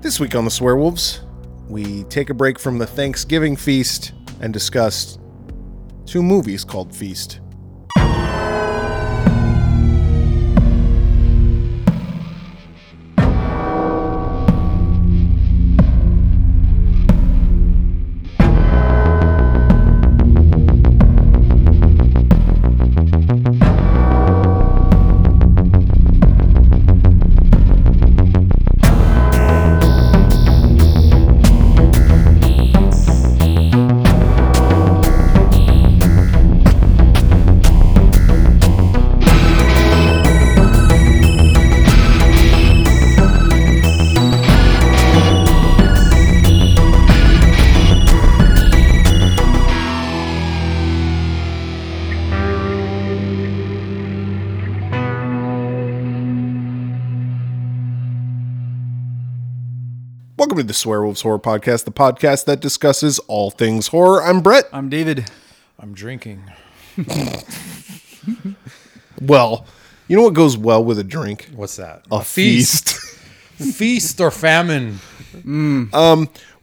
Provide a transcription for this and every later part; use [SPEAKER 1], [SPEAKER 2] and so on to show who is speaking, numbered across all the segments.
[SPEAKER 1] This week on The Swearwolves, we take a break from the Thanksgiving feast and discuss two movies called Feast. Welcome to the Swearwolves Horror Podcast, the podcast that discusses all things horror. I'm Brett.
[SPEAKER 2] I'm David.
[SPEAKER 3] I'm drinking.
[SPEAKER 1] Well, you know what goes well with a drink?
[SPEAKER 3] What's that?
[SPEAKER 1] A feast.
[SPEAKER 3] feast or famine?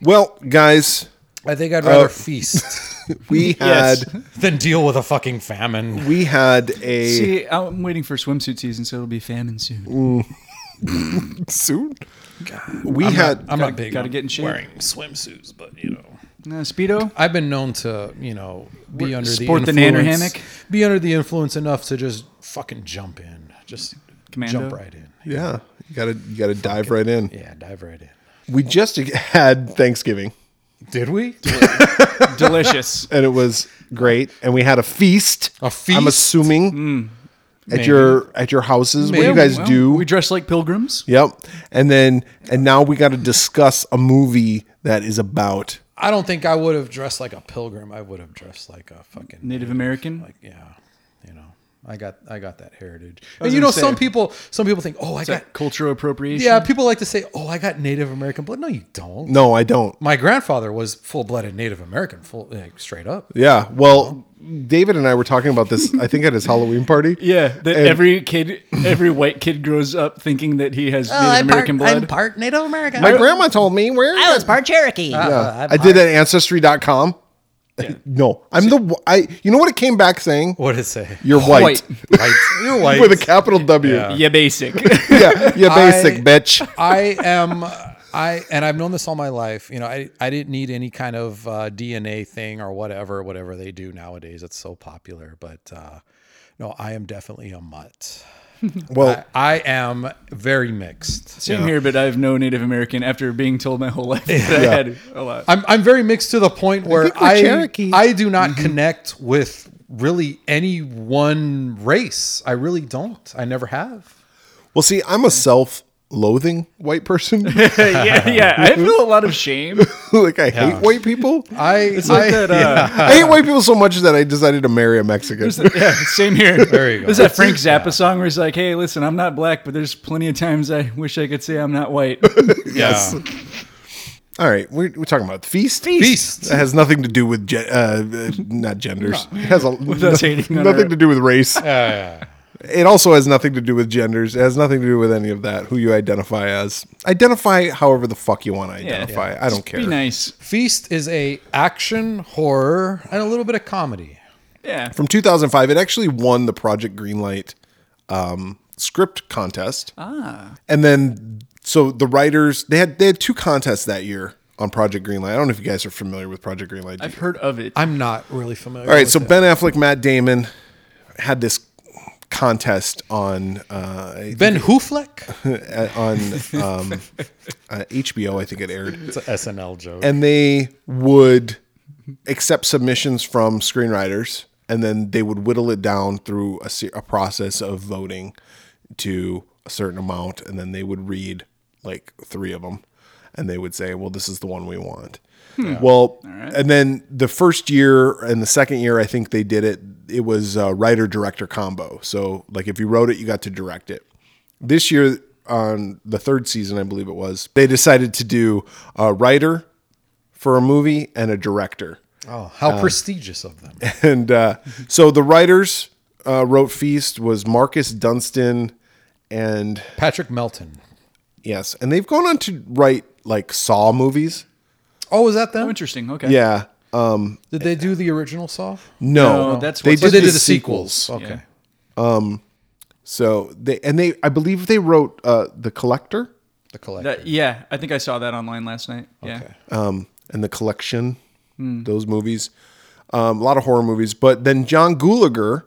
[SPEAKER 1] well, guys,
[SPEAKER 3] I think I'd rather feast
[SPEAKER 1] we had
[SPEAKER 2] Yes.
[SPEAKER 3] than deal with a fucking famine.
[SPEAKER 1] we had a
[SPEAKER 2] See, I'm waiting for swimsuit season, so it'll be famine soon.
[SPEAKER 1] suit. We had
[SPEAKER 3] I'm
[SPEAKER 2] Gotta-
[SPEAKER 3] not big.
[SPEAKER 2] gotta
[SPEAKER 3] on
[SPEAKER 2] get in shape.
[SPEAKER 3] Wearing swimsuits, but you know,
[SPEAKER 2] Uh, Speedo?
[SPEAKER 3] I've been known to you know be under
[SPEAKER 2] sport the
[SPEAKER 3] the
[SPEAKER 2] nanner
[SPEAKER 3] influence,
[SPEAKER 2] hammock?
[SPEAKER 3] Be under the influence enough to just fucking jump in, just
[SPEAKER 2] Commando?
[SPEAKER 3] jump right in.
[SPEAKER 1] yeah. You gotta you gotta dive right in.
[SPEAKER 3] Yeah, dive right in.
[SPEAKER 1] We just had Thanksgiving
[SPEAKER 3] Did we?
[SPEAKER 2] Delicious.
[SPEAKER 1] and it was great. And we had a feast.
[SPEAKER 3] A feast? Hmm.
[SPEAKER 1] I'm assuming at
[SPEAKER 3] Maybe.
[SPEAKER 1] your at your houses. What do you
[SPEAKER 3] Maybe.
[SPEAKER 1] guys
[SPEAKER 2] Well,
[SPEAKER 1] do?
[SPEAKER 2] We dress like pilgrims.
[SPEAKER 1] Yep. And then and now we got to discuss a movie that is about
[SPEAKER 3] I don't think I would have dressed like a pilgrim. I would have dressed like a fucking
[SPEAKER 2] Native American.
[SPEAKER 3] like yeah you know i got i got that heritage
[SPEAKER 2] was
[SPEAKER 3] and you
[SPEAKER 2] gonna
[SPEAKER 3] know
[SPEAKER 2] say-
[SPEAKER 3] some people some people think oh i
[SPEAKER 2] it's
[SPEAKER 3] got
[SPEAKER 2] like cultural appropriation.
[SPEAKER 3] yeah people like to say oh i got native american blood no you don't
[SPEAKER 1] No, I don't.
[SPEAKER 3] my grandfather was full-blooded native american full like, straight up
[SPEAKER 1] Yeah. Well, David and I were talking about this I think at his Halloween party.
[SPEAKER 2] Yeah, that
[SPEAKER 1] And-
[SPEAKER 2] every kid, every white kid grows up thinking that he
[SPEAKER 1] Oh,
[SPEAKER 2] has Native American blood.
[SPEAKER 3] part native american
[SPEAKER 1] My grandma told me where
[SPEAKER 4] I was part Cherokee.
[SPEAKER 1] Yeah. I did at ancestry.com. No, I'm the wh- I you know what it came back saying?
[SPEAKER 3] what did it say
[SPEAKER 1] You're white.
[SPEAKER 3] white you're white
[SPEAKER 1] With a capital W. Yeah,
[SPEAKER 3] Yeah.
[SPEAKER 2] yeah, basic.
[SPEAKER 1] yeah, basic
[SPEAKER 3] I-
[SPEAKER 1] bitch.
[SPEAKER 3] I am I and I've known this all my life. You know, I I didn't need any kind of uh, DNA thing or whatever whatever they do nowadays. It's so popular, but uh, no, I am definitely a mutt.
[SPEAKER 1] Well,
[SPEAKER 3] I, I am very mixed.
[SPEAKER 2] Same here, but I have no Native American after being told my whole life that I had a lot.
[SPEAKER 3] I'm I'm very mixed to the point where
[SPEAKER 1] think we're
[SPEAKER 3] I
[SPEAKER 1] Cherokee. Mm-hmm.
[SPEAKER 3] I, do not connect with really any one race. I really don't. I never have.
[SPEAKER 1] well see, I'm a self-loathing white person.
[SPEAKER 2] yeah, yeah, I feel a lot of shame.
[SPEAKER 1] like I hate white people.
[SPEAKER 3] I I-
[SPEAKER 2] Like that, uh,
[SPEAKER 1] I hate white people so much that I decided to marry a Mexican.
[SPEAKER 2] Yeah, same here.
[SPEAKER 3] There you go.
[SPEAKER 2] There's that Frank Zappa song where he's like, "Hey, listen, I'm not black, but there's plenty of times I wish I could say I'm not white."
[SPEAKER 3] yes.
[SPEAKER 1] All right, we're, we're talking about feast.
[SPEAKER 3] Feast.
[SPEAKER 1] It has nothing to do with gen- uh, uh, not genders. It has a,
[SPEAKER 2] us
[SPEAKER 1] no-
[SPEAKER 2] hating on
[SPEAKER 1] nothing
[SPEAKER 2] our-
[SPEAKER 1] to do with race.
[SPEAKER 3] Yeah.
[SPEAKER 1] It also has nothing to do with genders. It has nothing to do with any of that. Who you identify as? Identify however the fuck you want to identify. I don't care.
[SPEAKER 2] Be nice.
[SPEAKER 3] Feast is a action horror and a little bit of comedy.
[SPEAKER 2] Yeah.
[SPEAKER 1] From 2005, it actually won the Project Greenlight um, script contest.
[SPEAKER 2] Ah.
[SPEAKER 1] And then so the writers they had they had two contests that year on Project Greenlight. I don't know if you guys are familiar with Project Greenlight.
[SPEAKER 2] I've heard of it.
[SPEAKER 3] I'm not really familiar.
[SPEAKER 1] All right,
[SPEAKER 3] with
[SPEAKER 1] so
[SPEAKER 3] it.
[SPEAKER 1] Ben Affleck, Matt Damon had this contest on uh,
[SPEAKER 3] Ben Hoofleck.
[SPEAKER 1] on um, uh, HBO, I think it aired,
[SPEAKER 3] It's an SNL joke.
[SPEAKER 1] and they would accept submissions from screenwriters, and then they would whittle it down through a, se- a process of voting to a certain amount, and then they would read like three of them, and they would say, "Well, this is the one we want." Well, and then the first year and the second year, I think they did it. It was a writer director combo. So, like, if you wrote it, you got to direct it. This year, on the third season, I believe it was, they decided to do a writer for a movie and a director.
[SPEAKER 3] oh, how
[SPEAKER 1] Um,
[SPEAKER 3] prestigious of them.
[SPEAKER 1] And uh, so the writers uh, wrote Feast was Marcus Dunstan and
[SPEAKER 3] Patrick Melton.
[SPEAKER 1] yes, and they've gone on to write like Saw movies.
[SPEAKER 3] Oh, was that them?
[SPEAKER 2] Oh, interesting. Okay.
[SPEAKER 1] Yeah. Uh,
[SPEAKER 3] Did they do the original Saw?
[SPEAKER 1] no,
[SPEAKER 2] No, that's
[SPEAKER 1] they
[SPEAKER 2] what's-
[SPEAKER 1] did,
[SPEAKER 3] they
[SPEAKER 1] the
[SPEAKER 3] did the
[SPEAKER 1] sequels.
[SPEAKER 3] sequels. Okay.
[SPEAKER 2] Yeah.
[SPEAKER 1] So they and they, I believe they wrote uh, the Collector
[SPEAKER 3] The collector.
[SPEAKER 2] That- e- yeah, I think I saw that online last night. Yeah.
[SPEAKER 3] Okay.
[SPEAKER 1] um, and the Collection.
[SPEAKER 3] Hmm.
[SPEAKER 1] Those movies, um, a lot of horror movies. But then John Gulager,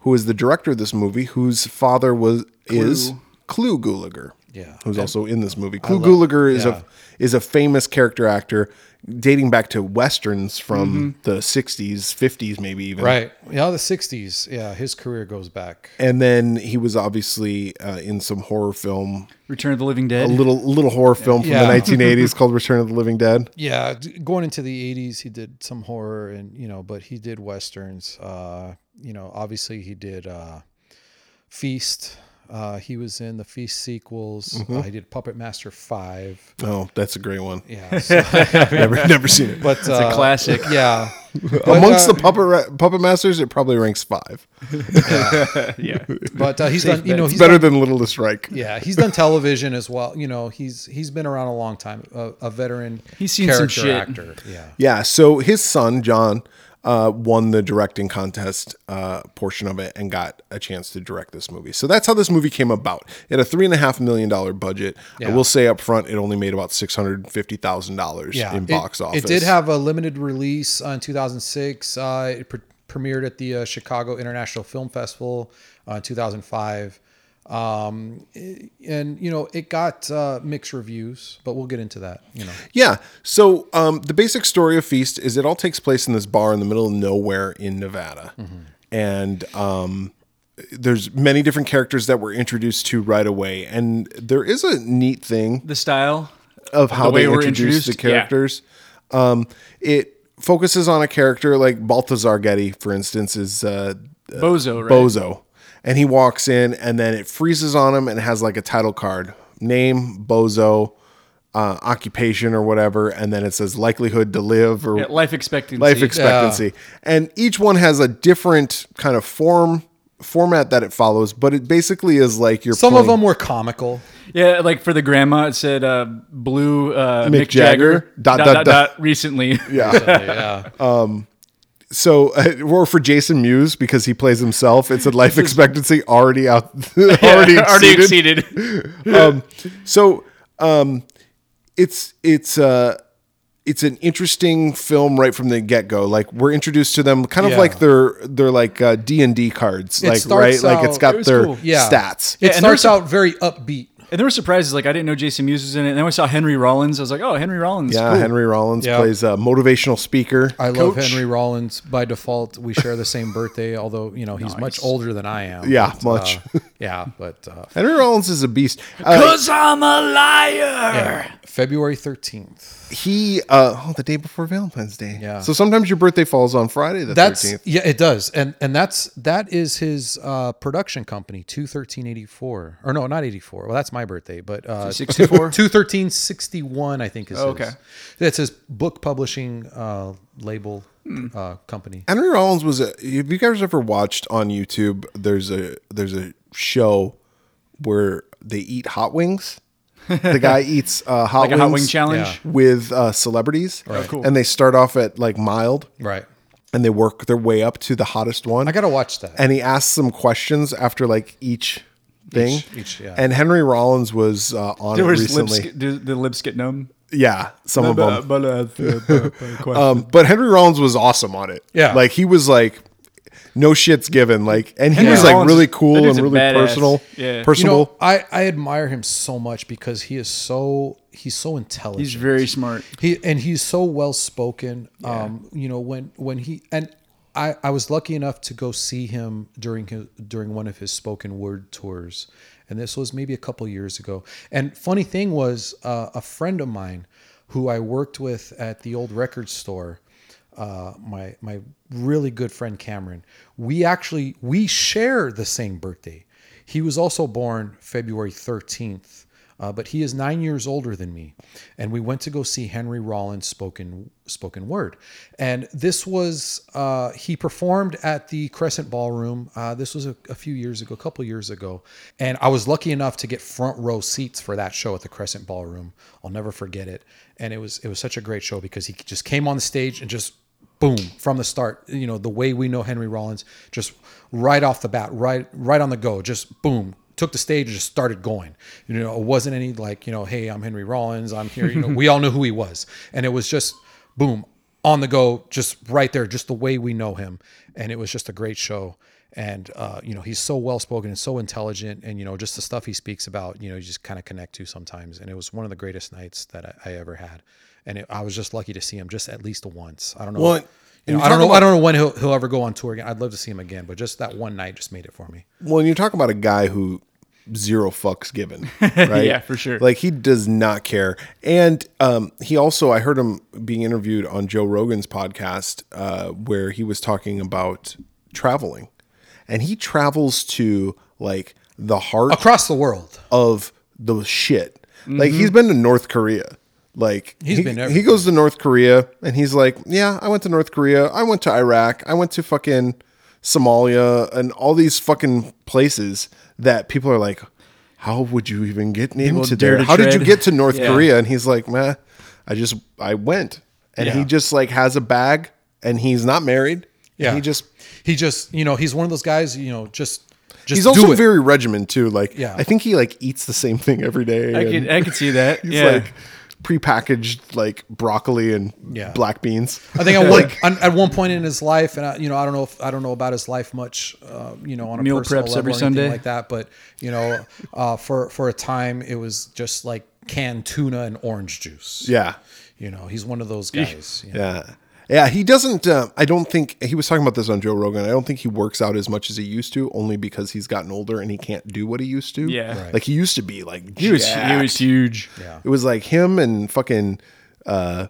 [SPEAKER 1] who is the director of this movie, whose father was is Clue Gulager.
[SPEAKER 3] Yeah.
[SPEAKER 1] who's also in this movie. Clue Gulager is
[SPEAKER 3] yeah.
[SPEAKER 1] a is a famous character actor dating back to westerns from the 60s, 50s maybe even.
[SPEAKER 3] Mm-hmm. Right. Yeah, the 60s. Yeah, his career goes back.
[SPEAKER 1] And then he was obviously uh, in some horror film,
[SPEAKER 2] Return of the Living Dead.
[SPEAKER 1] a little little horror film from
[SPEAKER 3] Yeah.
[SPEAKER 1] the 1980s called Return of the Living Dead.
[SPEAKER 3] Yeah, d- going into the 80s, he did some horror and, you know, but he did westerns. Uh, you know, obviously he did uh, Feast. Uh, he was in the Feast sequels.
[SPEAKER 2] Mm-hmm.
[SPEAKER 3] Uh, he did Puppet Master 5.
[SPEAKER 1] Oh, that's a great one.
[SPEAKER 3] Yeah. so-
[SPEAKER 1] Never never seen it.
[SPEAKER 3] but uh,
[SPEAKER 2] classic.
[SPEAKER 3] Yeah. uh,
[SPEAKER 1] Amongst the puppet ra- puppet masters, it probably ranks five.
[SPEAKER 2] yeah.
[SPEAKER 3] But uh, he's done, you know, he's
[SPEAKER 1] Better than Little to Strike.
[SPEAKER 3] Yeah, he's done television as well. You know, he's he's been around a long time, a, a veteran.
[SPEAKER 2] He's seen some shit.
[SPEAKER 3] actor. Yeah,
[SPEAKER 1] Yeah. So his son John uh, won the directing contest uh, portion of it and got a chance to direct this movie. So that's how this movie came about. It had a three and a half million dollar budget. I
[SPEAKER 3] Yeah.
[SPEAKER 1] will say up front, it only made about six hundred fifty thousand dollars
[SPEAKER 3] yeah.
[SPEAKER 1] in
[SPEAKER 3] It-
[SPEAKER 1] box office.
[SPEAKER 3] It did have a limited release uh, in 2006. Uh, it pre- premiered at the uh, Chicago International Film Festival uh, in 2005. Um, i- and you know, it got uh, mixed reviews, but we'll get into that. You know,
[SPEAKER 1] Yeah. So um, the basic story of Feast is it all takes place in this bar in the middle of nowhere in Nevada,
[SPEAKER 2] Mm-hmm.
[SPEAKER 1] and um, there's many different characters that we're introduced to right away. And there is a neat thing
[SPEAKER 2] The style.
[SPEAKER 1] of how
[SPEAKER 2] the way
[SPEAKER 1] they
[SPEAKER 2] we're
[SPEAKER 1] introduce the
[SPEAKER 2] introduced, yeah.
[SPEAKER 1] characters. Um, it focuses on a character like Balthazar Getty, for instance, is uh,
[SPEAKER 2] Bozo, right?
[SPEAKER 1] Bozo, and he walks in, and then it freezes on him and has like a title card, name Bozo, uh, occupation or whatever, and then it says likelihood to live or
[SPEAKER 2] Yeah, life expectancy.
[SPEAKER 1] life expectancy and each one has a different kind of form format that it follows but it basically is like you're
[SPEAKER 3] some of
[SPEAKER 1] playing-
[SPEAKER 3] them were comical.
[SPEAKER 2] Yeah, like for the grandma, it said uh, blue uh, Mick,
[SPEAKER 1] Jagger,
[SPEAKER 2] Jagger.
[SPEAKER 1] dot, dot, dot.
[SPEAKER 2] recently.
[SPEAKER 3] yeah,
[SPEAKER 1] So, uh, or for Jason Mewes because he plays himself, it's a life expectancy already out, already,
[SPEAKER 2] Already
[SPEAKER 1] exceeded.
[SPEAKER 2] exceeded.
[SPEAKER 1] So, um, it's it's uh, it's an interesting film right from the get go. Like we're introduced to them, kind of
[SPEAKER 3] Yeah.
[SPEAKER 1] like their they're like uh, D and D cards, like right,
[SPEAKER 3] starts
[SPEAKER 1] like it's
[SPEAKER 3] out-
[SPEAKER 1] got
[SPEAKER 2] it was
[SPEAKER 1] their
[SPEAKER 2] cool.
[SPEAKER 3] yeah.
[SPEAKER 1] stats.
[SPEAKER 3] It
[SPEAKER 2] and
[SPEAKER 3] starts
[SPEAKER 2] there's a-
[SPEAKER 3] out very upbeat.
[SPEAKER 2] and there were surprises. Like I didn't know Jason Mewes was in it. And then we saw Henry Rollins. I was like, oh, Henry Rollins.
[SPEAKER 1] yeah,
[SPEAKER 2] cool.
[SPEAKER 1] Henry Rollins
[SPEAKER 3] Yeah.
[SPEAKER 1] plays a motivational speaker.
[SPEAKER 3] I love
[SPEAKER 2] Coach.
[SPEAKER 3] Henry Rollins. By default, we share the same birthday, although you know he's much older than I am.
[SPEAKER 1] Yeah,
[SPEAKER 3] But,
[SPEAKER 1] much.
[SPEAKER 3] uh, yeah, but uh,
[SPEAKER 1] Henry Rollins is a beast. Uh,
[SPEAKER 2] Cause I'm a liar.
[SPEAKER 3] February thirteenth.
[SPEAKER 1] he uh, oh, the day before Valentine's Day.
[SPEAKER 3] Yeah.
[SPEAKER 1] So sometimes your birthday falls on Friday the
[SPEAKER 3] That's
[SPEAKER 1] thirteenth.
[SPEAKER 3] yeah, it does, and and that's that is his uh, production company, two thirteen eighty four, or no, not eighty four. Well, that's my birthday, but uh,
[SPEAKER 2] 64?
[SPEAKER 3] two thirteen sixty one, I think is his.
[SPEAKER 2] okay.
[SPEAKER 3] That's his book publishing uh, label uh, company.
[SPEAKER 1] Henry Rollins was a. Have you guys ever watched on YouTube? There's a there's a show where they eat hot wings. The guy eats uh, hot
[SPEAKER 2] Like a
[SPEAKER 1] wings
[SPEAKER 2] hot wing challenge.
[SPEAKER 3] Yeah.
[SPEAKER 1] with uh, celebrities,
[SPEAKER 2] Oh, cool.
[SPEAKER 1] and they start off at like mild,
[SPEAKER 3] Right.
[SPEAKER 1] and they work their way up to the hottest one.
[SPEAKER 3] I gotta watch that.
[SPEAKER 1] and he asks some questions after like each thing.
[SPEAKER 3] Each- each, yeah.
[SPEAKER 1] And Henry Rollins was uh, on it
[SPEAKER 2] There was
[SPEAKER 1] recently.
[SPEAKER 2] Lips, did the lips get numb?
[SPEAKER 1] Yeah, some of them.
[SPEAKER 2] Question.
[SPEAKER 1] Um, but Henry Rollins was awesome on it.
[SPEAKER 3] Yeah.
[SPEAKER 1] like he was like, no shits given. Like, and he
[SPEAKER 2] Henry
[SPEAKER 1] was like
[SPEAKER 2] Rollins
[SPEAKER 1] really
[SPEAKER 2] is-
[SPEAKER 1] cool
[SPEAKER 2] that
[SPEAKER 1] and
[SPEAKER 2] dude's a
[SPEAKER 1] really
[SPEAKER 2] badass.
[SPEAKER 1] personal.
[SPEAKER 2] Yeah.
[SPEAKER 3] you
[SPEAKER 1] personable.
[SPEAKER 3] know, I, I admire him so much because he is so he's so intelligent.
[SPEAKER 2] He's very smart.
[SPEAKER 3] He and he's so well spoken. Um, you know when when he and I I was lucky enough to go see him during his during one of his spoken word tours, and this was maybe a couple years ago. And funny thing was, uh, a friend of mine who I worked with at the old record store. Uh, my my really good friend Cameron, we actually we share the same birthday. He was also born February 13th uh, but he is nine years older than me. And we went to go see Henry Rollins spoken spoken word. And this was uh, he performed at the Crescent Ballroom. Uh, this was a, a few years ago, a couple years ago. And I was lucky enough to get front row seats for that show at the Crescent Ballroom. I'll never forget it. And it was it was such a great show because he just came on the stage and just boom from the start you know the way we know henry rollins just right off the bat right right on the go just boom took the stage and just started going you know it wasn't any like you know hey i'm henry rollins i'm here you know we all knew who he was and it was just boom on the go just right there just the way we know him and it was just a great show and uh, you know he's so well spoken and so intelligent and you know just the stuff he speaks about you know you just kind of connect to sometimes and it was one of the greatest nights that i, I ever had and it, i was just lucky to see him just at least once i don't know
[SPEAKER 1] Well, and
[SPEAKER 3] you know,
[SPEAKER 1] you
[SPEAKER 3] i don't
[SPEAKER 1] talk
[SPEAKER 3] know i don't know when he'll, he'll ever go on tour again i'd love to see him again but just that one night just made it for me
[SPEAKER 1] Well, and you're talking about a guy who zero fucks given, right?
[SPEAKER 2] Yeah, for sure.
[SPEAKER 1] Like he does not care. And um, he also, I heard him being interviewed on Joe Rogan's podcast uh, where he was talking about traveling, and he travels to like the heart
[SPEAKER 2] Oh,
[SPEAKER 3] across the world
[SPEAKER 1] of the shit. Like he's been to North Korea. Like
[SPEAKER 3] He's
[SPEAKER 1] he,
[SPEAKER 3] been
[SPEAKER 1] he
[SPEAKER 3] everywhere.
[SPEAKER 1] goes to North Korea and he's like, yeah, I went to North Korea. I went to Iraq. I went to fucking Somalia and all these fucking places that people are like, how would you even get into
[SPEAKER 2] dare
[SPEAKER 1] there?
[SPEAKER 2] to
[SPEAKER 1] How did you
[SPEAKER 2] tread."
[SPEAKER 1] get to North
[SPEAKER 2] Yeah.
[SPEAKER 1] Korea? And he's like, meh, I just I went. And he
[SPEAKER 3] Yeah.
[SPEAKER 1] just like has a bag and he's not married.
[SPEAKER 3] Yeah.
[SPEAKER 1] He just
[SPEAKER 3] he just you know he's one of those guys you know just just
[SPEAKER 1] he's
[SPEAKER 3] do
[SPEAKER 1] also
[SPEAKER 3] it.
[SPEAKER 1] very regimen too. Like
[SPEAKER 3] Yeah.
[SPEAKER 1] I think he like eats the same thing every day.
[SPEAKER 2] I
[SPEAKER 1] and-
[SPEAKER 2] could I could see that.
[SPEAKER 1] He's
[SPEAKER 2] yeah.
[SPEAKER 1] like prepackaged like broccoli and
[SPEAKER 3] Yeah.
[SPEAKER 1] black beans.
[SPEAKER 3] I think at one, on- at one point in his life, and I, you know, I don't know if I don't know about his life much, uh, you know, on a
[SPEAKER 2] Meal
[SPEAKER 3] personal
[SPEAKER 2] preps
[SPEAKER 3] level
[SPEAKER 2] every
[SPEAKER 3] or anything
[SPEAKER 2] Sunday.
[SPEAKER 3] like that. But you know, uh, for for a time, it was just like canned tuna and orange juice.
[SPEAKER 1] yeah.
[SPEAKER 3] You know, he's one of those guys. you know.
[SPEAKER 1] Yeah. Yeah, he doesn't. Uh, I don't think he was talking about this on Joe Rogan. I don't think he works out as much as he used to, only because he's gotten older and he can't do what he used to.
[SPEAKER 2] Yeah. Right.
[SPEAKER 1] like he used to be like
[SPEAKER 2] he was he was huge.
[SPEAKER 3] Yeah.
[SPEAKER 1] It was like him and fucking uh,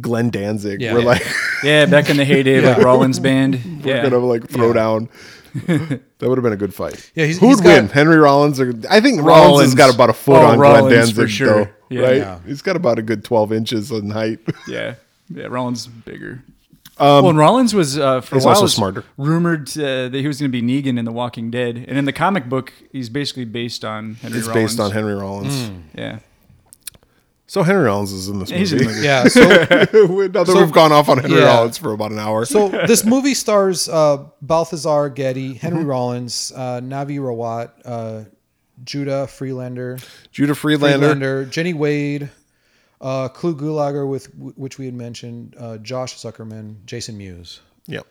[SPEAKER 1] Glenn Danzig
[SPEAKER 3] Yeah.
[SPEAKER 1] were
[SPEAKER 3] Yeah.
[SPEAKER 1] like
[SPEAKER 2] Yeah, back in the heyday, like Rollins band.
[SPEAKER 1] we're
[SPEAKER 2] Yeah.
[SPEAKER 1] gonna like throw down. that would have been a good fight.
[SPEAKER 3] Yeah, he's-
[SPEAKER 1] who would
[SPEAKER 3] he's got-
[SPEAKER 1] win, Henry Rollins or I think Rollins, has
[SPEAKER 2] Rollins.
[SPEAKER 1] got about a foot
[SPEAKER 2] Oh,
[SPEAKER 1] on
[SPEAKER 2] Rollins
[SPEAKER 1] Glenn Danzig
[SPEAKER 2] for sure.
[SPEAKER 1] though,
[SPEAKER 2] Yeah.
[SPEAKER 1] right?
[SPEAKER 3] Yeah.
[SPEAKER 1] He's got about a good twelve inches in height.
[SPEAKER 2] Yeah, yeah. Rollins is bigger. well, and Rollins was uh, for
[SPEAKER 1] Um, he's
[SPEAKER 2] a while
[SPEAKER 1] also
[SPEAKER 2] was
[SPEAKER 1] smarter.
[SPEAKER 2] rumored uh, that he was going to be Negan in The Walking Dead, and in the comic book, he's basically based on Henry.
[SPEAKER 1] It's
[SPEAKER 2] Rollins.
[SPEAKER 1] based on Henry Rollins.
[SPEAKER 2] Yeah,
[SPEAKER 1] So Henry Rollins is in this
[SPEAKER 2] Mm. he's in the
[SPEAKER 1] movie.
[SPEAKER 2] movie.
[SPEAKER 3] Yeah. So
[SPEAKER 1] now that we've gone off on Henry
[SPEAKER 3] yeah.
[SPEAKER 1] Rollins for about an hour.
[SPEAKER 3] so this movie stars uh, Balthazar Getty,
[SPEAKER 1] Mm-hmm.
[SPEAKER 3] Henry Rollins, uh, Navi Rawat, uh, Judah Freelander.
[SPEAKER 1] Judah Friedlander,
[SPEAKER 3] Freelander, Jenny Wade, uh, Clue Gulager, with which we had mentioned, uh, Josh Zuckerman, Jason Mewes.
[SPEAKER 1] Yep.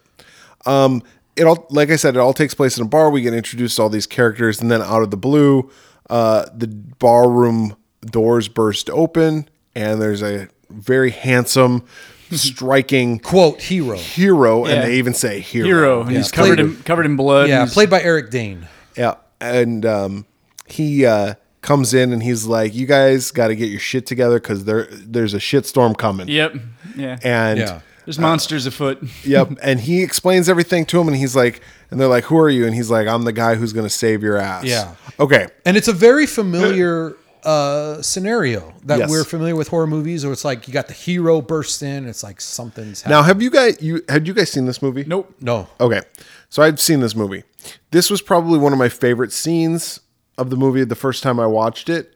[SPEAKER 1] Um, it all, like I said, it all takes place in a bar. We get introduced to all these characters, and then out of the blue, uh, the barroom doors burst open, and there's a very handsome, striking
[SPEAKER 3] Quote hero.
[SPEAKER 1] hero, and
[SPEAKER 2] Yeah.
[SPEAKER 1] they even say hero.
[SPEAKER 2] Hero, and he's covered in covered in blood.
[SPEAKER 3] Yeah,
[SPEAKER 2] and he's-
[SPEAKER 3] played by Eric Dane.
[SPEAKER 1] Yeah, and um, he uh, comes in and he's like, "You guys got to get your shit together because there there's a shitstorm coming."
[SPEAKER 2] Yep. Yeah.
[SPEAKER 1] And
[SPEAKER 3] Yeah.
[SPEAKER 2] There's monsters afoot.
[SPEAKER 1] yep. And he explains everything to him, and he's like, and they're like, "Who are you?" And he's like, "I'm the guy who's gonna save your ass."
[SPEAKER 3] Yeah.
[SPEAKER 1] Okay.
[SPEAKER 3] And it's a very familiar uh, scenario that
[SPEAKER 1] Yes.
[SPEAKER 3] we're familiar with horror movies, where it's like you got the hero bursts in, it's like something's
[SPEAKER 1] Now,
[SPEAKER 3] happening.
[SPEAKER 1] have you guys you had you guys seen this movie?
[SPEAKER 2] Nope.
[SPEAKER 3] No.
[SPEAKER 1] Okay. So I've seen this movie. This was probably one of my favorite scenes of the movie the first time I watched it.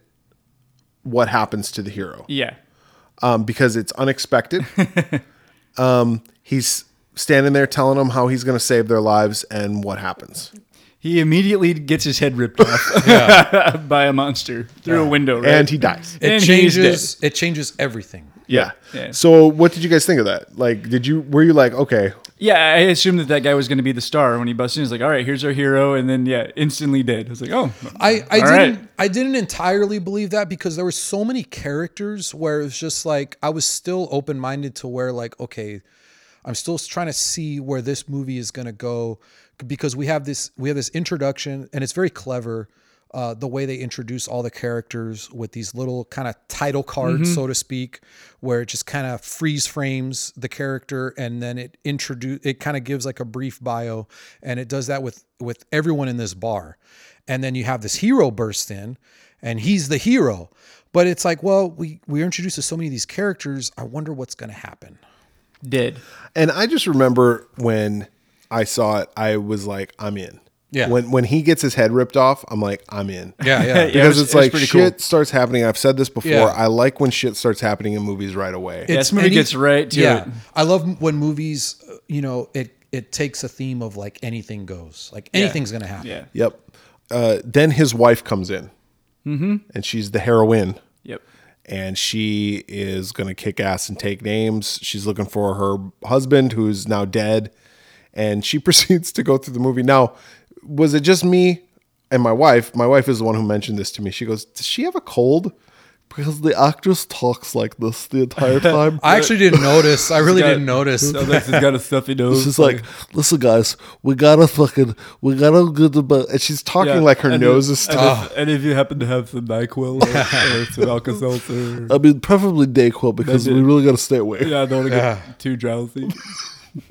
[SPEAKER 1] What happens to the hero?
[SPEAKER 2] Yeah.
[SPEAKER 1] um, because it's unexpected. um, he's standing there telling them how he's going to save their lives, and what happens?
[SPEAKER 2] He immediately gets his head ripped off by a monster through a window. Right?
[SPEAKER 1] And he dies.
[SPEAKER 3] It
[SPEAKER 2] And he's
[SPEAKER 3] changes. It changes everything.
[SPEAKER 1] Yeah.
[SPEAKER 2] Yeah.
[SPEAKER 1] So, what did you guys think of that? Like, did you were you like, okay,
[SPEAKER 2] Yeah, I assumed that that guy was going to be the star when he busts in. He's like, "All right, here's our hero," and then yeah, instantly dead. I was like, "Oh,
[SPEAKER 3] I, I
[SPEAKER 2] all
[SPEAKER 3] didn't
[SPEAKER 2] right.
[SPEAKER 3] I didn't entirely believe that because there were so many characters where it was just like I was still open minded to where like okay, I'm still trying to see where this movie is gonna go because we have this we have this introduction and it's very clever. Uh, the way they introduce all the characters with these little kind of title cards,
[SPEAKER 2] Mm-hmm.
[SPEAKER 3] so to speak, where it just kind of freeze frames the character, and then it introduce it kind of gives like a brief bio, and it does that with with everyone in this bar, and then you have this hero burst in and he's the hero. But it's like, well, we we are introduced to so many of these characters. I wonder what's going to happen.
[SPEAKER 2] Did
[SPEAKER 1] And I just remember when I saw it, I was like, I'm in.
[SPEAKER 3] Yeah.
[SPEAKER 1] When when he gets his head ripped off, I'm like, I'm in.
[SPEAKER 3] Yeah, yeah.
[SPEAKER 2] Yeah, it
[SPEAKER 1] Because
[SPEAKER 2] was-
[SPEAKER 1] it's
[SPEAKER 2] it was
[SPEAKER 1] like
[SPEAKER 2] pretty
[SPEAKER 1] shit starts happening. I've said this before.
[SPEAKER 3] Yeah.
[SPEAKER 1] I like when shit starts happening in movies right away.
[SPEAKER 2] Yeah,
[SPEAKER 3] It's-
[SPEAKER 2] this movie
[SPEAKER 3] and you-
[SPEAKER 2] gets right to
[SPEAKER 3] yeah.
[SPEAKER 2] it.
[SPEAKER 3] I love when movies, uh, you know, it it takes a theme of like anything goes, like anything's going to happen.
[SPEAKER 2] Yeah.
[SPEAKER 1] Yep. Uh, then his wife comes in, mm-hmm. and she's the heroine,
[SPEAKER 2] Yep.
[SPEAKER 1] and she is gonna kick ass and take names. She's looking for her husband, who's now dead, and she proceeds to go through the movie. Now, was it just me and my wife? My wife is the one who mentioned this to me. She goes, "Does she have a cold?" Because the actress talks like this the entire time.
[SPEAKER 3] I actually didn't notice. I really
[SPEAKER 2] Got-
[SPEAKER 3] didn't notice.
[SPEAKER 2] Sounds like she's got a stuffy nose.
[SPEAKER 1] This is like, listen, guys, we gotta fucking, we gotta get the. bu-" And she's talking
[SPEAKER 2] Yeah.
[SPEAKER 1] like her
[SPEAKER 2] And
[SPEAKER 1] nose
[SPEAKER 2] if-
[SPEAKER 1] is
[SPEAKER 2] and
[SPEAKER 1] stuck.
[SPEAKER 2] if, and if you happen to have some Nyquil or, or some Alka-Seltzer,
[SPEAKER 1] I mean, preferably Dayquil because we really gotta stay away.
[SPEAKER 2] yeah, I don't want to
[SPEAKER 3] Yeah.
[SPEAKER 2] get too drowsy.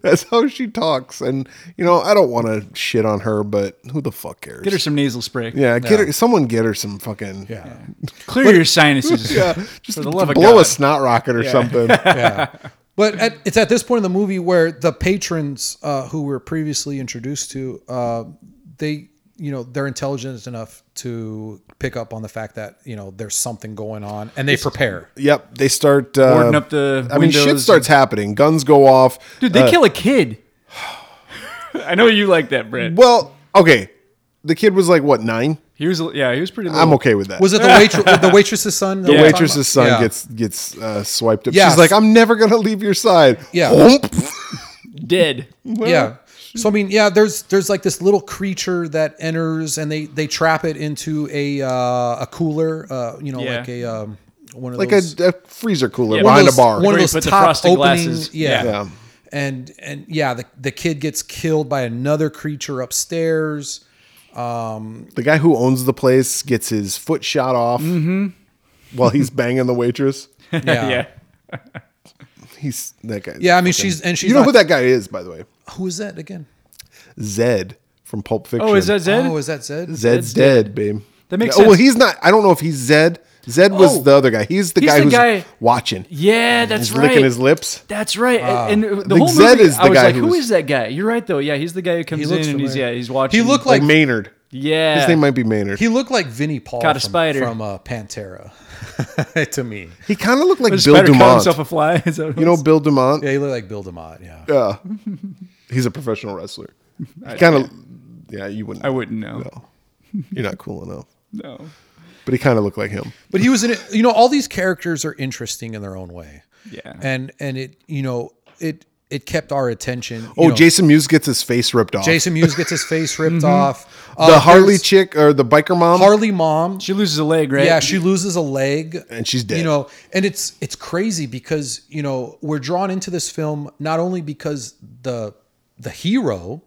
[SPEAKER 1] That's how she talks, and you know, I don't want to shit on her, but who the fuck cares?
[SPEAKER 2] Get her some nasal spray.
[SPEAKER 1] yeah, get her. Someone get her some fucking. Yeah.
[SPEAKER 2] Clear your sinuses.
[SPEAKER 1] Just
[SPEAKER 2] For the love of
[SPEAKER 1] blow a
[SPEAKER 2] God.
[SPEAKER 1] snot rocket or something.
[SPEAKER 3] yeah. But at, it's at this point in the movie where the patrons uh, who were previously introduced to, uh, they, you know, they're intelligent enough to pick up on the fact that, you know, there's something going on and they prepare.
[SPEAKER 1] yep, they start uh,
[SPEAKER 2] Boarding up the
[SPEAKER 1] I mean, shit
[SPEAKER 2] windows.
[SPEAKER 1] starts happening. Guns go off.
[SPEAKER 2] Dude, they
[SPEAKER 1] Uh,
[SPEAKER 2] kill a kid. I know you like that, Brett.
[SPEAKER 1] Well, okay, the kid was like what nine?
[SPEAKER 2] He was, yeah, he Oh. was pretty. Little.
[SPEAKER 1] I'm okay with that.
[SPEAKER 3] Was it the, waitre- the waitress's son? that
[SPEAKER 1] the
[SPEAKER 3] we're talking
[SPEAKER 1] waitress's son
[SPEAKER 3] about? Yeah.
[SPEAKER 1] gets gets uh, swiped up.
[SPEAKER 3] Yes.
[SPEAKER 1] She's like, "I'm never gonna leave your side."
[SPEAKER 3] Yeah.
[SPEAKER 1] Whoomp.
[SPEAKER 2] dead.
[SPEAKER 3] yeah. So I mean, yeah, there's there's like this little creature that enters and they they trap it into a uh, a cooler, uh, you know,
[SPEAKER 2] Yeah.
[SPEAKER 3] like a um, one of
[SPEAKER 1] like a,
[SPEAKER 3] those,
[SPEAKER 1] a freezer cooler
[SPEAKER 2] Yeah,
[SPEAKER 3] one
[SPEAKER 1] behind
[SPEAKER 3] of those-
[SPEAKER 1] a bar.
[SPEAKER 3] One
[SPEAKER 2] Where
[SPEAKER 3] of
[SPEAKER 2] you
[SPEAKER 3] those
[SPEAKER 2] put the
[SPEAKER 3] top
[SPEAKER 2] frosted
[SPEAKER 3] opening,
[SPEAKER 2] glasses.
[SPEAKER 3] Yeah.
[SPEAKER 1] Yeah.
[SPEAKER 3] And and yeah, the the kid gets killed by another creature upstairs.
[SPEAKER 1] The guy who owns the place gets his foot shot off
[SPEAKER 2] Mm-hmm.
[SPEAKER 1] while he's banging the waitress.
[SPEAKER 3] Yeah.
[SPEAKER 2] Yeah.
[SPEAKER 3] yeah.
[SPEAKER 1] He's that guy.
[SPEAKER 3] I mean, she's and she's
[SPEAKER 1] you know
[SPEAKER 3] not-
[SPEAKER 1] who that guy is, by the way.
[SPEAKER 3] who is that again?
[SPEAKER 1] Zed from Pulp Fiction.
[SPEAKER 2] Oh, is that Zed?
[SPEAKER 3] Oh, is that Zed?
[SPEAKER 1] Zed's dead, babe?
[SPEAKER 2] That makes
[SPEAKER 1] Oh well,
[SPEAKER 2] sense.
[SPEAKER 1] he's not. I don't know if he's Zed. Zed was
[SPEAKER 2] Oh.
[SPEAKER 1] the other guy. He's the
[SPEAKER 2] He's
[SPEAKER 1] guy
[SPEAKER 2] the
[SPEAKER 1] who's
[SPEAKER 2] guy-
[SPEAKER 1] watching.
[SPEAKER 2] yeah, that's
[SPEAKER 1] He's
[SPEAKER 2] right.
[SPEAKER 1] licking his lips.
[SPEAKER 2] That's right. and and the
[SPEAKER 1] think
[SPEAKER 2] whole
[SPEAKER 1] Zed
[SPEAKER 2] movie,
[SPEAKER 1] is the
[SPEAKER 2] I was
[SPEAKER 1] guy
[SPEAKER 2] like,
[SPEAKER 1] who
[SPEAKER 2] who
[SPEAKER 1] was-
[SPEAKER 2] is that guy? You're right, though. Yeah, he's the guy who comes in
[SPEAKER 3] looks
[SPEAKER 2] and he's
[SPEAKER 3] familiar.
[SPEAKER 2] yeah, he's watching.
[SPEAKER 3] He looked
[SPEAKER 1] Like
[SPEAKER 3] like
[SPEAKER 1] Maynard.
[SPEAKER 2] yeah.
[SPEAKER 1] His name might be Maynard. He,
[SPEAKER 3] he looked like Vinnie Paul
[SPEAKER 2] Caught a
[SPEAKER 3] from,
[SPEAKER 2] spider.
[SPEAKER 3] from uh, Pantera to me.
[SPEAKER 1] kind of looked like
[SPEAKER 2] The
[SPEAKER 1] Bill
[SPEAKER 2] spider caught
[SPEAKER 1] Dumont.
[SPEAKER 2] himself a fly. Is that what
[SPEAKER 1] you know Bill Dumont?
[SPEAKER 3] Yeah, he looked like Bill DeMott. Yeah.
[SPEAKER 1] Yeah. He's a professional wrestler. Kind of. Yeah, you wouldn't.
[SPEAKER 2] I wouldn't know.
[SPEAKER 1] No. You're not cool enough.
[SPEAKER 2] No.
[SPEAKER 1] But he kind of looked like him.
[SPEAKER 3] but he was in it you know all these characters are interesting in their own way
[SPEAKER 2] Yeah.
[SPEAKER 3] and and it you know it it kept our attention you
[SPEAKER 1] Oh,
[SPEAKER 3] know,
[SPEAKER 1] Jason Mewes gets his face ripped off.
[SPEAKER 3] jason mewes gets his face ripped off Uh,
[SPEAKER 1] the Harley
[SPEAKER 3] there's
[SPEAKER 1] chick or the biker mom,
[SPEAKER 3] harley mom
[SPEAKER 2] She loses a leg, right?
[SPEAKER 3] yeah she loses a leg
[SPEAKER 1] and she's dead.
[SPEAKER 3] you know and it's it's crazy because you know we're drawn into this film not only because the the hero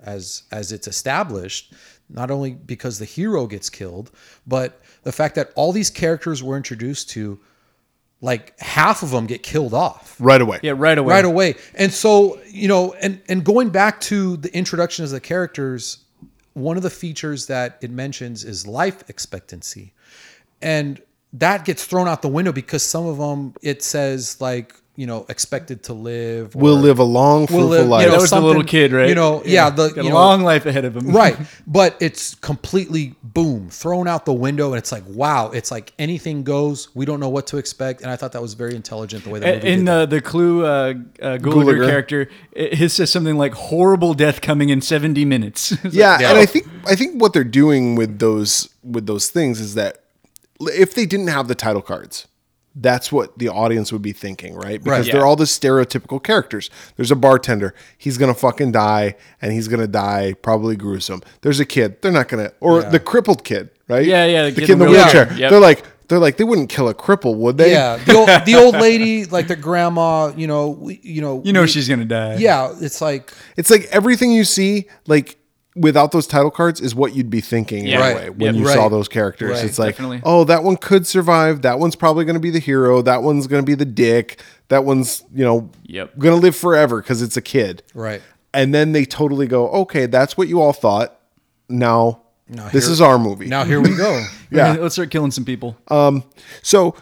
[SPEAKER 3] as as it's established not only because the hero gets killed but the fact that all these characters we're introduced to like half of them get killed off
[SPEAKER 1] right away.
[SPEAKER 2] Yeah, right away.
[SPEAKER 3] right away. And so, you know, and and going back to the introduction of the characters, one of the features that it mentions is life expectancy. And that gets thrown out the window because some of them it says like, you know, expected to live or
[SPEAKER 1] We'll live a long,
[SPEAKER 3] will
[SPEAKER 1] fruitful
[SPEAKER 3] live- you
[SPEAKER 1] life.
[SPEAKER 2] That
[SPEAKER 3] know,
[SPEAKER 2] was the little
[SPEAKER 3] something,
[SPEAKER 2] kid, right?
[SPEAKER 3] you know, yeah, the-
[SPEAKER 2] Got a
[SPEAKER 3] you know-
[SPEAKER 2] long life ahead of him.
[SPEAKER 3] right. But it's completely boom, thrown out the window and it's like, wow, it's like anything goes. We don't know what to expect. And I thought that was very intelligent the way that movie did
[SPEAKER 2] In
[SPEAKER 3] that.
[SPEAKER 2] uh, the Clue, uh, uh, Gulager,
[SPEAKER 1] Gulager.
[SPEAKER 2] character, it, his says something like "horrible death coming in 70 minutes." It's like,
[SPEAKER 1] yeah,
[SPEAKER 3] Yeah.
[SPEAKER 1] and I think I think what they're doing with those with those things is that if they didn't have the title cards, that's what the audience would be thinking, right? Because
[SPEAKER 3] Right.
[SPEAKER 1] they're
[SPEAKER 2] Yeah.
[SPEAKER 1] all the stereotypical characters. There's a bartender, he's gonna fucking die, and he's gonna die probably gruesome. There's a kid, they're not gonna, or the crippled kid, right?
[SPEAKER 2] Yeah, yeah,
[SPEAKER 1] the, kid in the wheelchair.
[SPEAKER 2] Yep.
[SPEAKER 1] They're like, they're like, they wouldn't kill a cripple, would they?
[SPEAKER 3] yeah, the old, the old lady, like the grandma, you know, we, you know,
[SPEAKER 2] you know
[SPEAKER 3] we-
[SPEAKER 2] she's gonna die.
[SPEAKER 3] Yeah, it's like
[SPEAKER 1] It's like everything you see, like without those title cards, is what you'd be thinking
[SPEAKER 2] Yeah.
[SPEAKER 1] right.
[SPEAKER 2] Right.
[SPEAKER 1] away when
[SPEAKER 2] Yep.
[SPEAKER 1] you
[SPEAKER 3] Right.
[SPEAKER 1] saw those characters.
[SPEAKER 3] Right.
[SPEAKER 1] It's like,
[SPEAKER 2] Definitely.
[SPEAKER 1] oh, that one could survive. That one's probably going to be the hero. That one's going to be the dick. That one's, you know,
[SPEAKER 2] Yep.
[SPEAKER 1] going to live forever because it's a kid.
[SPEAKER 3] right.
[SPEAKER 1] And then they totally go, okay, that's what you all thought. Now
[SPEAKER 3] Now
[SPEAKER 1] This
[SPEAKER 3] here-
[SPEAKER 1] is our movie.
[SPEAKER 3] now here we go.
[SPEAKER 1] Yeah.
[SPEAKER 2] Let's start killing some people.
[SPEAKER 1] So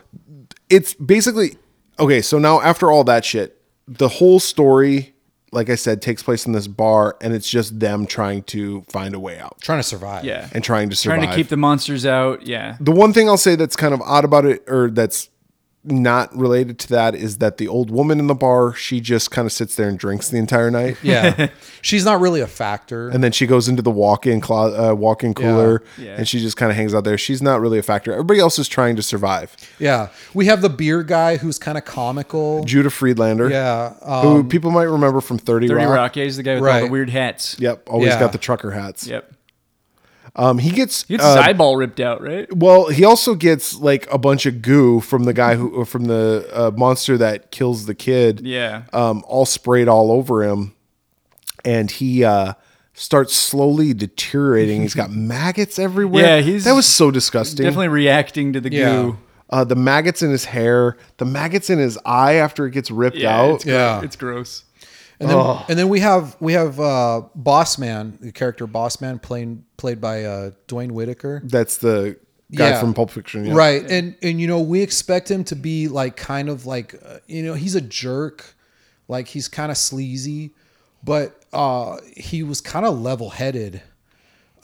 [SPEAKER 1] it's basically okay. So now after all that shit, the whole story, like I said, takes place in this bar, and it's just them trying to find a way out
[SPEAKER 3] Trying to survive.
[SPEAKER 2] yeah.
[SPEAKER 1] and trying to survive.
[SPEAKER 2] Trying to keep the monsters out. Yeah.
[SPEAKER 1] the one thing I'll say that's kind of odd about it, or that's not related to that, is that the old woman in the bar she just kind of sits there and drinks the entire night.
[SPEAKER 3] Yeah. She's not really a factor.
[SPEAKER 1] And then she goes into the walk-in clo- uh, walk-in cooler,
[SPEAKER 2] Yeah.
[SPEAKER 1] and she just kind of hangs out there. She's not really a factor. Everybody else is trying to survive.
[SPEAKER 3] Yeah. We have the beer guy who's kind of comical.
[SPEAKER 1] Judah Friedlander,
[SPEAKER 3] Yeah. Um,
[SPEAKER 1] who people might remember from Thirty,
[SPEAKER 2] Dirty
[SPEAKER 1] Rock.
[SPEAKER 2] Rock. Yeah, he's the guy with all
[SPEAKER 3] Right.
[SPEAKER 2] the weird hats.
[SPEAKER 1] Yep, always
[SPEAKER 3] Yeah.
[SPEAKER 1] got the trucker hats.
[SPEAKER 2] Yep.
[SPEAKER 1] Um, he gets,
[SPEAKER 2] He gets
[SPEAKER 1] uh,
[SPEAKER 2] his eyeball ripped out, right?
[SPEAKER 1] well, he also gets like a bunch of goo from the guy who from the uh, monster that kills the kid.
[SPEAKER 2] Yeah.
[SPEAKER 1] um, all sprayed all over him, and he uh, starts slowly deteriorating. He's got maggots everywhere.
[SPEAKER 2] Yeah, he's
[SPEAKER 1] that was so disgusting.
[SPEAKER 2] Definitely reacting to the
[SPEAKER 3] Yeah.
[SPEAKER 2] goo.
[SPEAKER 1] uh, the maggots in his hair, the maggots in his eye after it gets ripped
[SPEAKER 2] Yeah.
[SPEAKER 1] out.
[SPEAKER 2] It's, gro-
[SPEAKER 3] Yeah.
[SPEAKER 2] it's gross.
[SPEAKER 3] and, then,
[SPEAKER 1] Oh.
[SPEAKER 3] and then we have we have uh, Boss Man, the character Boss Man, playing played by uh, Dwayne Whitaker.
[SPEAKER 1] That's the guy
[SPEAKER 3] Yeah.
[SPEAKER 1] from Pulp Fiction, yeah.
[SPEAKER 3] Right. And and you know, we expect him to be like kind of like uh, you know, he's a jerk. Like he's kind of sleazy, but uh he was kind of level-headed.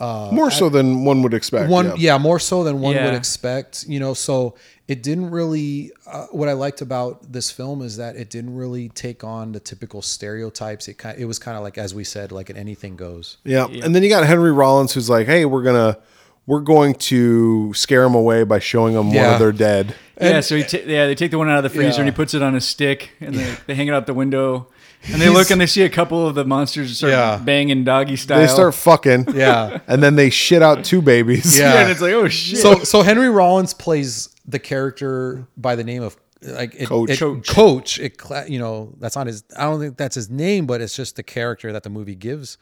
[SPEAKER 1] More so than one would expect.
[SPEAKER 3] One
[SPEAKER 1] yeah.
[SPEAKER 3] yeah, more so than one would
[SPEAKER 2] Yeah.
[SPEAKER 3] expect, you know, so it didn't really uh, what I liked about this film is that it didn't really take on the typical stereotypes. It kind it was kind of like as we said like an anything goes.
[SPEAKER 1] Yeah. And then you got Henry Rollins who's like, "Hey, we're going to we're going to scare him away by showing him one
[SPEAKER 3] Yeah.
[SPEAKER 1] of their dead."
[SPEAKER 2] yeah, so he ta- yeah they take the one out of the freezer and
[SPEAKER 3] Yeah.
[SPEAKER 2] he puts it on a stick and they, they hang it out the window and they look and they see a couple of the monsters start
[SPEAKER 3] Yeah.
[SPEAKER 2] banging doggy style.
[SPEAKER 1] They start fucking.
[SPEAKER 3] Yeah.
[SPEAKER 1] And then they shit out two babies.
[SPEAKER 3] Yeah.
[SPEAKER 2] yeah, and it's like oh shit.
[SPEAKER 3] So so Henry Rollins plays the character by the name of like it,
[SPEAKER 1] Coach.
[SPEAKER 3] it-
[SPEAKER 1] Coach.
[SPEAKER 3] Coach. It cla- you know that's not his. I don't think that's his name, but it's just the character that the movie gives.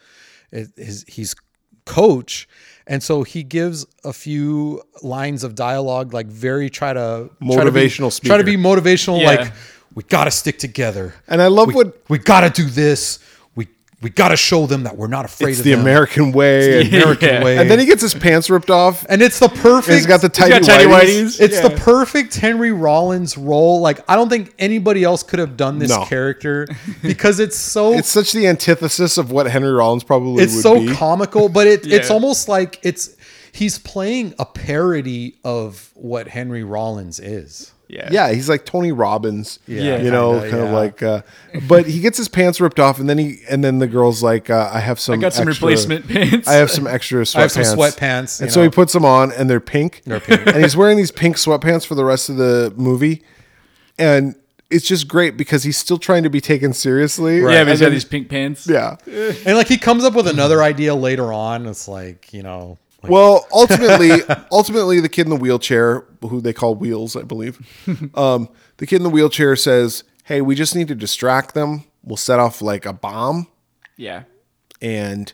[SPEAKER 3] It, his, he's Coach, and so he gives a few lines of dialogue, like very try to
[SPEAKER 1] Motivational
[SPEAKER 3] try to be, try to be
[SPEAKER 1] speaker.
[SPEAKER 3] motivational,
[SPEAKER 2] Yeah.
[SPEAKER 3] like we gotta stick together.
[SPEAKER 1] And I love
[SPEAKER 3] we,
[SPEAKER 1] what
[SPEAKER 3] we gotta do this. We we gotta show them that we're not afraid
[SPEAKER 1] it's
[SPEAKER 3] of
[SPEAKER 1] the
[SPEAKER 3] them.
[SPEAKER 1] American way. and,
[SPEAKER 3] American
[SPEAKER 2] Yeah.
[SPEAKER 3] way.
[SPEAKER 1] and then he gets his pants ripped off.
[SPEAKER 3] and it's the perfect.
[SPEAKER 1] He's got the tidy,
[SPEAKER 2] got tidy
[SPEAKER 1] whities.
[SPEAKER 2] whities.
[SPEAKER 3] It's the perfect Henry Rollins role. Like I don't think anybody else could have done this
[SPEAKER 1] No.
[SPEAKER 3] character because it's so
[SPEAKER 1] It's
[SPEAKER 3] it's,
[SPEAKER 1] such the antithesis of what Henry Rollins probably would
[SPEAKER 3] so
[SPEAKER 1] be.
[SPEAKER 3] comical, but it it's
[SPEAKER 2] Yeah.
[SPEAKER 3] almost like it's he's playing a parody of what Henry Rollins is.
[SPEAKER 2] yeah,
[SPEAKER 1] yeah, he's like Tony Robbins.
[SPEAKER 2] Yeah,
[SPEAKER 1] you know,
[SPEAKER 3] kinda,
[SPEAKER 1] kind of
[SPEAKER 3] yeah.
[SPEAKER 1] like. Uh, but he gets his pants ripped off, and then he and then the girl's like, uh, "I have some.
[SPEAKER 2] I got some
[SPEAKER 1] extra-
[SPEAKER 2] replacement pants.
[SPEAKER 1] I have some extra sweatpants.
[SPEAKER 3] I have some sweatpants.
[SPEAKER 1] And
[SPEAKER 3] you
[SPEAKER 1] so
[SPEAKER 3] know.
[SPEAKER 1] he puts them on, and they're pink. and he's wearing these pink sweatpants for the rest of the movie, and it's just great because he's still trying to be taken seriously.
[SPEAKER 2] yeah, but
[SPEAKER 1] And
[SPEAKER 2] he's got
[SPEAKER 1] then-
[SPEAKER 2] these pink pants.
[SPEAKER 1] yeah.
[SPEAKER 3] and like he comes up with another idea later on. It's like you know, like,
[SPEAKER 1] Well, ultimately, ultimately, the kid in the wheelchair, who they call Wheels, I believe, um, the kid in the wheelchair says, "Hey, we just need to distract them. We'll set off like a bomb,
[SPEAKER 2] yeah,
[SPEAKER 1] and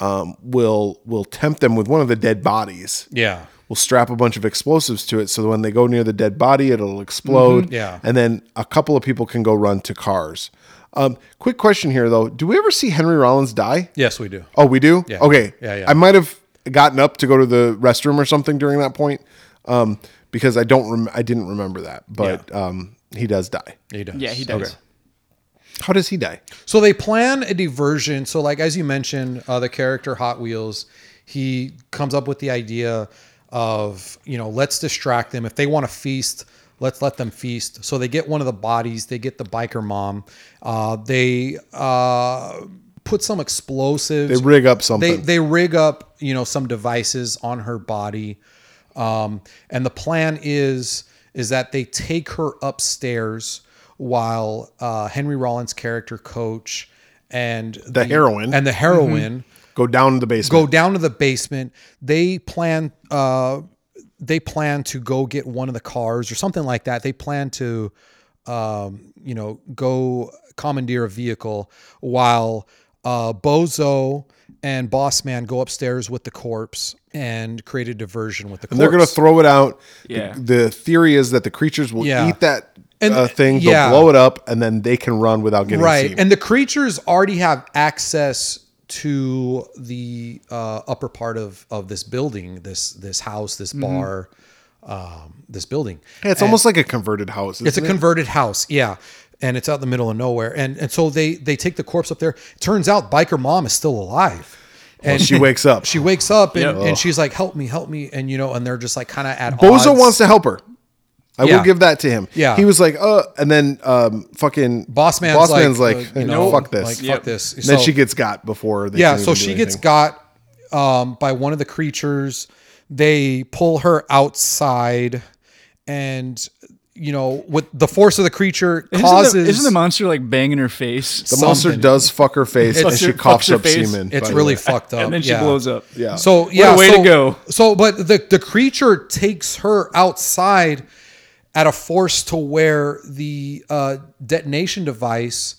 [SPEAKER 1] um, we'll we'll tempt them with one of the dead bodies.
[SPEAKER 3] yeah,
[SPEAKER 1] We'll strap a bunch of explosives to it, so that when they go near the dead body, it'll explode.
[SPEAKER 3] Mm-hmm. Yeah.
[SPEAKER 1] and then a couple of people can go run to cars." Um, quick question here though: Do we ever see Henry Rollins die?
[SPEAKER 3] yes, we do.
[SPEAKER 1] Oh, we do.
[SPEAKER 3] Yeah.
[SPEAKER 1] Okay.
[SPEAKER 3] Yeah, yeah.
[SPEAKER 1] I might have gotten up to go to the restroom or something during that point, um, because I don't. Rem- I didn't remember that, but um, he does die.
[SPEAKER 3] He does.
[SPEAKER 2] yeah, he does.
[SPEAKER 1] How does he die?
[SPEAKER 3] So they plan a diversion. So, like as you mentioned, uh, the character Hot Wheels, he comes up with the idea of you know let's distract them if they want to feast. Let's let them feast. So they get one of the bodies. They get the biker mom. Uh, they uh, put some explosives.
[SPEAKER 1] They rig up
[SPEAKER 3] They
[SPEAKER 1] something.
[SPEAKER 3] they rig up you know some devices on her body, um, and the plan is is that they take her upstairs while uh, Henry Rollins' character coach and the,
[SPEAKER 1] heroine.
[SPEAKER 3] and the heroine
[SPEAKER 1] go down to the basement.
[SPEAKER 3] go down to the basement. They plan uh, they plan to go get one of the cars or something like that. They plan to um, you know go commandeer a vehicle while uh, Bozo and Bossman go upstairs with the corpse and create a diversion with the corpse.
[SPEAKER 1] and they're gonna throw it out. The-
[SPEAKER 2] Yeah.
[SPEAKER 1] The, theory is that the creatures will
[SPEAKER 3] Yeah.
[SPEAKER 1] eat that
[SPEAKER 3] And-
[SPEAKER 1] uh, thing. They'll
[SPEAKER 3] yeah.
[SPEAKER 1] blow it up, and then they can run without getting
[SPEAKER 3] right
[SPEAKER 1] seen.
[SPEAKER 3] and the creatures already have access to the uh, upper part of of this building, this this house, this bar, um, this building.
[SPEAKER 1] Mm-hmm. Hey, it's almost like a converted house.
[SPEAKER 3] It's a
[SPEAKER 1] Isn't it?
[SPEAKER 3] converted house, yeah, and it's out in the middle of nowhere. And and so they they take the corpse up there. Turns out, biker mom is still alive. And
[SPEAKER 1] she wakes up.
[SPEAKER 3] She wakes up and,
[SPEAKER 2] Yeah.
[SPEAKER 3] and she's like, "Help me, help me!" And you know, and they're just like kind of at
[SPEAKER 1] Bozo
[SPEAKER 3] odds.
[SPEAKER 1] wants to help her. I
[SPEAKER 3] Yeah.
[SPEAKER 1] will give that to him.
[SPEAKER 3] Yeah.
[SPEAKER 1] He was like, uh, and then um, fucking
[SPEAKER 3] Boss man's
[SPEAKER 1] boss
[SPEAKER 3] like,
[SPEAKER 1] man's like,
[SPEAKER 3] uh, you
[SPEAKER 1] "Hey,
[SPEAKER 3] know,
[SPEAKER 1] fuck this.
[SPEAKER 3] Like,
[SPEAKER 2] Yep.
[SPEAKER 3] Fuck this.
[SPEAKER 1] And then
[SPEAKER 3] So-
[SPEAKER 1] she gets got before they
[SPEAKER 3] yeah
[SPEAKER 1] can
[SPEAKER 3] so
[SPEAKER 1] even
[SPEAKER 3] she
[SPEAKER 1] do
[SPEAKER 3] gets
[SPEAKER 1] anything.
[SPEAKER 3] got um, by one of the creatures they pull her outside and you know with the force of the creature causes
[SPEAKER 2] Isn't the, isn't the monster like banging her face?
[SPEAKER 1] The monster
[SPEAKER 3] something.
[SPEAKER 1] does fuck her face and
[SPEAKER 2] Fucks
[SPEAKER 1] she
[SPEAKER 2] her-
[SPEAKER 1] coughs
[SPEAKER 2] fucks her
[SPEAKER 1] up
[SPEAKER 2] face.
[SPEAKER 1] semen.
[SPEAKER 3] it's
[SPEAKER 1] by the
[SPEAKER 3] really
[SPEAKER 1] way.
[SPEAKER 3] fucked up
[SPEAKER 2] and then she
[SPEAKER 3] yeah.
[SPEAKER 2] blows up.
[SPEAKER 1] yeah.
[SPEAKER 3] so yeah
[SPEAKER 2] way
[SPEAKER 3] so,
[SPEAKER 2] to go.
[SPEAKER 3] so but the the creature takes her outside at a force to where the uh, detonation device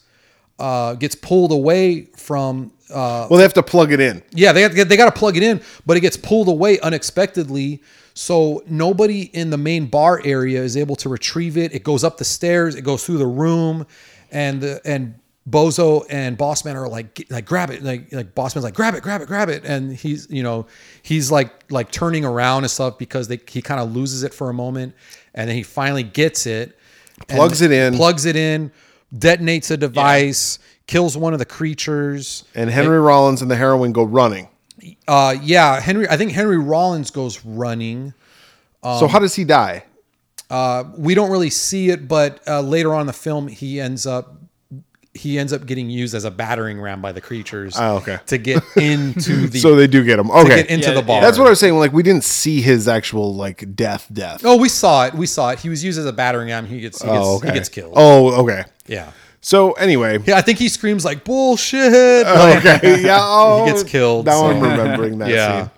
[SPEAKER 3] uh, gets pulled away from uh,
[SPEAKER 1] well, they have to plug it in.
[SPEAKER 3] Yeah, they got to get, they got to plug it in, but it gets pulled away unexpectedly. So nobody in the main bar area is able to retrieve it. It goes up the stairs, it goes through the room, and the and Bozo and Bossman are like "Get- like grab it, like like Bossman's like grab it, grab it, grab it, and he's you know he's like like turning around and stuff because they he kind of loses it for a moment, and then he finally gets it, and
[SPEAKER 1] Plugs it in.
[SPEAKER 3] plugs it in, detonates a device, kills one of the creatures.
[SPEAKER 1] And Henry Rollins and the heroine go running.
[SPEAKER 3] Uh, yeah, Henry. I think Henry Rollins goes running. Um,
[SPEAKER 1] so how does he die?
[SPEAKER 3] We don't really see it, but uh, later on in the film, he ends up he ends up getting used as a battering ram by the creatures.
[SPEAKER 1] Oh, okay.
[SPEAKER 3] To get into the
[SPEAKER 1] So they do get him. Okay.
[SPEAKER 3] get into
[SPEAKER 2] Yeah,
[SPEAKER 3] the
[SPEAKER 2] yeah.
[SPEAKER 3] bar.
[SPEAKER 1] That's what I was saying. Like we didn't see his actual like death death.
[SPEAKER 3] Oh, we saw it. We saw it. He was used as a battering ram. He gets he gets, he gets killed.
[SPEAKER 1] Oh, okay.
[SPEAKER 3] Yeah.
[SPEAKER 1] So anyway,
[SPEAKER 3] Yeah, I think he screams like bullshit.
[SPEAKER 1] okay, yeah, oh,
[SPEAKER 3] He gets killed,
[SPEAKER 1] Now
[SPEAKER 3] so-
[SPEAKER 1] I'm remembering that
[SPEAKER 3] Yeah.
[SPEAKER 1] scene,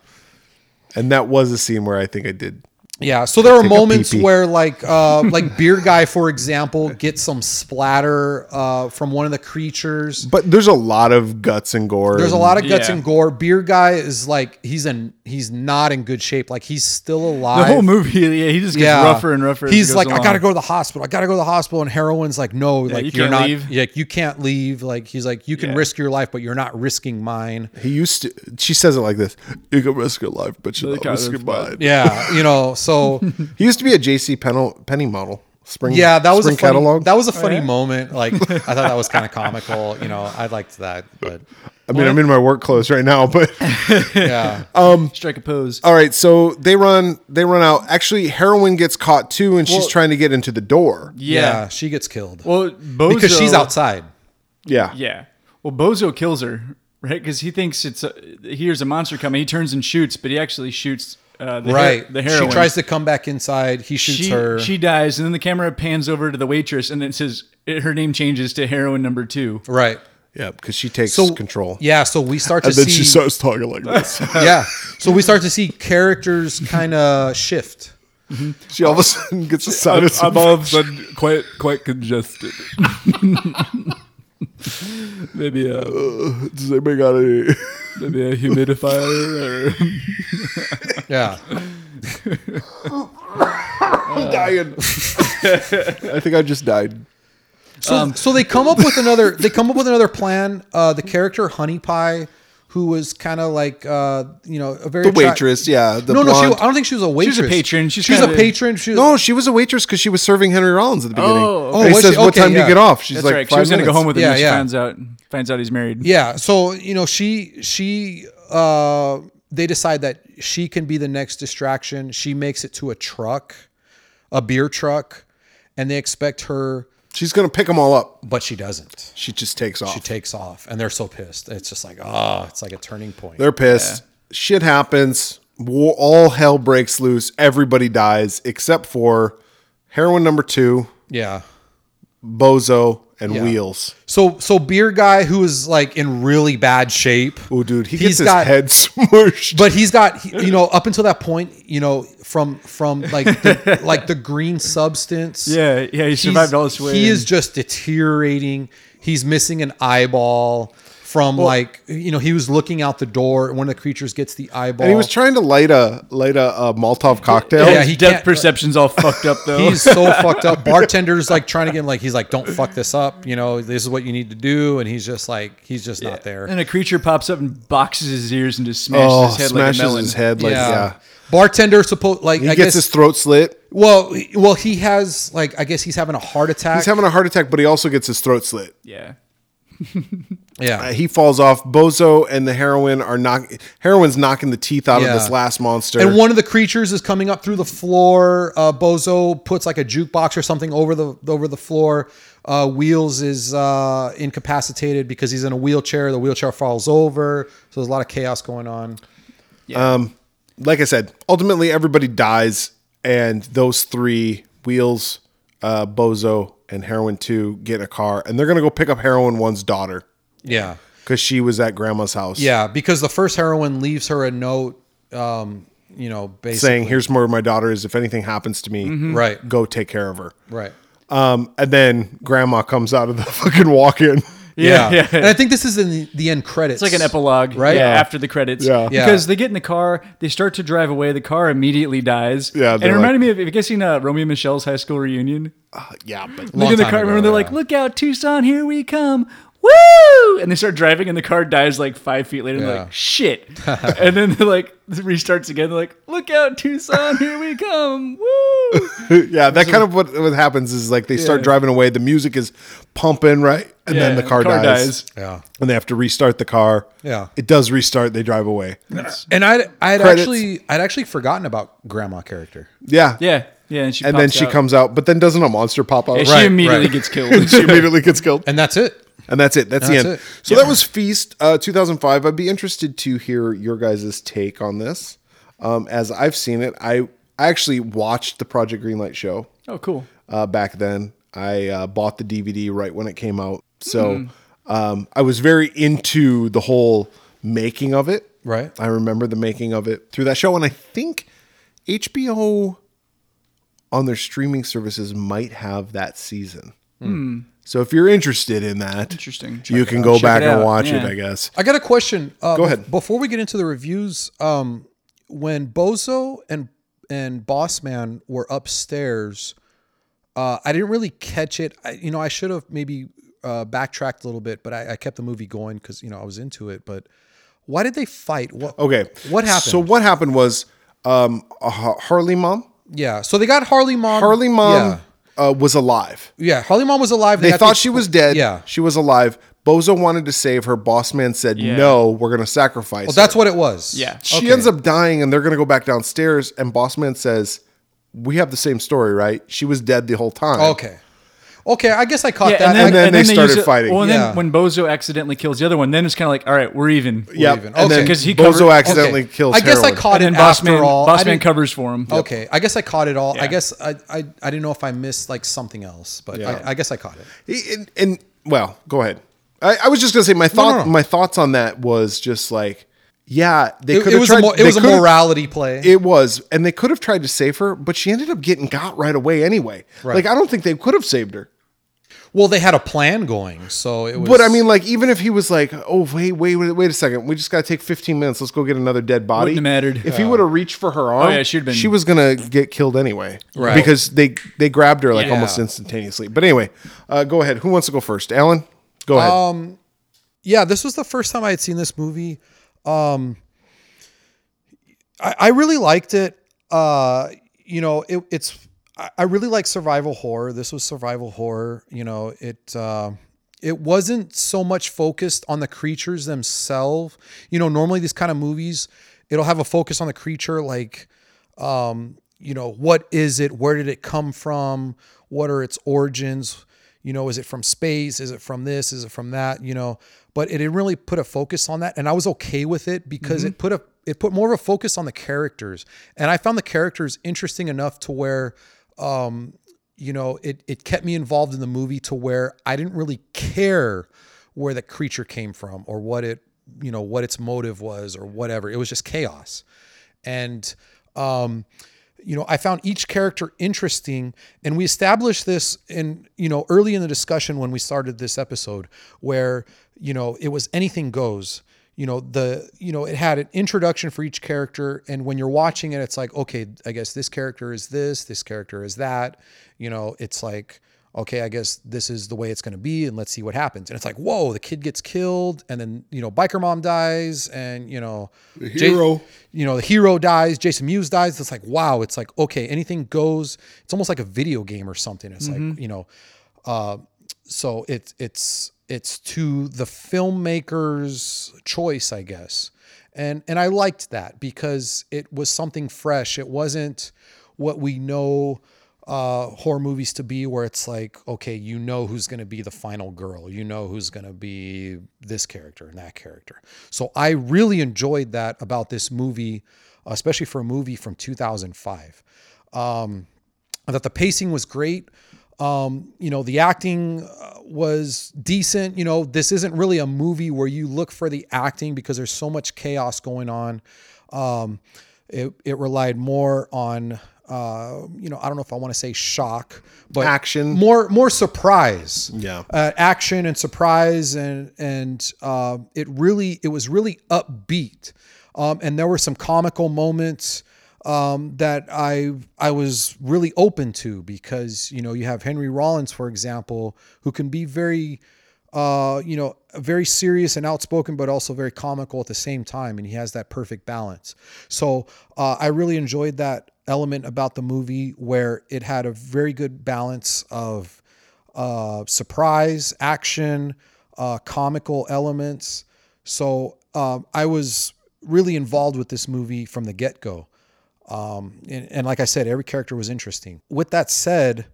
[SPEAKER 1] and that was a scene where I think I did.
[SPEAKER 3] Yeah, so there are
[SPEAKER 1] Take a
[SPEAKER 3] moments
[SPEAKER 1] pee-pee.
[SPEAKER 3] where, like, uh, like beer guy, for example, gets some splatter uh, from one of the creatures.
[SPEAKER 1] But there's a lot of guts and gore.
[SPEAKER 3] There's a lot of guts
[SPEAKER 2] Yeah.
[SPEAKER 3] and gore. Beer guy is like he's in he's not in good shape. Like he's still
[SPEAKER 2] The
[SPEAKER 3] alive.
[SPEAKER 2] whole movie, yeah, he just gets rougher and rougher. as
[SPEAKER 3] He's
[SPEAKER 2] it goes
[SPEAKER 3] like, I
[SPEAKER 2] along.
[SPEAKER 3] gotta go to the hospital. I gotta go to the hospital. And heroin's like, no, like
[SPEAKER 2] you
[SPEAKER 3] you are
[SPEAKER 2] can't
[SPEAKER 3] not.
[SPEAKER 2] leave.
[SPEAKER 3] Like you can't leave. Like he's like, you can
[SPEAKER 2] Yeah.
[SPEAKER 3] risk your life, but you're not risking mine.
[SPEAKER 1] He used to. She says it like this: "You can risk your life, but you
[SPEAKER 2] They
[SPEAKER 1] not
[SPEAKER 2] got
[SPEAKER 1] risk your
[SPEAKER 2] this
[SPEAKER 1] mind."
[SPEAKER 3] Yeah, you know. So
[SPEAKER 1] He used to be a J.C. Penny, Penny model. Spring.
[SPEAKER 3] yeah, that was a
[SPEAKER 1] spring
[SPEAKER 3] funny,
[SPEAKER 1] catalog.
[SPEAKER 3] That was a
[SPEAKER 2] Oh,
[SPEAKER 3] funny moment. Like I thought that was kind of comical. You know, I liked that. But
[SPEAKER 1] I mean, I'm in my work clothes right now, but
[SPEAKER 3] yeah,
[SPEAKER 2] strike a pose.
[SPEAKER 1] all right. So they run. They run out. Actually, heroin gets caught too, and she's
[SPEAKER 2] Well-
[SPEAKER 1] trying to get into the door.
[SPEAKER 2] Yeah.
[SPEAKER 3] she gets killed
[SPEAKER 2] Well, Bozo,
[SPEAKER 3] because she's outside.
[SPEAKER 1] Yeah.
[SPEAKER 2] Yeah. Well, Bozo kills her, right? Because he thinks it's a, he hears a monster coming. He turns and shoots, but he actually shoots uh, the,
[SPEAKER 3] Right.
[SPEAKER 2] her- the heroine.
[SPEAKER 3] She tries to come back inside. He shoots
[SPEAKER 2] she,
[SPEAKER 3] her.
[SPEAKER 2] she dies, and then the camera pans over to the waitress, and it says her name changes to heroine number two.
[SPEAKER 3] right.
[SPEAKER 1] Yeah, because she takes control.
[SPEAKER 3] Yeah, so we start to
[SPEAKER 1] And then
[SPEAKER 3] see.
[SPEAKER 1] she starts talking like this.
[SPEAKER 3] yeah, so we start to see characters kind of shift.
[SPEAKER 1] She all of a sudden gets a sinus.
[SPEAKER 4] I'm all of a sudden quite quite congested. maybe a
[SPEAKER 1] infection. Does anybody got any?
[SPEAKER 4] maybe a humidifier or
[SPEAKER 3] Yeah,
[SPEAKER 1] I'm dying. I think I just died.
[SPEAKER 3] so
[SPEAKER 2] Um,
[SPEAKER 3] so they come up with another. They come up with another plan. Uh, the character Honey Pie, who was kind of like uh, you know a very
[SPEAKER 1] The
[SPEAKER 3] attract-
[SPEAKER 1] waitress, yeah. The
[SPEAKER 3] no, no, she,
[SPEAKER 1] blonde.
[SPEAKER 3] I don't think she was a waitress.
[SPEAKER 2] was a patron. She's
[SPEAKER 3] she was a
[SPEAKER 2] kinda-
[SPEAKER 3] patron. She was,
[SPEAKER 1] No, she was a waitress because she was serving Henry Rollins at the beginning.
[SPEAKER 2] Oh,
[SPEAKER 1] And he
[SPEAKER 3] was
[SPEAKER 1] says,
[SPEAKER 3] she?
[SPEAKER 1] "What
[SPEAKER 3] Okay,
[SPEAKER 1] time do
[SPEAKER 3] yeah.
[SPEAKER 1] you get off?" She's
[SPEAKER 2] That's
[SPEAKER 1] like,
[SPEAKER 2] right.
[SPEAKER 1] "Five
[SPEAKER 2] She was going to go
[SPEAKER 1] minutes."
[SPEAKER 2] home with him.
[SPEAKER 3] Yeah,
[SPEAKER 2] and she
[SPEAKER 3] yeah.
[SPEAKER 2] finds out finds out he's married.
[SPEAKER 3] Yeah, so you know she she uh, they decide that she can be the next distraction. She makes it to a truck, a beer truck, and they expect her,
[SPEAKER 1] She's going to pick them all up.
[SPEAKER 3] but she doesn't.
[SPEAKER 1] She just takes off.
[SPEAKER 3] she takes off and they're so pissed it's just like ah it's like a turning point
[SPEAKER 1] They're pissed. Shit happens. War, all hell breaks loose. Everybody dies except for heroin number two,
[SPEAKER 3] yeah
[SPEAKER 1] Bozo, and
[SPEAKER 3] Yeah.
[SPEAKER 1] Wheels.
[SPEAKER 3] so so beer guy who is like in really bad shape
[SPEAKER 1] Oh, dude, he
[SPEAKER 3] He's
[SPEAKER 1] gets his
[SPEAKER 3] got-
[SPEAKER 1] head smushed.
[SPEAKER 3] but he's got he- you know up until that point you know from from like the, like the green substance
[SPEAKER 2] yeah, yeah. He
[SPEAKER 3] he's-
[SPEAKER 2] survived all this way.
[SPEAKER 3] he is just deteriorating he's missing an eyeball from like you know he was looking out the door and one of the creatures gets the eyeball.
[SPEAKER 1] And he was trying to light a light a, a Molotov cocktail.
[SPEAKER 3] Yeah,
[SPEAKER 2] His
[SPEAKER 3] he
[SPEAKER 2] depth
[SPEAKER 3] can't-
[SPEAKER 2] perception's all fucked up though.
[SPEAKER 3] He's so fucked up. Bartender's like trying to get him, like he's like, don't fuck this up. You know, this is what you need to do. And he's just like, he's just not there.
[SPEAKER 2] and a creature pops up and boxes his ears and just smashes
[SPEAKER 1] oh,
[SPEAKER 2] his head
[SPEAKER 1] smashes
[SPEAKER 2] like a melon.
[SPEAKER 1] his head like yeah.
[SPEAKER 3] Bartender supposed like
[SPEAKER 1] He
[SPEAKER 3] I
[SPEAKER 1] gets
[SPEAKER 3] guess
[SPEAKER 1] his throat slit.
[SPEAKER 3] well he- well he has like I guess he's having a heart attack.
[SPEAKER 1] He's having a heart attack, but he also gets his throat slit.
[SPEAKER 2] Yeah.
[SPEAKER 3] yeah.
[SPEAKER 1] He falls off. Bozo and the heroin are knock heroin's knocking the teeth out
[SPEAKER 3] Yeah.
[SPEAKER 1] of this last monster.
[SPEAKER 3] And one of the creatures is coming up through the floor. Uh, Bozo puts like a jukebox or something over the over the floor. Uh, Wheels is uh, incapacitated because he's in a wheelchair. The wheelchair falls over. So there's a lot of chaos going on.
[SPEAKER 1] like I said, ultimately everybody dies, and those three wheels, uh, Bozo and Heroin Two, get in a car, and they're gonna go pick up Heroin One's daughter
[SPEAKER 3] Yeah.
[SPEAKER 1] because she was at Grandma's house.
[SPEAKER 3] Yeah, because the first heroine leaves her a note, um, you know, basically. Mm-hmm.
[SPEAKER 1] saying, "Here's where my daughter is. If anything happens to me,
[SPEAKER 3] Right,
[SPEAKER 1] go take care of her."
[SPEAKER 3] right.
[SPEAKER 1] Um, and then Grandma comes out of the fucking walk-in.
[SPEAKER 2] Yeah.
[SPEAKER 3] Yeah.
[SPEAKER 2] yeah.
[SPEAKER 3] And I think this is in the, the end credits.
[SPEAKER 2] It's like an epilogue,
[SPEAKER 3] Right?
[SPEAKER 2] right?
[SPEAKER 3] Yeah.
[SPEAKER 2] After the credits,
[SPEAKER 1] Yeah.
[SPEAKER 3] Yeah.
[SPEAKER 2] Because they get in the car, they start to drive away. The car immediately dies.
[SPEAKER 1] Yeah,
[SPEAKER 2] and it
[SPEAKER 1] they're
[SPEAKER 2] reminded me of I guess seen uh, Romeo and Michelle's high school reunion.
[SPEAKER 1] yeah, but
[SPEAKER 3] Long
[SPEAKER 2] Look in the
[SPEAKER 3] time
[SPEAKER 2] car.
[SPEAKER 3] ago,
[SPEAKER 2] remember, they're like,
[SPEAKER 3] yeah.
[SPEAKER 2] "Look out, Tucson! Here we come!" Woo! And they start driving, and the car dies like five feet later. And they're
[SPEAKER 3] Yeah.
[SPEAKER 2] like, "Shit!" and then they're like, it restarts again. They're like, "Look out, Tucson! Here we come!" Woo!
[SPEAKER 1] yeah, that kind of what, what happens is like they start
[SPEAKER 2] Yeah.
[SPEAKER 1] driving away. The music is pumping, right? And then the car, dies,
[SPEAKER 3] Yeah.
[SPEAKER 1] and they have to restart the car.
[SPEAKER 3] Yeah.
[SPEAKER 1] it does restart. They drive away.
[SPEAKER 3] And I'd, I'd
[SPEAKER 1] Credits.
[SPEAKER 3] actually I'd actually forgotten about grandma character.
[SPEAKER 1] Yeah,
[SPEAKER 2] Yeah, yeah. And she
[SPEAKER 1] and then
[SPEAKER 2] pops
[SPEAKER 1] she
[SPEAKER 2] out.
[SPEAKER 1] comes out, but then doesn't a monster pop out?
[SPEAKER 2] And
[SPEAKER 3] Right,
[SPEAKER 2] she immediately
[SPEAKER 3] right.
[SPEAKER 2] gets killed.
[SPEAKER 1] she immediately gets killed.
[SPEAKER 3] And that's it.
[SPEAKER 1] And that's it. That's the
[SPEAKER 3] That's
[SPEAKER 1] end.
[SPEAKER 3] it.
[SPEAKER 1] So that was Feast uh, 2005. I'd be interested to hear your guys' take on this. Um, as I've seen it, I, I actually watched the Project Greenlight show
[SPEAKER 2] oh, cool.
[SPEAKER 1] uh, back then. I uh, bought the DVD right when it came out. So
[SPEAKER 2] Hmm.
[SPEAKER 1] um, I was very into the whole making of it.
[SPEAKER 3] Right.
[SPEAKER 1] I remember the making of it through that show. And I think HBO on their streaming services might have that season. So if you're interested in that,
[SPEAKER 2] Interesting.
[SPEAKER 1] you can go
[SPEAKER 2] Hmm. Check
[SPEAKER 1] back
[SPEAKER 2] it
[SPEAKER 1] and
[SPEAKER 2] out.
[SPEAKER 1] watch it,
[SPEAKER 2] Yeah.
[SPEAKER 1] I guess.
[SPEAKER 3] I got a question. Uh,
[SPEAKER 1] Go
[SPEAKER 3] bef-
[SPEAKER 1] ahead.
[SPEAKER 3] Before we get into the reviews, um, when Bozo and and Boss Man were upstairs, uh, I didn't really catch it. I, you know, I should have maybe uh, backtracked a little bit, but I, I kept the movie going because you know I was into it. But why did they fight? What?
[SPEAKER 1] Okay.
[SPEAKER 3] What happened?
[SPEAKER 1] So what happened was um, a Ha- Harley Mom.
[SPEAKER 3] Yeah. So they got Harley Mom.
[SPEAKER 1] Harley Mom uh, was alive.
[SPEAKER 3] Yeah. yeah Harley Mom was alive.
[SPEAKER 1] They
[SPEAKER 3] got
[SPEAKER 1] thought
[SPEAKER 3] the-
[SPEAKER 1] she was dead.
[SPEAKER 3] Yeah.
[SPEAKER 1] She was alive. Bozo wanted to save her. Boss man said,
[SPEAKER 2] Yeah.
[SPEAKER 1] no, we're going to sacrifice
[SPEAKER 3] Well, that's what it was.
[SPEAKER 2] Yeah.
[SPEAKER 1] She ends up dying and they're going to go back downstairs. And Boss man says, we have the same story, right? She was dead the whole time.
[SPEAKER 3] Okay. Okay. I guess I caught
[SPEAKER 2] Yeah,
[SPEAKER 3] that.
[SPEAKER 2] and then,
[SPEAKER 3] I-
[SPEAKER 1] And then they
[SPEAKER 2] use
[SPEAKER 1] started
[SPEAKER 2] it-
[SPEAKER 1] fighting.
[SPEAKER 2] Well, and
[SPEAKER 3] Yeah.
[SPEAKER 2] then when Bozo accidentally kills the other one, then it's kind of like, all right, we're even.
[SPEAKER 1] Yeah.
[SPEAKER 3] even.
[SPEAKER 1] And then
[SPEAKER 3] Okay.
[SPEAKER 2] 'Cause he
[SPEAKER 1] Bozo
[SPEAKER 2] covered-
[SPEAKER 1] accidentally
[SPEAKER 3] okay.
[SPEAKER 1] kills
[SPEAKER 3] I guess I
[SPEAKER 1] heroin.
[SPEAKER 3] caught
[SPEAKER 2] and
[SPEAKER 3] it
[SPEAKER 2] then Boss
[SPEAKER 3] after
[SPEAKER 2] Man,
[SPEAKER 3] all. I
[SPEAKER 2] Boss Man
[SPEAKER 3] didn't-
[SPEAKER 2] covers for him.
[SPEAKER 3] Okay, I guess I caught it all. I
[SPEAKER 2] Yeah.
[SPEAKER 3] guess I, I I didn't know if I missed like something else, but
[SPEAKER 1] Yeah.
[SPEAKER 3] I, I guess I caught it.
[SPEAKER 1] He- And, and- well, go ahead. I, I was just gonna say my thought.
[SPEAKER 3] no, no.
[SPEAKER 1] My thoughts on that was just like, yeah, they
[SPEAKER 3] It,
[SPEAKER 1] could
[SPEAKER 3] it
[SPEAKER 1] have
[SPEAKER 3] was
[SPEAKER 1] tried.
[SPEAKER 3] a mo- it
[SPEAKER 1] they
[SPEAKER 3] was a
[SPEAKER 1] could've-
[SPEAKER 3] morality play.
[SPEAKER 1] It was, and they could have tried to save her, but she ended up getting got right away anyway.
[SPEAKER 3] Right.
[SPEAKER 1] Like I don't think they could have saved her.
[SPEAKER 3] well, they had a plan going, so it was.
[SPEAKER 1] But I mean, like even if he was like, oh wait, wait, wait, wait a second, we just gotta take 15 minutes. Let's go get another dead body.
[SPEAKER 2] Wouldn't have mattered. Oh,
[SPEAKER 1] If he would have reached for her arm,
[SPEAKER 2] yeah, she'd been-
[SPEAKER 1] she was gonna get killed anyway,
[SPEAKER 3] Right.
[SPEAKER 1] Because they they grabbed her like
[SPEAKER 2] Yeah.
[SPEAKER 1] almost instantaneously. But anyway, uh, go ahead. Who wants to go first? Alan, go ahead.
[SPEAKER 3] Um, yeah, this was the first time I had seen this movie. Um, I, I really liked it. Uh, you know, it, it's I I really like survival horror. This was survival horror. You know, it uh, it wasn't so much focused on the creatures themselves. You know, normally these kind of movies, it'll have a focus on the creature, like um, you know, what is it? Where did it come from? What are its origins? You know, is it from space? Is it from this? Is it from that? You know, but it didn't really put a focus on that, and I was okay with it because it put a it put more of a focus on the characters, and I found the characters interesting enough to where, um, you know, it it kept me involved in the movie to where I didn't really care where the creature came from or what it you know what its motive was or whatever. It was just chaos and um you know, I found each character interesting. And we established this in, you know, early in the discussion when we started this episode, where, you know, it was anything goes. You know, the, you know, it had an introduction for each character. And when you're watching it, it's like, okay, I guess this character is this, this character is that. You know, it's like, okay, I guess this is the way it's going to be, and let's see what happens. And it's like, whoa, the kid gets killed, and then you know, biker mom dies, and you know, the
[SPEAKER 1] hero.
[SPEAKER 3] you know, the hero dies, Jason Mewes dies. It's like, wow, it's like okay, anything goes. It's almost like a video game or something. It's like you know, uh, so it's it's it's to the filmmaker's choice, I guess. And and I liked that because it was something fresh. It wasn't what we know uh, horror movies to be where it's like, okay, you know who's going to be the final girl, you know who's going to be this character and that character. So I really enjoyed that about this movie, especially for a movie from 2005. Um, I thought the pacing was great. Um, you know, the acting uh, was decent. You know, this isn't really a movie where you look for the acting because there's so much chaos going on. Um, it, it relied more on, uh, you know, I don't know if I want to say shock, but
[SPEAKER 1] Action.
[SPEAKER 3] more more surprise
[SPEAKER 1] Yeah.
[SPEAKER 3] uh, action and surprise and and uh, it really it was really upbeat um, and there were some comical moments um, that I I was really open to because you know you have Henry Rollins for example who can be very uh, you know very serious and outspoken but also very comical at the same time and he has that perfect balance so uh, I really enjoyed that element about the movie where it had a very good balance of uh, surprise, action, uh, comical elements. So um, I was really involved with this movie from the get go. Um, and, and like I said, every character was interesting. With that said,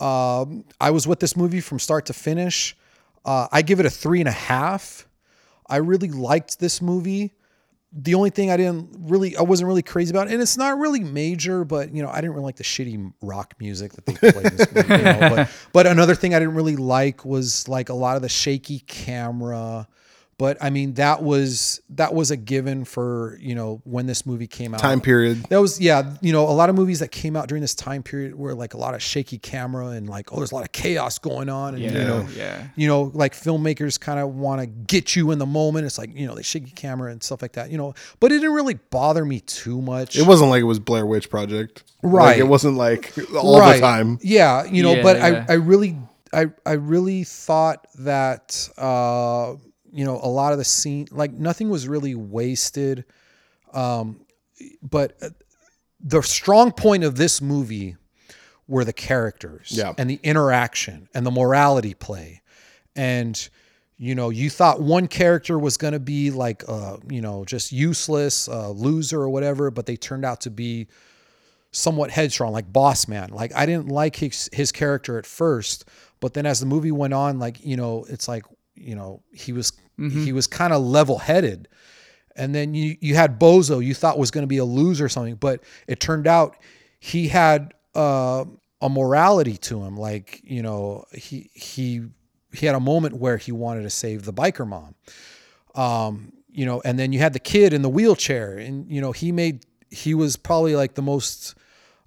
[SPEAKER 3] um, I was with this movie from start to finish. Uh, I give it a three and a half. I really liked this movie. The only thing I didn't really, I wasn't really crazy about, and it's not really major, but you know, I didn't really like the shitty rock music that they played. in this movie, you know, but, but another thing I didn't really like was like a lot of the shaky camera. But I mean, that was that was a given for you know when this movie came out
[SPEAKER 1] Time period.
[SPEAKER 3] that was yeah you know a lot of movies that came out during this time period were like a lot of shaky camera and like oh there's a lot of chaos going on and you know
[SPEAKER 2] yeah.
[SPEAKER 3] you know like filmmakers kind of want to get you in the moment it's like you know the shaky camera and stuff like that you know but it didn't really bother me too much
[SPEAKER 1] It wasn't like it was Blair Witch Project. Like
[SPEAKER 3] Right.
[SPEAKER 1] it wasn't like all the
[SPEAKER 3] Right.
[SPEAKER 1] time.
[SPEAKER 3] Yeah, you know, but
[SPEAKER 2] Yeah.
[SPEAKER 3] I, I really I I really thought that uh you know, a lot of the scene like nothing was really wasted. Um but uh, the strong point of this movie were the characters
[SPEAKER 1] Yeah.
[SPEAKER 3] and the interaction and the morality play. And you know, you thought one character was going to be like uh, you know, just useless, uh loser or whatever, but they turned out to be somewhat headstrong, like boss man. Like I didn't like his his character at first, but then as the movie went on, like you know, it's like you know he was he was kind of level headed. And then you you had Bozo, you thought was going to be a loser or something, but it turned out he had uh, a morality to him. Like you know he he he had a moment where he wanted to save the biker mom Um, you know, and then you had the kid in the wheelchair, and you know he made he was probably like the most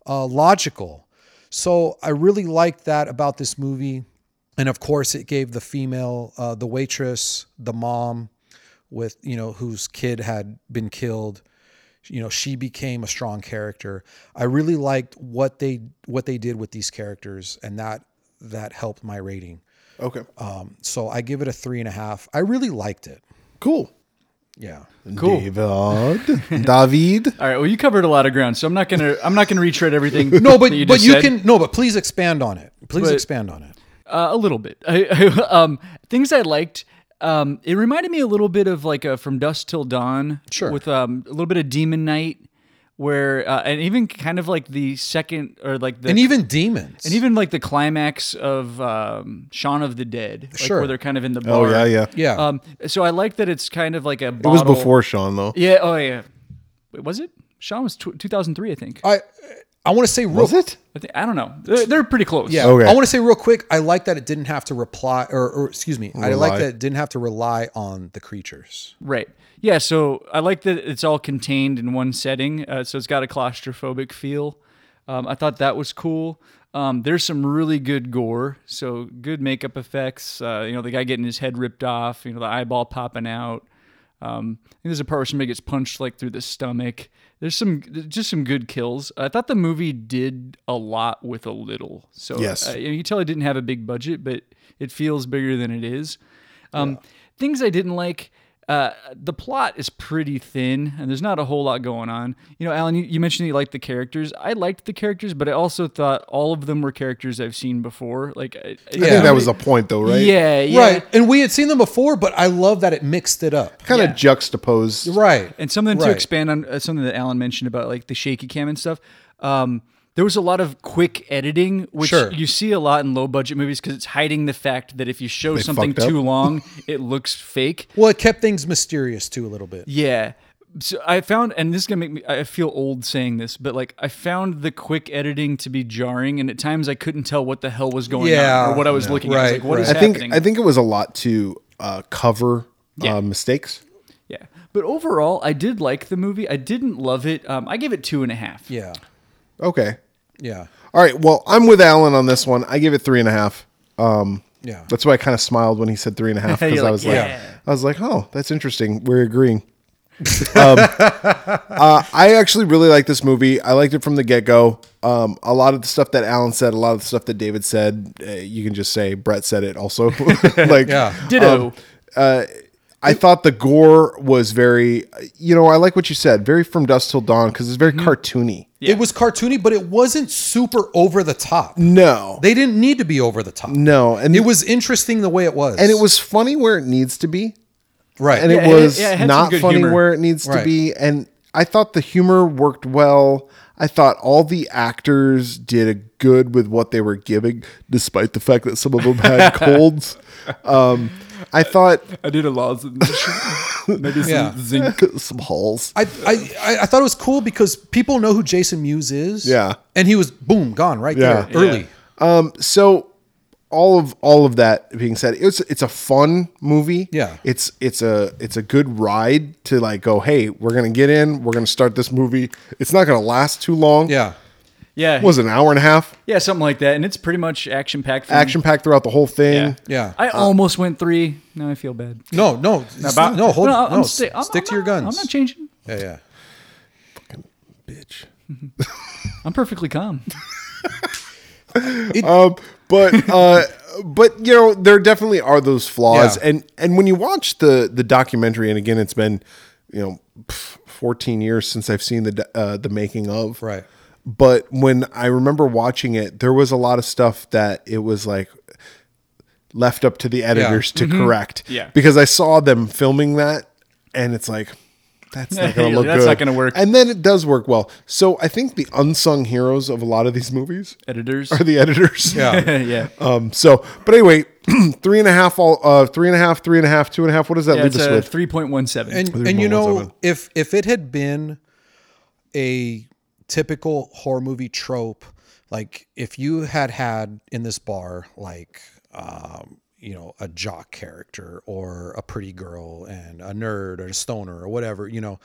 [SPEAKER 3] uh, logical. So I really liked that about this movie, and of course it gave the female, uh, the waitress, the mom, with you know whose kid had been killed. You know, she became a strong character. I really liked what they what they did with these characters, and that that helped my rating.
[SPEAKER 1] Okay.
[SPEAKER 3] Uh, So I give it a three and a half. I really liked it.
[SPEAKER 1] cool.
[SPEAKER 3] Yeah.
[SPEAKER 2] Cool.
[SPEAKER 1] David. David.
[SPEAKER 2] All right. Well, you covered a lot of ground, so I'm not gonna I'm not gonna retread everything.
[SPEAKER 3] No, but
[SPEAKER 2] that you
[SPEAKER 3] but
[SPEAKER 2] just
[SPEAKER 3] you
[SPEAKER 2] said.
[SPEAKER 3] can no, but please expand on it. Please
[SPEAKER 2] But-
[SPEAKER 3] expand on it.
[SPEAKER 2] Uh, a little bit. I, I, um, things I liked. Um, it reminded me a little bit of like a From Dusk Till Dawn.
[SPEAKER 3] Sure.
[SPEAKER 2] With um, a little bit of Demon Night, where uh, and even kind of like the second or like the
[SPEAKER 3] And even demons.
[SPEAKER 2] and even like the climax of um, Shaun of the Dead. Like
[SPEAKER 3] Sure.
[SPEAKER 2] Where they're kind of in the
[SPEAKER 1] Oh
[SPEAKER 2] bar.
[SPEAKER 1] yeah, yeah.
[SPEAKER 3] yeah.
[SPEAKER 2] Um, so I like that it's kind of like a.
[SPEAKER 1] It
[SPEAKER 2] Bottle.
[SPEAKER 1] was before Sean though. Uh,
[SPEAKER 2] Yeah. Oh yeah. Wait, was it? Shaun was tw 2003, I think.
[SPEAKER 3] I I want to say real
[SPEAKER 1] Was it?
[SPEAKER 2] I, think, I don't know. They're, they're pretty close.
[SPEAKER 3] Yeah.
[SPEAKER 1] Okay.
[SPEAKER 3] I want to say real quick, I like that it didn't have to reply or, or excuse me, I
[SPEAKER 1] Rely.
[SPEAKER 3] like that it didn't have to rely on the creatures.
[SPEAKER 2] Right. Yeah. So I like that it's all contained in one setting. Uh, so it's got a claustrophobic feel. Um, I thought that was cool. Um, there's some really good gore. So good makeup effects. Uh, you know, the guy getting his head ripped off, you know, the eyeball popping out. Um, I think there's a part where somebody gets punched like through the stomach. There's some just some good kills. I thought the movie did a lot with a little. So
[SPEAKER 1] Yes.
[SPEAKER 2] uh, you can tell it didn't have a big budget, but it feels bigger than it is. Um, Things I didn't like. Uh, the plot is pretty thin, and there's not a whole lot going on. You know, Alan, you, you mentioned you liked the characters. I liked the characters, but I also thought all of them were characters I've seen before. Like, I,
[SPEAKER 1] I
[SPEAKER 3] Yeah.
[SPEAKER 1] think that was the point, though, right?
[SPEAKER 2] yeah, yeah.
[SPEAKER 3] Right. And we had seen them before, but I love that it mixed it up.
[SPEAKER 1] Kind of juxtaposed.
[SPEAKER 3] Right.
[SPEAKER 2] And something to
[SPEAKER 3] Right.
[SPEAKER 2] expand on uh, something that Alan mentioned about like the shaky cam and stuff. Um, there was a lot of quick editing, which
[SPEAKER 3] Sure.
[SPEAKER 2] you see a lot in low budget movies because it's hiding the fact that if you show something
[SPEAKER 1] fucked up.
[SPEAKER 2] too long, it looks fake.
[SPEAKER 3] Well, it kept things mysterious too a little bit.
[SPEAKER 2] Yeah. So I found, and this is gonna make me, I feel old saying this, but like I found the quick editing to be jarring, and at times I couldn't tell what the hell was going
[SPEAKER 3] Yeah.
[SPEAKER 2] on or what I was looking at. I was
[SPEAKER 3] right,
[SPEAKER 2] like, what is
[SPEAKER 1] I think
[SPEAKER 2] happening?
[SPEAKER 1] I think it was a lot to uh, cover uh, mistakes.
[SPEAKER 2] yeah. But overall, I did like the movie. I didn't love it. Um, I gave it two and a half.
[SPEAKER 3] Yeah.
[SPEAKER 1] Okay.
[SPEAKER 3] Yeah.
[SPEAKER 1] All right. Well, I'm with Alan on this one. I give it three and a half. Um,
[SPEAKER 3] Yeah.
[SPEAKER 1] That's why I kind of smiled when he said three and a half because
[SPEAKER 2] You're
[SPEAKER 1] I
[SPEAKER 2] like,
[SPEAKER 1] was like,
[SPEAKER 2] "Yeah."
[SPEAKER 1] I was like, oh, that's interesting. We're agreeing. um, uh, I actually really like this movie. I liked it from the get go. Um, a lot of the stuff that Alan said, a lot of the stuff that David said, uh, you can just say Brett said it also. like,
[SPEAKER 3] Yeah.
[SPEAKER 2] Ditto.
[SPEAKER 3] Um,
[SPEAKER 1] I thought the gore was very, you know, I like what you said, very from dusk till dawn because it's very
[SPEAKER 2] Mm-hmm.
[SPEAKER 1] cartoony.
[SPEAKER 3] It was cartoony, but it wasn't super over the top.
[SPEAKER 1] No,
[SPEAKER 3] They didn't need to be over the top.
[SPEAKER 1] no, and
[SPEAKER 3] It was interesting the way it was.
[SPEAKER 1] and it was funny where it needs to be,
[SPEAKER 3] right.
[SPEAKER 1] and
[SPEAKER 2] Yeah,
[SPEAKER 1] it
[SPEAKER 2] it-
[SPEAKER 1] was
[SPEAKER 2] yeah, it had some
[SPEAKER 1] not
[SPEAKER 2] good
[SPEAKER 1] funny
[SPEAKER 2] humor.
[SPEAKER 1] where it needs to
[SPEAKER 3] Right.
[SPEAKER 1] be. And I thought the humor worked well. I thought all the actors did a good with what they were giving, despite the fact that some of them had colds. Um, I thought
[SPEAKER 4] I did a lozenge. Maybe some
[SPEAKER 3] Yeah.
[SPEAKER 4] zinc.
[SPEAKER 1] some halls.
[SPEAKER 3] I, I- I I thought it was cool because people know who Jason Mewes is.
[SPEAKER 1] Yeah.
[SPEAKER 3] And he was boom gone right
[SPEAKER 1] Yeah.
[SPEAKER 3] there early.
[SPEAKER 1] Um, so all of all of that being said, it's it's a fun movie.
[SPEAKER 3] Yeah.
[SPEAKER 1] it's it's a it's a good ride to like go. Hey, we're gonna get in. We're gonna start this movie. It's not gonna last too long.
[SPEAKER 3] Yeah.
[SPEAKER 2] yeah.
[SPEAKER 1] It was an hour and a half.
[SPEAKER 2] Yeah, something like that. And it's pretty much action packed.
[SPEAKER 1] Action packed throughout the whole thing.
[SPEAKER 2] Yeah.
[SPEAKER 3] Yeah. Uh,
[SPEAKER 2] I almost went three. Now I feel bad.
[SPEAKER 3] No, no, s-
[SPEAKER 2] About-
[SPEAKER 3] no. Hold
[SPEAKER 2] I'm
[SPEAKER 3] on. No,
[SPEAKER 2] sta-
[SPEAKER 3] s-
[SPEAKER 2] I'm-
[SPEAKER 3] stick
[SPEAKER 2] I'm
[SPEAKER 3] to your
[SPEAKER 2] not-
[SPEAKER 3] guns.
[SPEAKER 2] I'm not changing.
[SPEAKER 3] yeah, yeah.
[SPEAKER 1] Bitch.
[SPEAKER 2] I'm perfectly calm.
[SPEAKER 1] Um, But uh, but you know there definitely are those flaws,
[SPEAKER 3] Yeah.
[SPEAKER 1] and and when you watch the the documentary, and again it's been you know pff, 14 years since I've seen the do- uh, the making of
[SPEAKER 3] Right.
[SPEAKER 1] but when I remember watching it, there was a lot of stuff that it was like left up to the editors to correct.
[SPEAKER 2] Mm-hmm. Yeah.
[SPEAKER 1] Because I saw them filming that and it's like, that's not going to
[SPEAKER 2] Yeah,
[SPEAKER 1] look
[SPEAKER 2] that's
[SPEAKER 1] good.
[SPEAKER 2] not gonna work.
[SPEAKER 1] And then it does work well. So I think the unsung heroes of a lot of these movies
[SPEAKER 2] Editors.
[SPEAKER 1] are the editors.
[SPEAKER 3] Yeah.
[SPEAKER 2] yeah.
[SPEAKER 1] Um, so, but anyway, three and a half, all, uh, three and a half, three and a half, two and a half. What does that
[SPEAKER 2] yeah
[SPEAKER 1] leave
[SPEAKER 2] it's
[SPEAKER 1] us
[SPEAKER 2] a
[SPEAKER 1] with?
[SPEAKER 2] 3.17.
[SPEAKER 3] And
[SPEAKER 1] Three
[SPEAKER 3] and you
[SPEAKER 1] more ones
[SPEAKER 3] know
[SPEAKER 1] open.
[SPEAKER 3] if if it had been a typical horror movie trope, like if you had had in this bar like um, you know a jock character or a pretty girl and a nerd or a stoner or whatever, you know.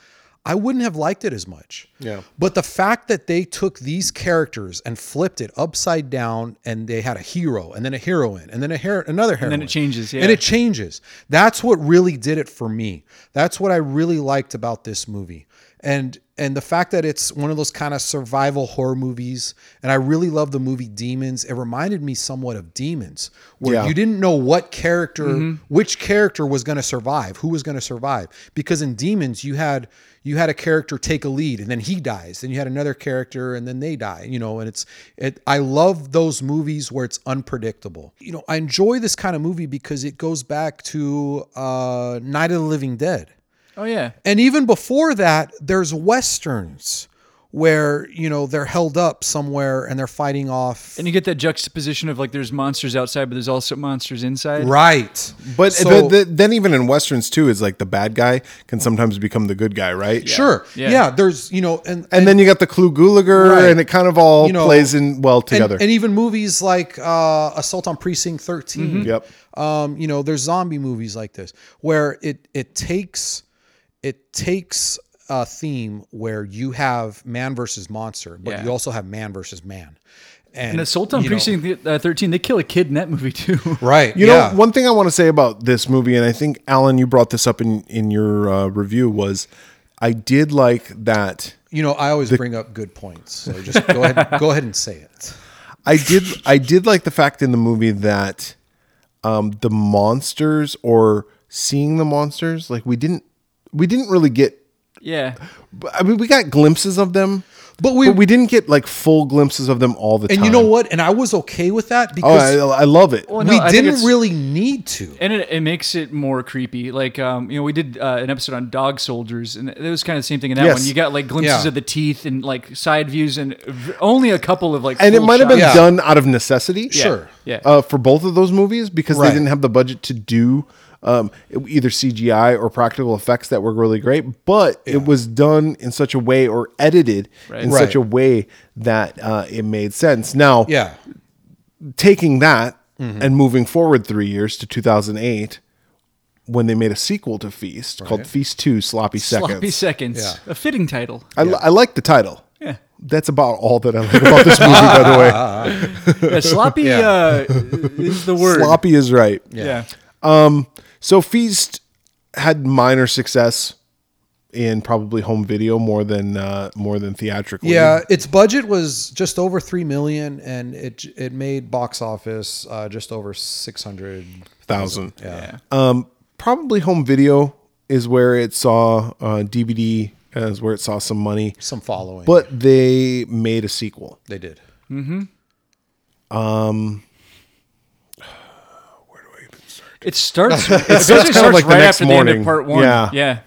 [SPEAKER 3] I wouldn't have liked it as much.
[SPEAKER 1] Yeah.
[SPEAKER 3] But the fact that they took these characters and flipped it upside down and they had a hero and then a heroine and then a hero another heroine.
[SPEAKER 2] it changes, yeah.
[SPEAKER 3] And it changes. That's what really did it for me. That's what I really liked about this movie. And and the fact that it's one of those kind of survival horror movies and I really love the movie Demons. It reminded me somewhat of Demons where
[SPEAKER 1] Yeah.
[SPEAKER 3] you didn't know what character which character was going to survive, who was going to survive because in Demons you had you had a character take a lead and then he dies, then you had another character and then they die, you know, and it's it I love those movies where it's unpredictable. You know, I enjoy this kind of movie because it goes back to uh Night of the Living Dead.
[SPEAKER 2] oh, yeah.
[SPEAKER 3] And even before that, there's westerns where you know they're held up somewhere and they're fighting off.
[SPEAKER 2] And you get that juxtaposition of like there's monsters outside, but there's also monsters inside.
[SPEAKER 3] right,
[SPEAKER 1] But
[SPEAKER 3] So-
[SPEAKER 1] the, the, then even in westerns too, is like the bad guy can sometimes become the good guy, right?
[SPEAKER 3] sure,
[SPEAKER 2] Yeah.
[SPEAKER 3] yeah. There's you know and
[SPEAKER 1] And then you got the Clue Gulager,
[SPEAKER 3] Right.
[SPEAKER 1] and it kind of all
[SPEAKER 3] You know,
[SPEAKER 1] plays in well together.
[SPEAKER 3] And, and even movies like uh, Assault on Precinct 13.
[SPEAKER 1] yep.
[SPEAKER 3] Um, you know, there's zombie movies like this where it it takes it takes a theme where you have man versus monster, but
[SPEAKER 2] Yeah.
[SPEAKER 3] you also have man versus man. And,
[SPEAKER 2] And Assault on
[SPEAKER 3] you know,
[SPEAKER 2] Precinct uh, 13, they kill a kid in that movie too.
[SPEAKER 3] right.
[SPEAKER 1] You
[SPEAKER 3] yeah.
[SPEAKER 1] know, one thing I want to say about this movie, and I think Alan, you brought this up in in your uh, review, was I did like that.
[SPEAKER 3] you know, I always bring up good points. So just go ahead go ahead and say it.
[SPEAKER 1] I did I did like the fact in the movie that um, the monsters or seeing the monsters, like we didn't we didn't really get.
[SPEAKER 2] yeah.
[SPEAKER 1] I mean, we got glimpses of them,
[SPEAKER 3] But we-
[SPEAKER 1] we didn't get like full glimpses of them all the
[SPEAKER 3] And
[SPEAKER 1] time.
[SPEAKER 3] you know what? And I was okay with that
[SPEAKER 1] Oh,
[SPEAKER 3] because
[SPEAKER 1] I, I love it.
[SPEAKER 2] Well, no,
[SPEAKER 3] we
[SPEAKER 2] I think
[SPEAKER 3] didn't
[SPEAKER 2] it's-
[SPEAKER 3] really need to.
[SPEAKER 2] And it, it makes it more creepy. Like, um, you know, we did uh, an episode on dog soldiers, and it was kind of the same thing in that
[SPEAKER 1] Yes.
[SPEAKER 2] one. You got like glimpses
[SPEAKER 3] Yeah.
[SPEAKER 2] of the teeth and like side views, and v- only a couple of like.
[SPEAKER 1] and it
[SPEAKER 2] full
[SPEAKER 1] might have been
[SPEAKER 2] shots.
[SPEAKER 3] Yeah.
[SPEAKER 1] done out of necessity.
[SPEAKER 3] Sure.
[SPEAKER 2] Yeah.
[SPEAKER 1] uh, for both of those movies because
[SPEAKER 3] Right.
[SPEAKER 1] they didn't have the budget to do um, either CGI or practical effects that were really great. But it was done in such a way or edited in
[SPEAKER 3] Right.
[SPEAKER 1] such a way that uh, it made sense. Now,
[SPEAKER 3] Yeah.
[SPEAKER 1] taking that
[SPEAKER 2] Mm-hmm.
[SPEAKER 1] and moving forward three years to 2008, when they made a sequel to Feast called Feast 2 Sloppy Seconds.
[SPEAKER 2] Sloppy seconds.
[SPEAKER 3] Yeah.
[SPEAKER 2] A fitting title.
[SPEAKER 1] I, li- I like the title.
[SPEAKER 2] Yeah.
[SPEAKER 1] That's about all that I like about this movie, by the way.
[SPEAKER 2] Yeah, sloppy uh, is the word.
[SPEAKER 1] Sloppy is right.
[SPEAKER 2] Yeah.
[SPEAKER 1] So Feast had minor success in probably home video more than uh, more than theatrically.
[SPEAKER 3] Yeah, its budget was just over three million, and it it made box office uh, just over six hundred.
[SPEAKER 1] thousand. Um,
[SPEAKER 2] Yeah.
[SPEAKER 1] Probably home video is where it saw uh, DVD is where it saw some money,
[SPEAKER 3] Some following,
[SPEAKER 1] but they made a sequel.
[SPEAKER 3] they did.
[SPEAKER 2] It starts. It starts,
[SPEAKER 1] kind of like the
[SPEAKER 2] right
[SPEAKER 1] next
[SPEAKER 2] after the end
[SPEAKER 1] morning.
[SPEAKER 2] of part one.
[SPEAKER 1] Yeah.
[SPEAKER 2] Yeah.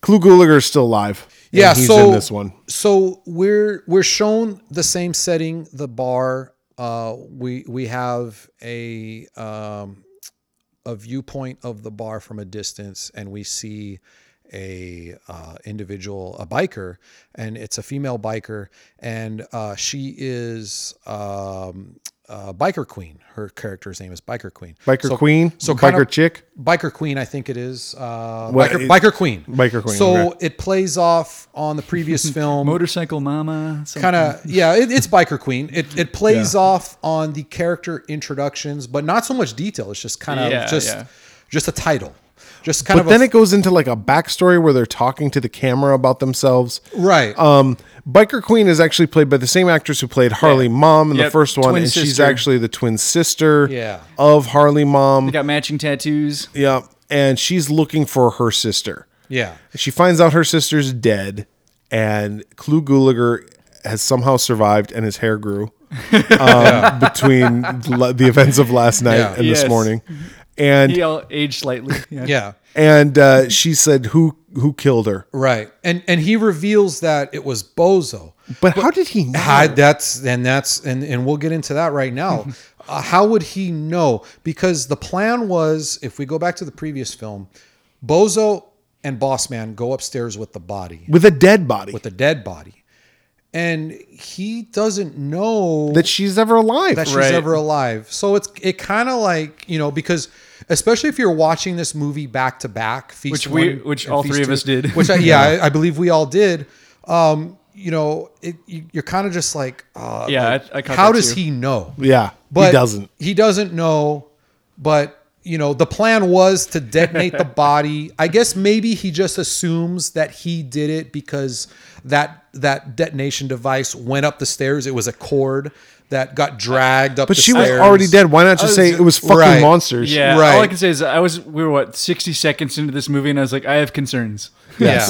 [SPEAKER 1] Clue Gulager is still alive. and
[SPEAKER 3] Yeah,
[SPEAKER 1] he's
[SPEAKER 3] so
[SPEAKER 1] in this one.
[SPEAKER 3] So we're we're shown the same setting, the bar. Uh, we we have a um, a viewpoint of the bar from a distance, and we see a uh, individual, a biker, and it's a female biker, and uh, she is. Um, uh, biker queen. Her character's name is Biker Queen.
[SPEAKER 1] Biker
[SPEAKER 3] So-
[SPEAKER 1] Queen,
[SPEAKER 3] So
[SPEAKER 1] Biker
[SPEAKER 3] kind of-
[SPEAKER 1] Chick.
[SPEAKER 3] Biker Queen, I think it is. Uh,
[SPEAKER 1] Well,
[SPEAKER 3] biker,
[SPEAKER 1] it-
[SPEAKER 3] biker Queen.
[SPEAKER 1] Biker Queen,
[SPEAKER 3] So
[SPEAKER 1] okay.
[SPEAKER 3] it plays off on the previous film.
[SPEAKER 2] Motorcycle Mama. some-
[SPEAKER 3] kind of yeah it, it's biker queen it, it plays off on the character introductions but not so much detail it's just kind of
[SPEAKER 2] Yeah,
[SPEAKER 3] just
[SPEAKER 2] yeah.
[SPEAKER 3] just a title just kind
[SPEAKER 1] But
[SPEAKER 3] of
[SPEAKER 1] then
[SPEAKER 3] a,
[SPEAKER 1] it goes into like a backstory where they're talking to the camera about themselves.
[SPEAKER 3] right
[SPEAKER 1] Um, Biker Queen is actually played by the same actress who played Harley Mom in the
[SPEAKER 2] Yep,
[SPEAKER 1] first one,
[SPEAKER 2] twin
[SPEAKER 1] and she's
[SPEAKER 2] sister.
[SPEAKER 1] actually the twin sister
[SPEAKER 3] Yeah.
[SPEAKER 1] of Harley
[SPEAKER 2] They
[SPEAKER 1] Mom.
[SPEAKER 2] got matching tattoos.
[SPEAKER 1] Yeah, and she's looking for her sister.
[SPEAKER 3] yeah
[SPEAKER 1] She finds out her sister's dead, and Clue Gulager has somehow survived, and his hair grew um, between la- the events of last night
[SPEAKER 3] Yeah.
[SPEAKER 1] and
[SPEAKER 2] Yes.
[SPEAKER 1] this morning. And
[SPEAKER 2] He all aged slightly. Yeah.
[SPEAKER 3] yeah
[SPEAKER 1] and uh, she said, "Who who killed her?"
[SPEAKER 3] right and and he reveals that it was bozo
[SPEAKER 1] But, how did he? Know?
[SPEAKER 3] I, that's and that's and and we'll get into that right now. uh, how would he know? Because the plan was, if we go back to the previous film, Bozo and Bossman go upstairs with the body,
[SPEAKER 1] with a dead body
[SPEAKER 3] with the dead body, and he doesn't know
[SPEAKER 1] that she's ever alive.
[SPEAKER 3] that she's
[SPEAKER 2] Right.
[SPEAKER 3] ever alive. So it's it kind of like you know because especially if you're watching this movie back to back, feast
[SPEAKER 2] Which we-
[SPEAKER 3] one
[SPEAKER 2] which
[SPEAKER 3] and
[SPEAKER 2] all
[SPEAKER 3] Feast
[SPEAKER 2] three of
[SPEAKER 3] two,
[SPEAKER 2] us did.
[SPEAKER 3] Which I, yeah, I, I believe we all did. Um, you know, it, you, you're kind of just like, uh,
[SPEAKER 2] Yeah,
[SPEAKER 3] like,
[SPEAKER 2] I- I caught
[SPEAKER 3] how
[SPEAKER 2] that
[SPEAKER 3] does
[SPEAKER 2] too.
[SPEAKER 3] he know?
[SPEAKER 1] yeah,
[SPEAKER 3] but
[SPEAKER 1] he doesn't.
[SPEAKER 3] He doesn't know, but you know, the plan was to detonate the body. I guess maybe he just assumes that he did it because that that detonation device went up the stairs. It was a cord that got dragged up.
[SPEAKER 1] But
[SPEAKER 3] the
[SPEAKER 1] she was
[SPEAKER 3] stairs.
[SPEAKER 1] already dead. Why not just
[SPEAKER 2] was-
[SPEAKER 1] say it was fucking
[SPEAKER 3] Right.
[SPEAKER 1] monsters?
[SPEAKER 2] Yeah, all I
[SPEAKER 3] Right.
[SPEAKER 2] can say is I was we were what sixty seconds into this movie, and I was like, I have concerns.
[SPEAKER 3] Yeah.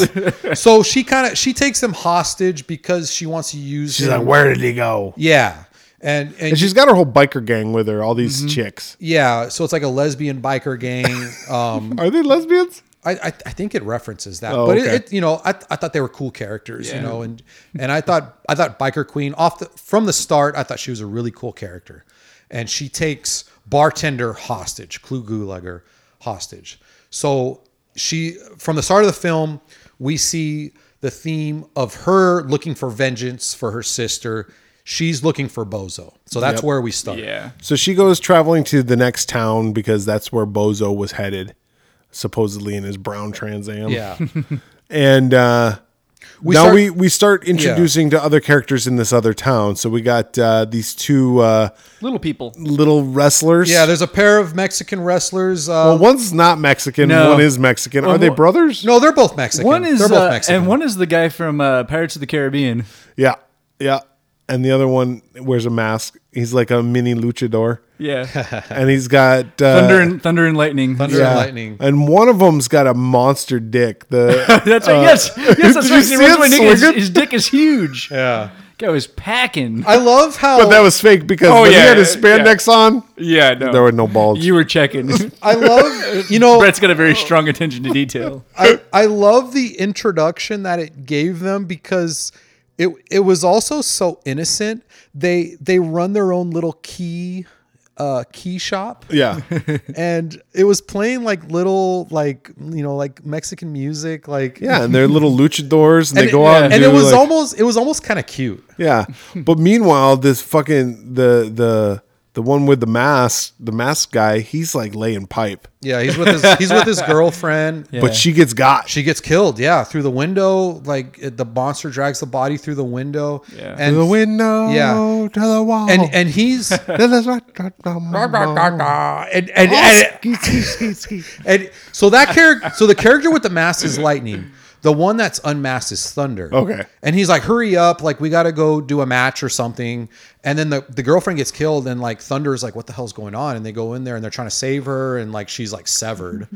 [SPEAKER 3] so she kind of she takes him hostage because she wants to use
[SPEAKER 1] She's
[SPEAKER 3] him.
[SPEAKER 1] like, where did he go?
[SPEAKER 3] yeah. And and,
[SPEAKER 1] And she's got her whole biker gang with her, all these chicks.
[SPEAKER 3] yeah, so it's like a lesbian biker gang. Um,
[SPEAKER 1] Are they lesbians?
[SPEAKER 3] I, I, I think it references that,
[SPEAKER 1] Oh,
[SPEAKER 3] but
[SPEAKER 1] okay.
[SPEAKER 3] it, it, you know, I, I thought they were cool characters, you know, and and I thought I thought Biker Queen off the, from the start, I thought she was a really cool character, and she takes bartender hostage, Clue Gulager hostage. So she from the start of the film, we see the theme of her looking for vengeance for her sister. She's looking for Bozo, so that's where we start.
[SPEAKER 2] Yeah.
[SPEAKER 1] So she goes traveling to the next town because that's where Bozo was headed, supposedly in his brown Trans Am.
[SPEAKER 3] yeah.
[SPEAKER 1] And uh,
[SPEAKER 3] We
[SPEAKER 1] now
[SPEAKER 3] start-
[SPEAKER 1] we, we start introducing to other characters in this other town. So we got uh, these two uh,
[SPEAKER 2] Little people.
[SPEAKER 1] little wrestlers.
[SPEAKER 3] Yeah, there's a pair of Mexican wrestlers. Uh,
[SPEAKER 1] Well, one's not Mexican.
[SPEAKER 2] No.
[SPEAKER 1] One is Mexican. Are
[SPEAKER 2] Well,
[SPEAKER 1] they
[SPEAKER 2] wha-
[SPEAKER 1] brothers?
[SPEAKER 3] no, they're both Mexican.
[SPEAKER 2] One is
[SPEAKER 3] they're both
[SPEAKER 2] uh,
[SPEAKER 3] Mexican.
[SPEAKER 2] and one is the guy from uh, Pirates of the Caribbean.
[SPEAKER 1] Yeah, yeah. And the other one wears a mask. He's like a mini luchador,
[SPEAKER 2] Yeah.
[SPEAKER 1] and he's got uh,
[SPEAKER 2] Thunder and Thunder and Lightning.
[SPEAKER 3] Thunder and Lightning.
[SPEAKER 1] And one of them's got a monster dick. The
[SPEAKER 2] That's right. yes, yes. That's
[SPEAKER 1] did
[SPEAKER 2] right.
[SPEAKER 1] you see
[SPEAKER 2] It was
[SPEAKER 1] it
[SPEAKER 2] my dick. His,
[SPEAKER 1] swinging?
[SPEAKER 2] his dick is huge.
[SPEAKER 3] Yeah.
[SPEAKER 2] Guy was packing.
[SPEAKER 3] I love how
[SPEAKER 1] but that was fake because
[SPEAKER 2] Oh,
[SPEAKER 1] when he
[SPEAKER 2] yeah,
[SPEAKER 1] had his spandex on,
[SPEAKER 2] Yeah, no.
[SPEAKER 1] there were no balls.
[SPEAKER 2] you were checking.
[SPEAKER 3] I love you know
[SPEAKER 2] Brett's got a very strong attention to detail.
[SPEAKER 3] I, I love the introduction that it gave them because it it was also so innocent. They they run their own little key uh key shop
[SPEAKER 1] yeah,
[SPEAKER 3] and it was playing like little like you know like Mexican music like
[SPEAKER 1] yeah. And they're little luchadors, and,
[SPEAKER 3] and,
[SPEAKER 1] they go
[SPEAKER 3] it,
[SPEAKER 1] out. And,
[SPEAKER 3] and
[SPEAKER 1] do,
[SPEAKER 3] it was
[SPEAKER 1] like-
[SPEAKER 3] almost it was almost kind of cute.
[SPEAKER 1] yeah. But meanwhile, this fucking the the the one with the mask, the mask guy, he's like laying pipe,
[SPEAKER 3] Yeah, he's with his he's with his girlfriend.
[SPEAKER 1] but she gets got.
[SPEAKER 3] She gets killed, yeah, through the window. Like it- the monster drags the body through the window,
[SPEAKER 2] Yeah.
[SPEAKER 3] and
[SPEAKER 1] the window,
[SPEAKER 3] Yeah.
[SPEAKER 1] to the wall,
[SPEAKER 3] and and he's
[SPEAKER 1] and
[SPEAKER 3] and, and, and, and so that character, so the character with the mask is lightning. The one that's unmasked is thunder.
[SPEAKER 1] Okay.
[SPEAKER 3] and he's like, "Hurry up! Like we got to go do a match or something." And then the the girlfriend gets killed, and like thunder is like, "What the hell's going on?" And they go in there and they're trying to save her, and like she's like severed,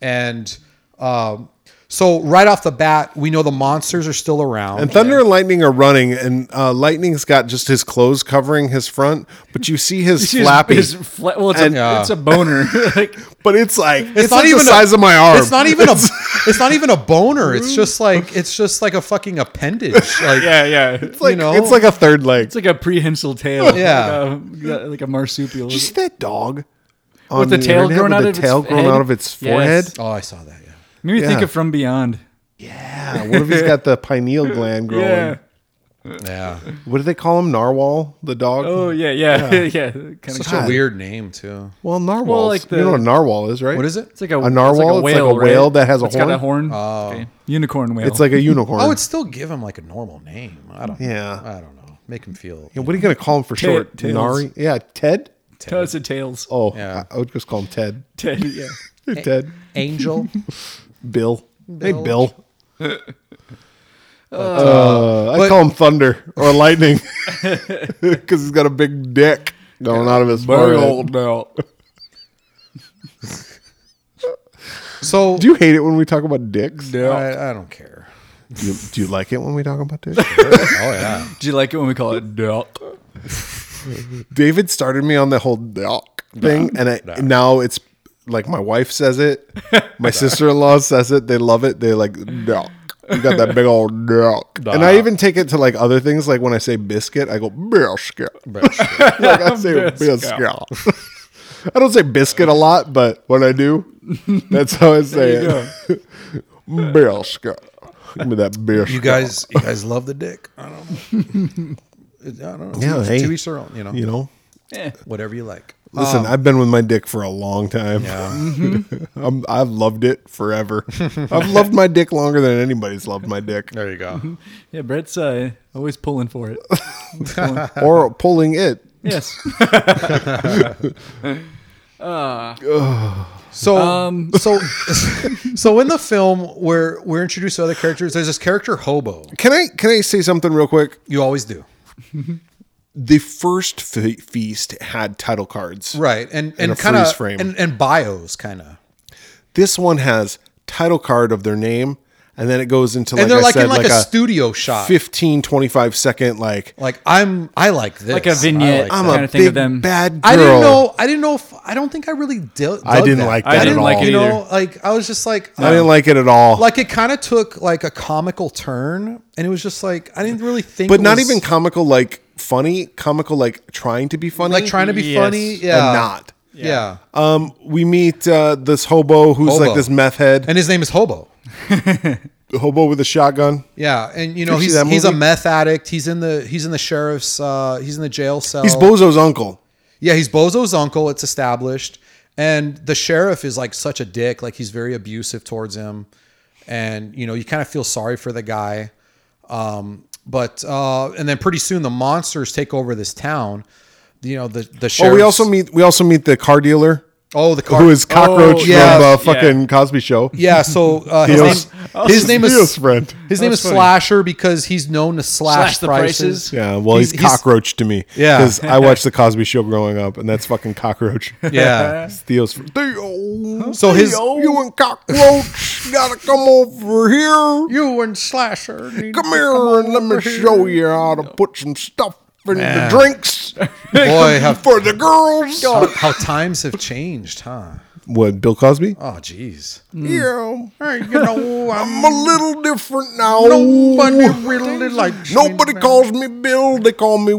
[SPEAKER 3] and. Um, so right off the bat, we know the monsters are still around.
[SPEAKER 1] Thunder and Lightning are running, and uh, Lightning's got just his clothes covering his front, but you see his
[SPEAKER 2] His-
[SPEAKER 1] flappy.
[SPEAKER 2] his fla- well, it's,
[SPEAKER 1] And-
[SPEAKER 2] a, it's a boner. like,
[SPEAKER 1] but it's like it's,
[SPEAKER 3] not
[SPEAKER 1] not
[SPEAKER 3] even
[SPEAKER 1] the
[SPEAKER 3] a-
[SPEAKER 1] size of my arm.
[SPEAKER 3] It's not even a. It's not even a boner. It's just like it's just like a fucking appendage. Like
[SPEAKER 2] yeah, yeah. It's
[SPEAKER 1] like,
[SPEAKER 3] you know?
[SPEAKER 1] It's like a third leg.
[SPEAKER 2] like a prehensile tail.
[SPEAKER 3] Yeah.
[SPEAKER 2] Like a, like a marsupial.
[SPEAKER 1] Did you see that dog? on
[SPEAKER 2] With the tail
[SPEAKER 1] internet
[SPEAKER 2] growing
[SPEAKER 1] with
[SPEAKER 2] out
[SPEAKER 1] the
[SPEAKER 2] of its
[SPEAKER 1] tail growing
[SPEAKER 2] head?
[SPEAKER 1] out of its
[SPEAKER 2] Yes.
[SPEAKER 1] forehead.
[SPEAKER 3] Oh, I saw that. Yeah.
[SPEAKER 2] Made me think
[SPEAKER 1] Yeah.
[SPEAKER 2] of From Beyond.
[SPEAKER 1] Yeah, what if he's got the pineal gland growing?
[SPEAKER 2] Yeah.
[SPEAKER 3] Yeah.
[SPEAKER 1] What do they call him? Narwhal, the dog.
[SPEAKER 2] Oh yeah, yeah, yeah. Kind of.
[SPEAKER 3] Such
[SPEAKER 1] God.
[SPEAKER 3] a weird name too.
[SPEAKER 1] well, narwhal.
[SPEAKER 2] like
[SPEAKER 1] you
[SPEAKER 2] the-
[SPEAKER 1] know what a narwhal is, right?
[SPEAKER 3] What is it?
[SPEAKER 2] It's like a,
[SPEAKER 1] A narwhal? It's like a whale that has a
[SPEAKER 2] It's got a horn.
[SPEAKER 3] Oh.
[SPEAKER 2] Okay. Unicorn whale.
[SPEAKER 1] It's like a unicorn.
[SPEAKER 3] I would still give him like a normal name. I don't.
[SPEAKER 1] Yeah.
[SPEAKER 3] I don't know. Make him feel.
[SPEAKER 1] Yeah, what are you gonna call him for
[SPEAKER 2] Ta-
[SPEAKER 1] short?
[SPEAKER 2] tails.
[SPEAKER 1] Nari? Yeah, Ted.
[SPEAKER 2] No, it's a tails.
[SPEAKER 1] Oh,
[SPEAKER 3] Yeah.
[SPEAKER 1] I I would just call him Ted.
[SPEAKER 2] Ted, yeah.
[SPEAKER 1] Hey, Ted.
[SPEAKER 3] Angel.
[SPEAKER 1] Bill. Hey,
[SPEAKER 3] Bill.
[SPEAKER 1] Bill. Uh, I call him Thunder or Lightning because he's got a big dick going out of his forehead.
[SPEAKER 2] now.
[SPEAKER 3] So
[SPEAKER 1] Do you hate it when we talk about dicks? Do
[SPEAKER 3] I, I don't care.
[SPEAKER 1] you, do you like it when we talk about dicks?
[SPEAKER 3] Oh yeah.
[SPEAKER 2] Do you like it when we call it duck?
[SPEAKER 1] David started me on the whole dick thing, and I, now it's like my wife says it, my sister in law says it. They love it. They like dick. You got that big old dick. And I even take it to like other things. Like when I say biscuit, I go biscuit. like I say biscuit. I don't say biscuit a lot, but when I do, that's how I say it. biscuit. Give me that biscuit.
[SPEAKER 3] You guys. You guys love the dick. I don't. know. I don't know.
[SPEAKER 1] Yeah,
[SPEAKER 3] To-
[SPEAKER 1] hey.
[SPEAKER 3] To each their own. You know.
[SPEAKER 1] You know.
[SPEAKER 3] Whatever you like.
[SPEAKER 1] Listen, I've been with my dick for a long time. I'm, I've loved it forever. I've loved my dick longer than anybody's loved my dick
[SPEAKER 3] There you go.
[SPEAKER 2] Yeah, Brett's uh, always pulling for it. Always pulling.
[SPEAKER 1] or pulling it.
[SPEAKER 2] yes.
[SPEAKER 3] So
[SPEAKER 1] Um.
[SPEAKER 3] so so in the film where we're introduced to other characters, there's this character Hobo.
[SPEAKER 1] Can I can I say something real quick?
[SPEAKER 3] You always do.
[SPEAKER 1] The first fe- feast had title cards.
[SPEAKER 3] Right. And
[SPEAKER 1] And
[SPEAKER 3] and,
[SPEAKER 1] a
[SPEAKER 3] kind
[SPEAKER 1] freeze
[SPEAKER 3] of
[SPEAKER 1] frame.
[SPEAKER 3] and, and bios kind of.
[SPEAKER 1] This one has title card of their name and then it goes into like
[SPEAKER 3] and they're
[SPEAKER 1] I
[SPEAKER 3] like
[SPEAKER 1] said,
[SPEAKER 3] in like,
[SPEAKER 1] like
[SPEAKER 3] a, studio shot.
[SPEAKER 1] 15 25 second like
[SPEAKER 3] like I'm, I like this.
[SPEAKER 2] Like a
[SPEAKER 3] I
[SPEAKER 2] vignette.
[SPEAKER 3] that.
[SPEAKER 1] I'm
[SPEAKER 2] Kinda
[SPEAKER 1] a
[SPEAKER 2] thing of
[SPEAKER 1] big
[SPEAKER 2] them.
[SPEAKER 1] bad girl.
[SPEAKER 3] I didn't know. I didn't know. If, I don't think I really did.
[SPEAKER 1] I didn't like that
[SPEAKER 2] I didn't
[SPEAKER 1] at
[SPEAKER 2] like
[SPEAKER 1] all.
[SPEAKER 2] it
[SPEAKER 3] You
[SPEAKER 2] either.
[SPEAKER 3] know, like I was just like, um,
[SPEAKER 1] I didn't like it at all.
[SPEAKER 3] like it kind of took like a comical turn, and it was just like I didn't really think.
[SPEAKER 1] but
[SPEAKER 3] it
[SPEAKER 1] not
[SPEAKER 3] was-
[SPEAKER 1] even comical like funny, comical like trying to be funny.
[SPEAKER 3] like trying to be
[SPEAKER 2] Yes.
[SPEAKER 3] funny.
[SPEAKER 2] And
[SPEAKER 3] Yeah,
[SPEAKER 1] and not.
[SPEAKER 3] Yeah.
[SPEAKER 1] Um we meet uh, this hobo who's
[SPEAKER 3] Hobo.
[SPEAKER 1] like this meth head.
[SPEAKER 3] and his name is Hobo.
[SPEAKER 1] hobo with a shotgun.
[SPEAKER 3] Yeah, and you know
[SPEAKER 1] Did you see
[SPEAKER 3] he's
[SPEAKER 1] that
[SPEAKER 3] he's a
[SPEAKER 1] movie?
[SPEAKER 3] meth addict. He's in the he's in the sheriff's uh he's in the jail cell.
[SPEAKER 1] He's Bozo's uncle.
[SPEAKER 3] Yeah, he's Bozo's uncle. It's established, and the sheriff is like such a dick. Like he's very abusive towards him, and you know you kind of feel sorry for the guy. Um, but uh, and then pretty soon the monsters take over this town. You know the the sheriff.
[SPEAKER 1] Oh, we also meet we also meet the car dealer
[SPEAKER 3] oh the car Oh,
[SPEAKER 1] who is cockroach
[SPEAKER 3] yeah.
[SPEAKER 1] from
[SPEAKER 3] Yeah.
[SPEAKER 1] uh, fucking Cosby Show.
[SPEAKER 3] yeah. So uh, his
[SPEAKER 1] Theo's-
[SPEAKER 3] name his name
[SPEAKER 1] Theo's
[SPEAKER 3] is
[SPEAKER 1] friend.
[SPEAKER 3] his name is
[SPEAKER 2] funny.
[SPEAKER 3] Slasher because he's known to slash,
[SPEAKER 2] Slash the
[SPEAKER 3] prices.
[SPEAKER 2] prices.
[SPEAKER 1] Yeah, well, he's, cockroach to me.
[SPEAKER 3] Yeah.
[SPEAKER 1] because I watched the Cosby Show growing up, and that's fucking cockroach.
[SPEAKER 3] Yeah.
[SPEAKER 1] It's Theo's friend. Theo,
[SPEAKER 3] So his-
[SPEAKER 1] Theo, you and cockroach gotta come over here.
[SPEAKER 3] You and Slasher need
[SPEAKER 1] Come
[SPEAKER 3] to
[SPEAKER 1] here and let me
[SPEAKER 3] over here.
[SPEAKER 1] show you how to put some stuff in
[SPEAKER 3] Yeah.
[SPEAKER 1] the drinks
[SPEAKER 3] Boy, have
[SPEAKER 1] for the girls.
[SPEAKER 3] how, how times have changed, huh?
[SPEAKER 1] What Bill Cosby?
[SPEAKER 3] Oh, jeez.
[SPEAKER 1] Yeah,
[SPEAKER 3] Hey, you know, I'm
[SPEAKER 1] I'm a little different now.
[SPEAKER 3] nobody really likes
[SPEAKER 1] Nobody
[SPEAKER 3] me,
[SPEAKER 1] calls me Bill. They call me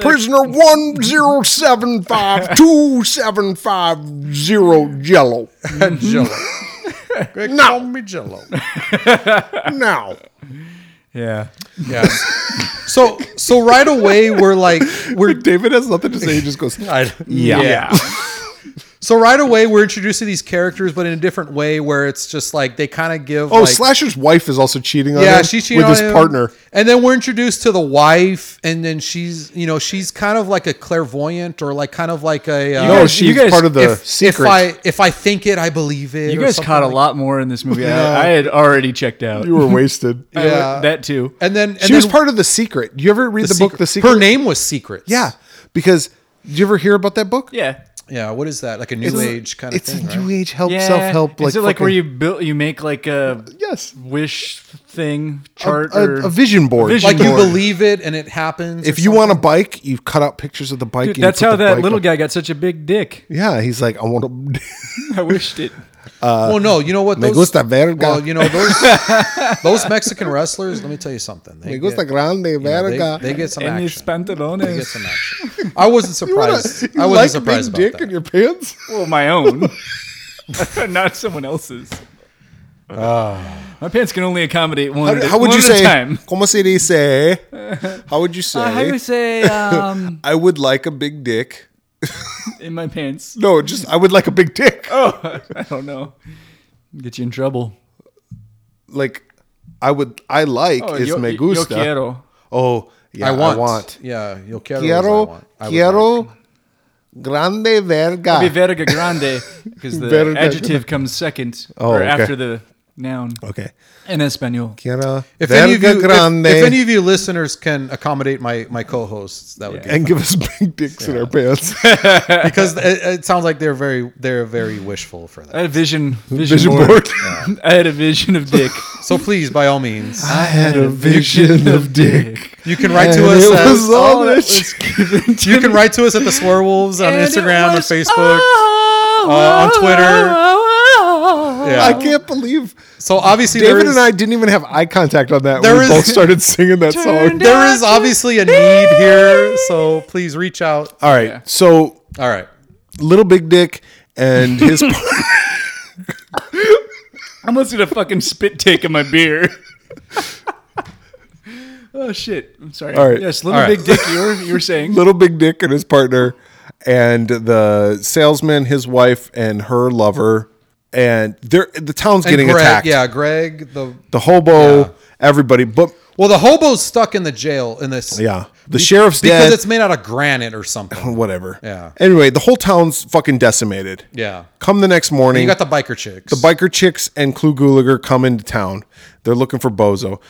[SPEAKER 1] prisoner one zero seven five two seven five zero Jello.
[SPEAKER 3] man. Jello. They call me Jello.
[SPEAKER 1] Now,
[SPEAKER 2] Yeah.
[SPEAKER 3] Yeah. So, so right away we're like we're
[SPEAKER 1] David has nothing to say. He just goes,
[SPEAKER 2] Yeah.
[SPEAKER 3] so right away we're introduced to these characters, but in a different way where it's just like they kind of give
[SPEAKER 1] "Oh,
[SPEAKER 3] like,
[SPEAKER 1] Slasher's wife is also cheating on
[SPEAKER 3] yeah
[SPEAKER 1] him
[SPEAKER 3] she cheated
[SPEAKER 1] with
[SPEAKER 3] on
[SPEAKER 1] his
[SPEAKER 3] him.
[SPEAKER 1] partner."
[SPEAKER 3] and then we're introduced to the wife, and then she's you know she's kind of like a clairvoyant or like kind of like a uh,
[SPEAKER 1] No,
[SPEAKER 2] guys-
[SPEAKER 1] she's
[SPEAKER 2] you guys-
[SPEAKER 1] part of the
[SPEAKER 3] if,
[SPEAKER 1] secret.
[SPEAKER 3] if I if I think it, I believe it.
[SPEAKER 2] You
[SPEAKER 3] or
[SPEAKER 2] guys
[SPEAKER 3] something
[SPEAKER 2] caught a
[SPEAKER 3] like-
[SPEAKER 2] lot more in this movie. I, I had already checked out.
[SPEAKER 1] you were wasted.
[SPEAKER 2] I-
[SPEAKER 3] Yeah.
[SPEAKER 2] That too.
[SPEAKER 3] And then and
[SPEAKER 1] she was
[SPEAKER 3] then-
[SPEAKER 1] part of the secret. You ever read the, book, The Secret?
[SPEAKER 3] Her name was Secret.
[SPEAKER 1] Yeah, because did you ever hear about that book?
[SPEAKER 2] Yeah.
[SPEAKER 3] Yeah. What is that? Like a new age kind of
[SPEAKER 1] it's
[SPEAKER 3] thing.
[SPEAKER 1] a new
[SPEAKER 3] right?
[SPEAKER 1] age help
[SPEAKER 2] Yeah.
[SPEAKER 1] self help. Like
[SPEAKER 2] Is it like where
[SPEAKER 1] fucking-
[SPEAKER 2] you build you make like a
[SPEAKER 1] yes
[SPEAKER 2] wish thing chart
[SPEAKER 1] a,
[SPEAKER 2] or
[SPEAKER 1] a vision board.
[SPEAKER 2] Vision
[SPEAKER 3] Like you
[SPEAKER 2] Lord.
[SPEAKER 3] believe it and it happens.
[SPEAKER 1] if you want a bike, you cut out pictures of the bike.
[SPEAKER 2] Dude,
[SPEAKER 1] and you
[SPEAKER 2] that's
[SPEAKER 1] put
[SPEAKER 2] how
[SPEAKER 1] the
[SPEAKER 2] that
[SPEAKER 1] bike
[SPEAKER 2] little
[SPEAKER 1] up.
[SPEAKER 2] guy got such a big dick.
[SPEAKER 1] Yeah, he's like, I want to.
[SPEAKER 2] I wished it.
[SPEAKER 3] well, Oh, no, you know what?
[SPEAKER 1] Me gusta verga.
[SPEAKER 3] Well, you know those those Mexican wrestlers. Let me tell you something. They,
[SPEAKER 1] Me gusta
[SPEAKER 3] get,
[SPEAKER 1] grande
[SPEAKER 3] you know, they-
[SPEAKER 1] verga.
[SPEAKER 3] they, get some
[SPEAKER 2] And his
[SPEAKER 3] action. They get
[SPEAKER 2] pantalones.
[SPEAKER 3] some action. I wasn't surprised. I wasn't surprised about
[SPEAKER 1] dick
[SPEAKER 3] that.
[SPEAKER 1] in your pants.
[SPEAKER 2] Well, my own, not someone else's. my pants can only accommodate one.
[SPEAKER 1] Ah. How,
[SPEAKER 2] at a-
[SPEAKER 1] how would
[SPEAKER 2] one
[SPEAKER 1] you
[SPEAKER 2] at a
[SPEAKER 1] say?
[SPEAKER 2] Time.
[SPEAKER 1] Como se dice? How would you say?
[SPEAKER 2] Uh, how you say um,
[SPEAKER 1] I would like a big dick.
[SPEAKER 2] in my pants?
[SPEAKER 1] No, just I would like a big dick.
[SPEAKER 2] Oh, I don't know. Get you in trouble.
[SPEAKER 1] Like I would. I like
[SPEAKER 2] Oh,
[SPEAKER 1] is
[SPEAKER 2] yo,
[SPEAKER 1] me
[SPEAKER 2] yo
[SPEAKER 1] gusta.
[SPEAKER 2] quiero.
[SPEAKER 1] Oh, yeah,
[SPEAKER 3] I want.
[SPEAKER 1] I want.
[SPEAKER 3] Yeah, you'll quiero. is I
[SPEAKER 1] Quiero,
[SPEAKER 3] want. I would like.
[SPEAKER 1] quiero, grande verga.
[SPEAKER 2] Be verga grande because the
[SPEAKER 1] Ah. Verga
[SPEAKER 2] adjective comes second
[SPEAKER 1] Oh,
[SPEAKER 2] or
[SPEAKER 1] okay.
[SPEAKER 2] after the noun
[SPEAKER 1] okay.
[SPEAKER 2] in Espanol.
[SPEAKER 1] Quiero,
[SPEAKER 3] If
[SPEAKER 1] verga
[SPEAKER 3] any, of you, if,
[SPEAKER 1] grande.
[SPEAKER 3] if any of you listeners can accommodate my my co-hosts, that would be
[SPEAKER 1] and give us big dicks in our pants.
[SPEAKER 3] because it, it sounds like they're very they're very wishful for
[SPEAKER 2] I
[SPEAKER 3] that.
[SPEAKER 2] had a vision. Vision,
[SPEAKER 1] Vision
[SPEAKER 2] board.
[SPEAKER 1] board.
[SPEAKER 2] I had a vision of dick.
[SPEAKER 3] So please, by all means,
[SPEAKER 1] I had a vision of dick.
[SPEAKER 3] you can write
[SPEAKER 1] And
[SPEAKER 3] to
[SPEAKER 1] it was
[SPEAKER 3] us. At, Oh,
[SPEAKER 1] all
[SPEAKER 2] that
[SPEAKER 1] that
[SPEAKER 2] was
[SPEAKER 1] shit.
[SPEAKER 3] you can write to us at the Swerwolves on
[SPEAKER 2] And it
[SPEAKER 3] Instagram and
[SPEAKER 2] was- "Oh,
[SPEAKER 3] Facebook. uh, on Twitter. Yeah.
[SPEAKER 1] I can't believe
[SPEAKER 3] So obviously,
[SPEAKER 1] David
[SPEAKER 3] there is,
[SPEAKER 1] and I didn't even have eye contact on that.
[SPEAKER 3] There
[SPEAKER 1] when
[SPEAKER 3] is-
[SPEAKER 1] we both started singing that
[SPEAKER 2] Turned
[SPEAKER 1] song.
[SPEAKER 2] down.
[SPEAKER 3] there is obviously a need here. So please reach out.
[SPEAKER 1] All right, so
[SPEAKER 3] All right.
[SPEAKER 1] little big dick and his
[SPEAKER 2] I'm listening to fucking spit take in my beer. oh shit! I'm sorry.
[SPEAKER 1] All right.
[SPEAKER 2] Yes, little
[SPEAKER 3] All right.
[SPEAKER 2] big dick. You were you were saying.
[SPEAKER 1] little big dick and his partner and the salesman, his wife, and her lover. And they're, the town's getting
[SPEAKER 3] Greg,
[SPEAKER 1] attacked.
[SPEAKER 3] Yeah, Greg. The
[SPEAKER 1] The hobo,
[SPEAKER 3] Yeah.
[SPEAKER 1] everybody. But
[SPEAKER 3] well, the hobo's stuck in the jail in this.
[SPEAKER 1] yeah, the sheriff's
[SPEAKER 3] because
[SPEAKER 1] dead.
[SPEAKER 3] it's made out of granite or something.
[SPEAKER 1] whatever.
[SPEAKER 3] Yeah.
[SPEAKER 1] Anyway, the whole town's fucking decimated.
[SPEAKER 3] Yeah.
[SPEAKER 1] Come the next morning,
[SPEAKER 3] You got the biker chicks. The
[SPEAKER 1] biker chicks and Clue Gulager come into town. They're looking for Bozo.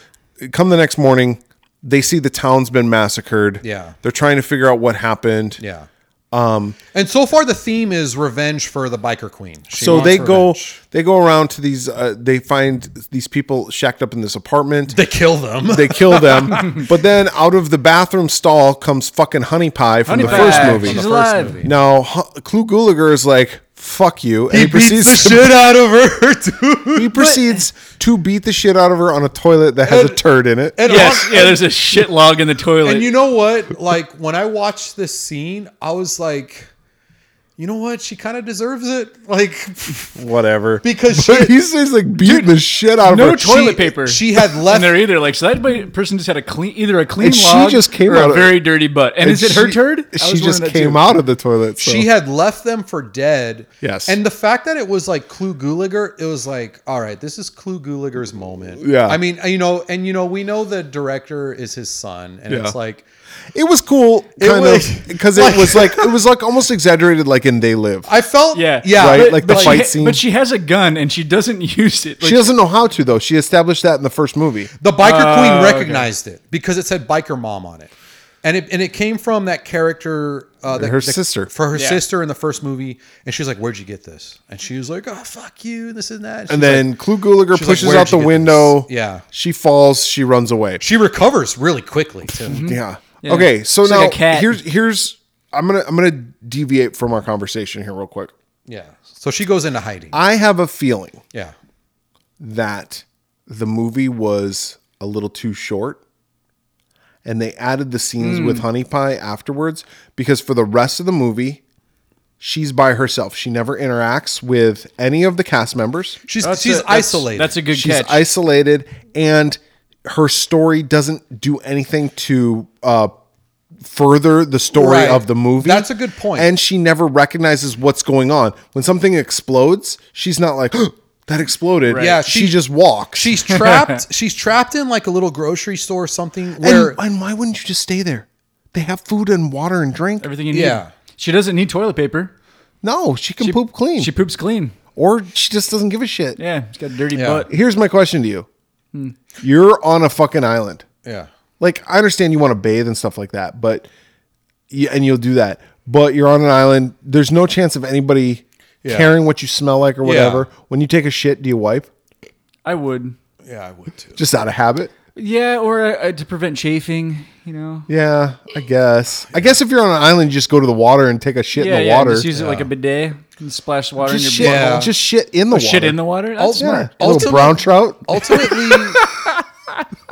[SPEAKER 1] Come the next morning, they see the town's been massacred.
[SPEAKER 3] Yeah.
[SPEAKER 1] They're trying to figure out what happened.
[SPEAKER 3] Yeah.
[SPEAKER 1] Um,
[SPEAKER 3] And so far, the theme is revenge for the biker queen. She
[SPEAKER 1] so
[SPEAKER 3] wants
[SPEAKER 1] they go
[SPEAKER 3] revenge.
[SPEAKER 1] they go around to these uh, they find these people shacked up in this apartment.
[SPEAKER 3] They kill them.
[SPEAKER 1] They kill them, but then out of the bathroom stall comes fucking Honey Pie from
[SPEAKER 2] Honey
[SPEAKER 1] the
[SPEAKER 2] Pie.
[SPEAKER 1] first
[SPEAKER 2] From
[SPEAKER 1] movie.
[SPEAKER 2] the
[SPEAKER 3] She's
[SPEAKER 2] first
[SPEAKER 3] alive.
[SPEAKER 2] movie.
[SPEAKER 1] Now, H- Clu Gulager is like, fuck you. And
[SPEAKER 3] he beats the shit out of her, dude.
[SPEAKER 1] he proceeds to beat the shit out of her on a toilet that has a turd in it.
[SPEAKER 3] And
[SPEAKER 2] Yes,
[SPEAKER 3] hon-
[SPEAKER 2] yeah. There's a shit log in the toilet.
[SPEAKER 3] And you know what? Like when I watched this scene, I was like, you know what? She kind of deserves it. Like
[SPEAKER 1] Whatever.
[SPEAKER 3] Because
[SPEAKER 1] But
[SPEAKER 3] she-
[SPEAKER 1] he says, like, beat the shit out of
[SPEAKER 2] no
[SPEAKER 1] her.
[SPEAKER 2] toilet
[SPEAKER 3] she-
[SPEAKER 2] paper.
[SPEAKER 3] she had left-
[SPEAKER 2] And they're either like so that bi- person just had a clean, either a clean
[SPEAKER 1] And she
[SPEAKER 2] log
[SPEAKER 1] just came
[SPEAKER 2] or
[SPEAKER 1] out
[SPEAKER 2] a
[SPEAKER 1] of-
[SPEAKER 2] very dirty butt. And,
[SPEAKER 1] And
[SPEAKER 2] is it her
[SPEAKER 1] she-
[SPEAKER 2] turd? I
[SPEAKER 1] She just
[SPEAKER 2] was wondering that
[SPEAKER 1] came
[SPEAKER 2] too.
[SPEAKER 1] out of the toilet. So.
[SPEAKER 3] she had left them for dead.
[SPEAKER 1] Yes.
[SPEAKER 3] And the fact that it was like Clue Gulager, it was like, all right, this is Clue Gulager's moment.
[SPEAKER 1] Yeah.
[SPEAKER 3] I mean, you know, and you know, we know the director is his son, and
[SPEAKER 1] Yeah.
[SPEAKER 3] it's like,
[SPEAKER 1] it was cool, kind
[SPEAKER 3] was-
[SPEAKER 1] of, because it was like, it was like almost exaggerated, like in They Live.
[SPEAKER 3] I felt,
[SPEAKER 2] Yeah.
[SPEAKER 3] yeah,
[SPEAKER 1] Right,
[SPEAKER 3] but-
[SPEAKER 1] like the
[SPEAKER 3] but
[SPEAKER 2] She
[SPEAKER 1] fight
[SPEAKER 2] ha-
[SPEAKER 1] scene.
[SPEAKER 2] But she has a gun and she doesn't use it. Like,
[SPEAKER 1] she doesn't know how to, though. She established that in the first movie.
[SPEAKER 3] The biker
[SPEAKER 2] Oh,
[SPEAKER 3] queen recognized it because it said biker mom on it. And it, and it came from that character, uh, that,
[SPEAKER 1] Her
[SPEAKER 3] that-
[SPEAKER 1] sister.
[SPEAKER 3] for her
[SPEAKER 2] Yeah.
[SPEAKER 3] sister in the first movie. And she was like, "Where'd you get this?" And she was like, "Oh fuck you, this and that."
[SPEAKER 1] And
[SPEAKER 3] she's
[SPEAKER 1] then
[SPEAKER 3] like-
[SPEAKER 1] Clu Gulager
[SPEAKER 3] she's like,
[SPEAKER 1] pushes
[SPEAKER 3] "Where'd
[SPEAKER 1] out
[SPEAKER 3] you
[SPEAKER 1] the
[SPEAKER 3] get this?"
[SPEAKER 1] window.
[SPEAKER 3] Yeah,
[SPEAKER 1] She falls. She runs away.
[SPEAKER 3] she recovers really quickly
[SPEAKER 2] Mm-hmm.
[SPEAKER 3] too.
[SPEAKER 1] Yeah. Okay. So
[SPEAKER 2] She's
[SPEAKER 1] now
[SPEAKER 2] like a cat.
[SPEAKER 1] here's here's I'm gonna I'm gonna deviate from our conversation here real quick.
[SPEAKER 3] yeah, so she goes into hiding.
[SPEAKER 1] I have a feeling
[SPEAKER 3] Yeah,
[SPEAKER 1] that the movie was a little too short, and they added the scenes with
[SPEAKER 2] Hmm.
[SPEAKER 1] Honey Pie afterwards because for the rest of the movie, she's by herself. She never interacts with any of the cast members.
[SPEAKER 3] she's
[SPEAKER 2] That's
[SPEAKER 3] she's
[SPEAKER 2] a- that's-
[SPEAKER 3] isolated.
[SPEAKER 2] That's a good
[SPEAKER 1] She's
[SPEAKER 2] catch.
[SPEAKER 1] isolated, and her story doesn't do anything to uh, further the story
[SPEAKER 3] Right.
[SPEAKER 1] of the movie.
[SPEAKER 3] That's a good point.
[SPEAKER 1] And she never recognizes what's going on. When something explodes, she's not like, that exploded.
[SPEAKER 3] Yeah,
[SPEAKER 1] she,
[SPEAKER 3] she-
[SPEAKER 1] just walks.
[SPEAKER 3] she's trapped. she's trapped in like a little grocery store or something where
[SPEAKER 1] and, and why wouldn't you just stay there? They have food and water and drink.
[SPEAKER 2] Everything you need.
[SPEAKER 3] Yeah.
[SPEAKER 2] She doesn't need toilet paper.
[SPEAKER 1] No, she can poop clean.
[SPEAKER 2] She poops clean.
[SPEAKER 1] or she just doesn't give a shit.
[SPEAKER 2] Yeah. She's got a dirty
[SPEAKER 3] Yeah. Hmm.
[SPEAKER 2] butt.
[SPEAKER 1] Here's my question to you You're on a fucking island.
[SPEAKER 3] yeah.
[SPEAKER 1] like I understand you want to bathe and stuff like that, but yeah, and you'll do that. But you're on an island. There's no chance of anybody caring what you smell like or whatever. When you take a shit, do you wipe?
[SPEAKER 2] I would.
[SPEAKER 3] Yeah, I would too.
[SPEAKER 1] Just out of habit.
[SPEAKER 2] Yeah, or uh, to prevent chafing, you know.
[SPEAKER 1] Yeah, I guess. I guess if you're on an island, you just go to the water and take a shit
[SPEAKER 2] Yeah,
[SPEAKER 1] in the
[SPEAKER 2] yeah.
[SPEAKER 1] water.
[SPEAKER 2] Just use it like a bidet and splash water
[SPEAKER 1] Just
[SPEAKER 2] in
[SPEAKER 1] shit,
[SPEAKER 2] your butt.
[SPEAKER 3] Yeah.
[SPEAKER 1] just shit in the water.
[SPEAKER 2] Shit in the water. That's
[SPEAKER 3] Also-
[SPEAKER 2] smart.
[SPEAKER 1] yeah. A little
[SPEAKER 3] Ultimate-
[SPEAKER 1] brown trout.
[SPEAKER 3] ultimately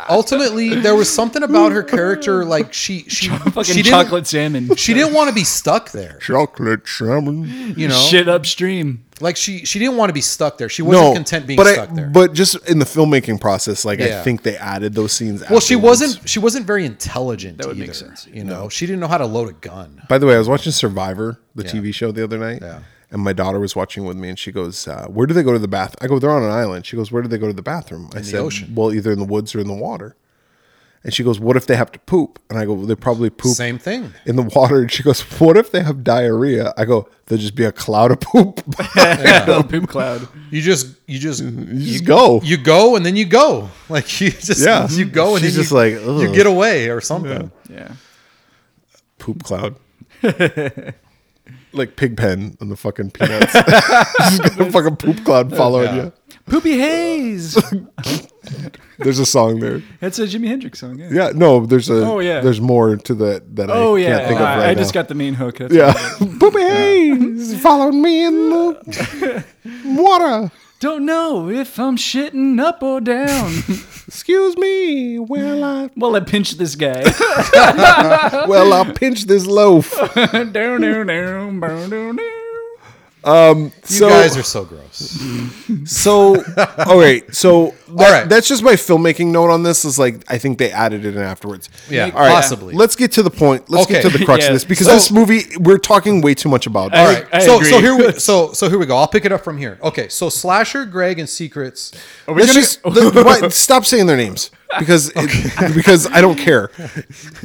[SPEAKER 3] ultimately there was something about her character like she she
[SPEAKER 2] Fucking
[SPEAKER 3] she
[SPEAKER 2] chocolate
[SPEAKER 3] didn't,
[SPEAKER 2] salmon.
[SPEAKER 3] she didn't want to be stuck there
[SPEAKER 1] Chocolate salmon.
[SPEAKER 3] you know
[SPEAKER 2] Shit upstream.
[SPEAKER 3] like she she didn't want to be stuck there she wasn't
[SPEAKER 1] No,
[SPEAKER 3] content being
[SPEAKER 1] but I-
[SPEAKER 3] stuck there
[SPEAKER 1] but just in the filmmaking process, like I
[SPEAKER 3] Yeah.
[SPEAKER 1] think they added those scenes.
[SPEAKER 3] well she wasn't she wasn't very intelligent that
[SPEAKER 2] would
[SPEAKER 3] either,
[SPEAKER 2] make sense.
[SPEAKER 3] you know she didn't know how to load a gun
[SPEAKER 1] By the way, I was watching Survivor, the TV show, the other night, and my daughter was watching with me, and she goes, uh, "Where do they go to the bath?" I go, "They're on an island." She goes, "Where do they go to the bathroom?" I said,
[SPEAKER 3] ocean.
[SPEAKER 1] "Well, either in the woods or in the water." And she goes, "What if they have to poop?" And I go, well, "They probably poop
[SPEAKER 3] same thing
[SPEAKER 1] in the water." And she goes, "What if they have diarrhea?" I go, "There'll just be a cloud of poop."
[SPEAKER 2] Little poop cloud.
[SPEAKER 3] you just you just
[SPEAKER 1] you just go.
[SPEAKER 3] you go and then you go like you just
[SPEAKER 1] Yeah.
[SPEAKER 3] you go and
[SPEAKER 1] She's
[SPEAKER 3] then
[SPEAKER 1] just
[SPEAKER 3] you,
[SPEAKER 1] like,
[SPEAKER 3] you
[SPEAKER 1] "Ugh."
[SPEAKER 3] get away or something
[SPEAKER 2] Yeah.
[SPEAKER 1] poop cloud. like pig pen on the fucking peanuts. just got a fucking poop cloud following
[SPEAKER 3] Yeah.
[SPEAKER 1] you.
[SPEAKER 2] Poopy haze.
[SPEAKER 1] There's a song there.
[SPEAKER 2] That's a Jimi Hendrix song. Yeah.
[SPEAKER 1] Yeah, no, there's a
[SPEAKER 2] Oh, yeah.
[SPEAKER 1] there's more to that that
[SPEAKER 2] Oh
[SPEAKER 1] I
[SPEAKER 2] yeah.
[SPEAKER 1] can't think
[SPEAKER 2] Uh,
[SPEAKER 1] of right
[SPEAKER 2] I
[SPEAKER 1] now.
[SPEAKER 2] just got the main hook. That's all.
[SPEAKER 1] yeah. Poopy Hayes followed me in the water.
[SPEAKER 2] Don't know if I'm shitting up or down.
[SPEAKER 1] Excuse me. Well I
[SPEAKER 2] well, I pinched this guy.
[SPEAKER 1] well I pinched this loaf.
[SPEAKER 2] Down, down, down, down, down, down.
[SPEAKER 3] you
[SPEAKER 1] so
[SPEAKER 3] guys are so gross
[SPEAKER 1] so all right. So all right.
[SPEAKER 3] right.
[SPEAKER 1] that's just my filmmaking note on this is like I think they added it in afterwards.
[SPEAKER 3] yeah
[SPEAKER 2] Make-
[SPEAKER 3] possibly
[SPEAKER 1] Let's get to the point. Let's get
[SPEAKER 3] Okay.
[SPEAKER 1] to the crux
[SPEAKER 2] Yeah.
[SPEAKER 1] of this because
[SPEAKER 3] So-
[SPEAKER 1] this movie we're talking way too much about. it.
[SPEAKER 3] All right.
[SPEAKER 2] I
[SPEAKER 3] so so
[SPEAKER 2] agree.
[SPEAKER 3] here we so so here we go. I'll pick it up from here. Okay. So Slasher, Greg, and Secrets.
[SPEAKER 2] Are we
[SPEAKER 1] Let's
[SPEAKER 2] gonna?
[SPEAKER 1] just let- why- stop saying their names because it, because I don't care.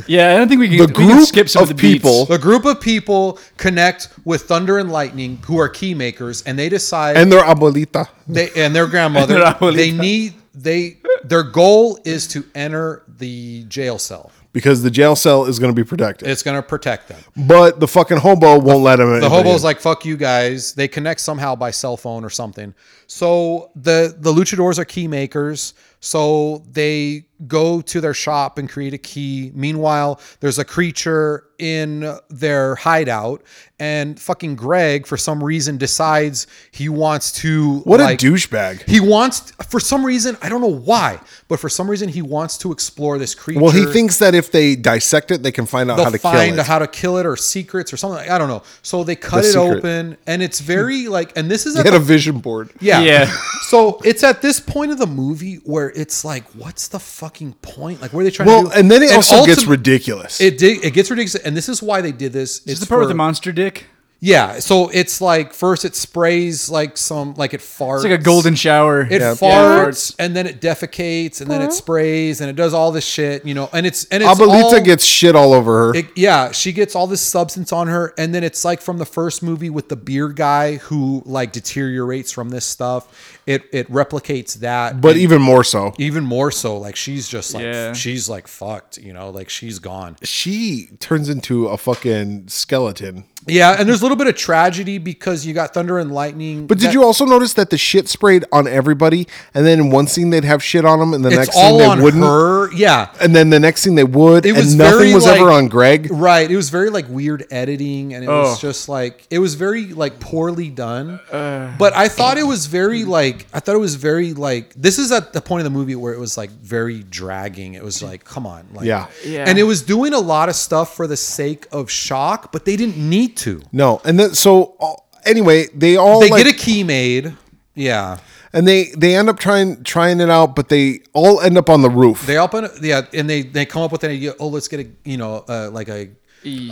[SPEAKER 2] yeah, I don't think we can.
[SPEAKER 1] The
[SPEAKER 2] we can
[SPEAKER 1] group
[SPEAKER 2] skip some of,
[SPEAKER 1] of
[SPEAKER 2] the beats.
[SPEAKER 1] people-
[SPEAKER 3] A group of people connect with Thunder and Lightning, who are key makers, and they decide
[SPEAKER 1] And their abuelita.
[SPEAKER 3] they and their grandmother
[SPEAKER 2] And their abuelita.
[SPEAKER 3] they need they their goal is to enter the jail cell.
[SPEAKER 1] because the jail cell is going to be protected.
[SPEAKER 3] It's going to protect them.
[SPEAKER 1] but the fucking hobo won't let him.
[SPEAKER 3] The hobo's like, fuck you guys. They connect somehow by cell phone or something. So the the luchadors are key makers. So they go to their shop and create a key. Meanwhile, there's a creature in their hideout, and fucking Greg, for some reason, decides he wants to
[SPEAKER 1] what
[SPEAKER 3] like-
[SPEAKER 1] a douchebag.
[SPEAKER 3] He wants, for some reason, I don't know why, but for some reason, he wants to explore this creature
[SPEAKER 1] Well, he thinks that if they dissect it, they can find out
[SPEAKER 3] they'll
[SPEAKER 1] how to
[SPEAKER 3] find
[SPEAKER 1] kill it.
[SPEAKER 3] how to kill it or secrets or something. I don't know. So they cut
[SPEAKER 1] The
[SPEAKER 3] it
[SPEAKER 1] secret.
[SPEAKER 3] open, and it's very like, and this is
[SPEAKER 1] He
[SPEAKER 3] at
[SPEAKER 1] had a
[SPEAKER 3] the-
[SPEAKER 1] vision board.
[SPEAKER 3] yeah.
[SPEAKER 2] Yeah.
[SPEAKER 3] so it's at this point of the movie where it's like, what's the fucking point? Like, what are they trying
[SPEAKER 1] Well,
[SPEAKER 3] to do?
[SPEAKER 1] and then it also gets
[SPEAKER 3] ultim-
[SPEAKER 1] ridiculous.
[SPEAKER 3] It did. It gets ridiculous, and this is why they did this.
[SPEAKER 2] Is
[SPEAKER 3] It's
[SPEAKER 2] the part with
[SPEAKER 3] for-
[SPEAKER 2] the monster dick?
[SPEAKER 3] Yeah. So it's like first it sprays like some like it farts.
[SPEAKER 2] It's like a golden shower.
[SPEAKER 3] It
[SPEAKER 2] Yeah.
[SPEAKER 3] farts and then it defecates and then it sprays and it does all this shit, you know. And it's and it's
[SPEAKER 1] Abuelita
[SPEAKER 3] all,
[SPEAKER 1] gets shit all over her.
[SPEAKER 3] It, yeah, she gets all this substance on her, and then it's like from the first movie with the beer guy who like deteriorates from this stuff. It it replicates that,
[SPEAKER 1] but even more so,
[SPEAKER 3] even more so, like she's just like
[SPEAKER 2] Yeah.
[SPEAKER 3] she's like fucked, you know, like she's gone.
[SPEAKER 1] she turns into a fucking skeleton.
[SPEAKER 3] Yeah, and there's a little bit of tragedy because you got thunder and lightning.
[SPEAKER 1] But did you also notice that the shit sprayed on everybody, and then in one scene they'd have shit on them, and the
[SPEAKER 3] It's
[SPEAKER 1] next
[SPEAKER 3] all
[SPEAKER 1] scene
[SPEAKER 3] on
[SPEAKER 1] they wouldn't,
[SPEAKER 3] her. Yeah,
[SPEAKER 1] and then the next scene they would,
[SPEAKER 3] it was
[SPEAKER 1] and nothing
[SPEAKER 3] very,
[SPEAKER 1] was ever
[SPEAKER 3] like-
[SPEAKER 1] on Greg.
[SPEAKER 3] Right. It was very like weird editing and it
[SPEAKER 2] Oh.
[SPEAKER 3] was just like it was very like poorly done.
[SPEAKER 2] Uh.
[SPEAKER 3] but I thought it was very like I thought it was very like this is at the point of the movie where it was like very dragging. It was like come on. Like
[SPEAKER 1] Yeah.
[SPEAKER 2] Yeah.
[SPEAKER 3] And it was doing a lot of stuff for the sake of shock, but they didn't need to.
[SPEAKER 1] No, and then so uh, anyway, they all
[SPEAKER 3] They
[SPEAKER 1] like,
[SPEAKER 3] get a key made. Yeah.
[SPEAKER 1] and they they end up trying trying it out, but they all end up on the roof.
[SPEAKER 3] They open yeah, and they they come up with an idea, oh let's get a you know, uh, like a uh,
[SPEAKER 2] E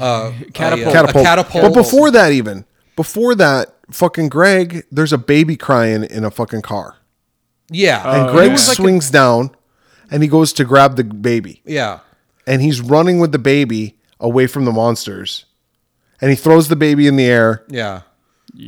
[SPEAKER 2] Catapult.
[SPEAKER 3] a, uh,
[SPEAKER 1] catapult.
[SPEAKER 3] A catapult.
[SPEAKER 1] But before that, even before that, fucking Greg, there's a baby crying in a fucking car,
[SPEAKER 3] yeah,
[SPEAKER 1] and Greg swings down, and he goes to grab the baby,
[SPEAKER 3] yeah,
[SPEAKER 1] and he's running with the baby away from the monsters, and he throws the baby in the air
[SPEAKER 3] yeah.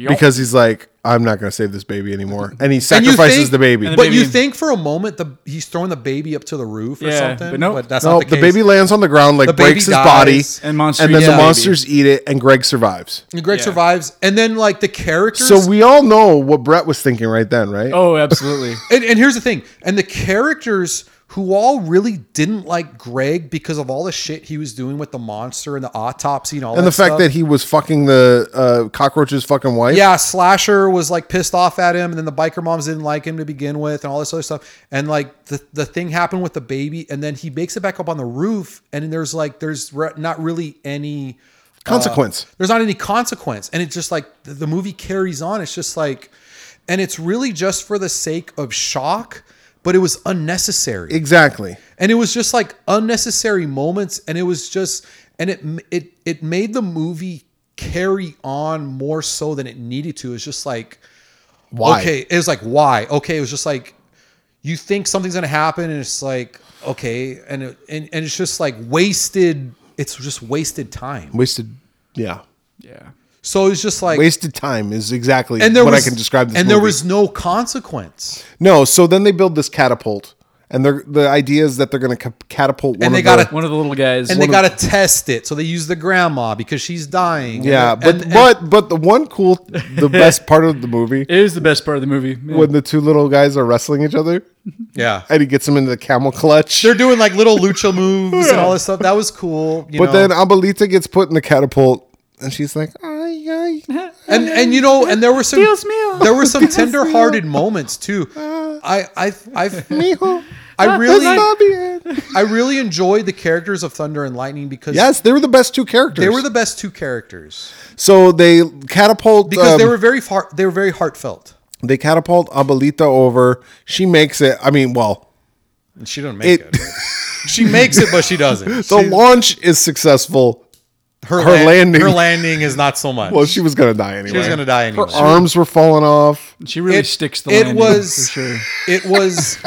[SPEAKER 1] because he's like, "I'm not gonna save this baby anymore," and he sacrifices
[SPEAKER 3] think-
[SPEAKER 1] the baby.
[SPEAKER 2] the
[SPEAKER 3] But
[SPEAKER 2] baby-
[SPEAKER 3] you think for a moment the he's throwing the baby up to the roof or
[SPEAKER 2] Yeah,
[SPEAKER 3] something,
[SPEAKER 2] but nope.
[SPEAKER 3] that's
[SPEAKER 1] No,
[SPEAKER 3] not
[SPEAKER 1] the,
[SPEAKER 3] the, case.
[SPEAKER 1] baby lands on the ground, like
[SPEAKER 3] The baby
[SPEAKER 1] breaks his
[SPEAKER 3] dies.
[SPEAKER 1] body,
[SPEAKER 2] And monster
[SPEAKER 1] and then
[SPEAKER 2] eats
[SPEAKER 1] the
[SPEAKER 2] the baby.
[SPEAKER 1] monsters eat it, and Greg survives.
[SPEAKER 3] And Greg
[SPEAKER 2] Yeah.
[SPEAKER 3] survives, and then like the characters.
[SPEAKER 1] So we all know what Brett was thinking right then, right?
[SPEAKER 2] Oh, absolutely.
[SPEAKER 3] and, and here's the thing, and the characters who all really didn't like Greg because of all the shit he was doing with the monster and the autopsy and all.
[SPEAKER 1] and the fact
[SPEAKER 3] stuff.
[SPEAKER 1] that he was fucking the uh, cockroach's fucking wife.
[SPEAKER 3] yeah, Slasher was like pissed off at him, and then the biker moms didn't like him to begin with, and all this other stuff. And like the, the thing happened with the baby, and then he makes it back up on the roof, and then there's like there's re- not really any
[SPEAKER 1] Consequence.
[SPEAKER 3] there's not any consequence and it's just like the, the movie carries on it's just like and it's really just for the sake of shock but it was unnecessary
[SPEAKER 1] exactly.
[SPEAKER 3] and it was just like unnecessary moments and it was just and it it it made the movie carry on more so than it needed to it's just like
[SPEAKER 1] Why?
[SPEAKER 3] okay it was like why okay it was just like you think something's gonna happen and it's like okay and it, and, and it's just like wasted it's just wasted time
[SPEAKER 1] Wasted. Yeah.
[SPEAKER 2] yeah.
[SPEAKER 3] so it's just like
[SPEAKER 1] Wasted time is exactly
[SPEAKER 3] and there
[SPEAKER 1] what
[SPEAKER 3] was,
[SPEAKER 1] I can describe this.
[SPEAKER 3] And there
[SPEAKER 1] movie.
[SPEAKER 3] was no consequence.
[SPEAKER 1] no. So then they build this catapult, and they're the idea is that they're going to ca- catapult one
[SPEAKER 3] And they
[SPEAKER 1] of the-
[SPEAKER 3] gotta-
[SPEAKER 2] One of the little guys.
[SPEAKER 3] And they got to test it, so they use the grandma because she's dying.
[SPEAKER 1] yeah,
[SPEAKER 3] And-
[SPEAKER 1] but
[SPEAKER 3] and-
[SPEAKER 1] but but the one cool, the best part of the movie
[SPEAKER 2] it is the best part of the movie. Yeah.
[SPEAKER 1] when the two little guys are wrestling each other,
[SPEAKER 3] yeah,
[SPEAKER 1] and he gets them into the camel clutch.
[SPEAKER 3] they're doing like little lucha moves and all this stuff. That was cool. You
[SPEAKER 1] but
[SPEAKER 3] know?
[SPEAKER 1] then Abuelita gets put in the catapult, and she's like, "Ay, ay."
[SPEAKER 3] and and you know, and there were some
[SPEAKER 2] Dios mío.
[SPEAKER 3] there were some tender-hearted moments too.
[SPEAKER 1] Uh,
[SPEAKER 3] I I I
[SPEAKER 1] mijo,
[SPEAKER 3] I really
[SPEAKER 1] está bien."
[SPEAKER 3] I really enjoyed the characters of Thunder and Lightning because
[SPEAKER 1] Yes, they were the best two characters.
[SPEAKER 3] they were the best two characters
[SPEAKER 1] so they catapult
[SPEAKER 3] because they
[SPEAKER 1] um,
[SPEAKER 3] were very far they were very heartfelt.
[SPEAKER 1] they catapult Abuelita over. She makes it. I mean, well,
[SPEAKER 3] And she doesn't make
[SPEAKER 1] It-
[SPEAKER 3] it. She makes it, but she doesn't.
[SPEAKER 1] the launch is successful.
[SPEAKER 3] her,
[SPEAKER 1] Her
[SPEAKER 3] lan-
[SPEAKER 1] landing.
[SPEAKER 3] Her landing is not so much.
[SPEAKER 1] Well, she was gonna die anyway.
[SPEAKER 3] she was gonna die anyway.
[SPEAKER 1] Her arms were falling off.
[SPEAKER 2] she really
[SPEAKER 3] it-
[SPEAKER 2] sticks the
[SPEAKER 3] it
[SPEAKER 2] landing,
[SPEAKER 3] was-
[SPEAKER 2] for sure.
[SPEAKER 3] it was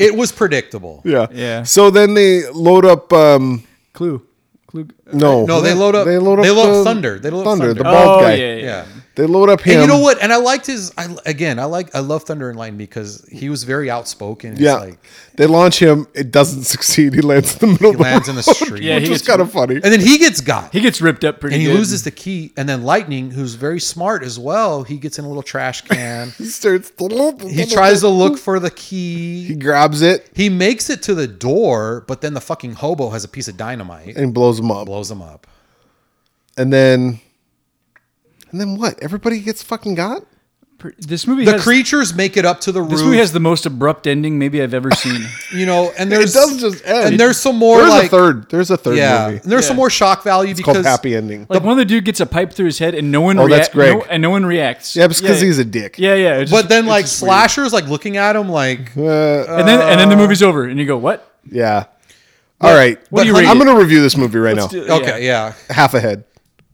[SPEAKER 3] it was predictable.
[SPEAKER 1] Yeah.
[SPEAKER 2] Yeah.
[SPEAKER 1] So then they load up. um
[SPEAKER 2] Clue. Clue.
[SPEAKER 1] No,
[SPEAKER 3] No, they load up- they load up Thunder. They load up
[SPEAKER 1] Thunder.
[SPEAKER 3] Thunder.
[SPEAKER 1] The bald
[SPEAKER 2] oh,
[SPEAKER 1] guy.
[SPEAKER 2] Yeah, yeah.
[SPEAKER 3] Yeah.
[SPEAKER 1] They load up him.
[SPEAKER 3] And you know what? And I liked his. I again, I like I love Thunder and Lightning because he was very outspoken.
[SPEAKER 1] Yeah,
[SPEAKER 3] It's like
[SPEAKER 1] they launch him. It doesn't succeed. He lands in the middle.
[SPEAKER 3] he lands in the street,
[SPEAKER 2] Yeah,
[SPEAKER 1] which
[SPEAKER 2] he
[SPEAKER 1] is
[SPEAKER 2] gets-
[SPEAKER 1] kind of funny.
[SPEAKER 3] and then he gets got.
[SPEAKER 2] He gets ripped up pretty
[SPEAKER 3] and he
[SPEAKER 2] good.
[SPEAKER 3] loses the key, and then Lightning, who's very smart as well, he gets in a little trash can.
[SPEAKER 1] He starts.
[SPEAKER 3] he tries to look for the key.
[SPEAKER 1] He grabs it
[SPEAKER 3] He makes it to the door, but then the fucking hobo has a piece of dynamite and
[SPEAKER 1] and blows him up.
[SPEAKER 3] blows him up.
[SPEAKER 1] And then, and then what? Everybody gets fucking got.
[SPEAKER 2] This movie
[SPEAKER 3] The
[SPEAKER 2] has
[SPEAKER 3] creatures make it up to the roof.
[SPEAKER 2] this movie has the most abrupt ending maybe I've ever seen.
[SPEAKER 3] you know, and there's
[SPEAKER 1] it does just end.
[SPEAKER 3] and there's some more
[SPEAKER 1] There's
[SPEAKER 3] like
[SPEAKER 1] a third. There's a third
[SPEAKER 3] yeah,
[SPEAKER 1] movie
[SPEAKER 3] and there's some more shock value
[SPEAKER 1] called
[SPEAKER 3] because
[SPEAKER 1] Happy Ending.
[SPEAKER 2] Like one of the dude gets a pipe through his head and no one
[SPEAKER 1] Oh, that's
[SPEAKER 2] react- no-
[SPEAKER 1] Greg.
[SPEAKER 2] and no one reacts.
[SPEAKER 1] yeah, because he's a dick.
[SPEAKER 2] yeah, yeah. it's
[SPEAKER 3] But
[SPEAKER 2] just-
[SPEAKER 3] then
[SPEAKER 2] it's
[SPEAKER 3] like
[SPEAKER 2] just weird.
[SPEAKER 3] slashers like looking at him like
[SPEAKER 1] Uh,
[SPEAKER 2] and then and
[SPEAKER 3] Oh.
[SPEAKER 2] then the movie's over and you go what?
[SPEAKER 1] yeah. All right.
[SPEAKER 2] what do you rate
[SPEAKER 1] I'm
[SPEAKER 2] it?
[SPEAKER 1] going to review this movie right now.
[SPEAKER 2] do-
[SPEAKER 3] okay, yeah.
[SPEAKER 1] Half a head.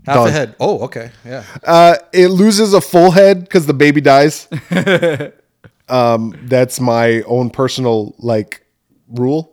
[SPEAKER 3] Half
[SPEAKER 1] Done.
[SPEAKER 3] a head. Oh, okay. Yeah.
[SPEAKER 1] Uh, it loses a full head because the baby dies. um, that's my own personal like rule.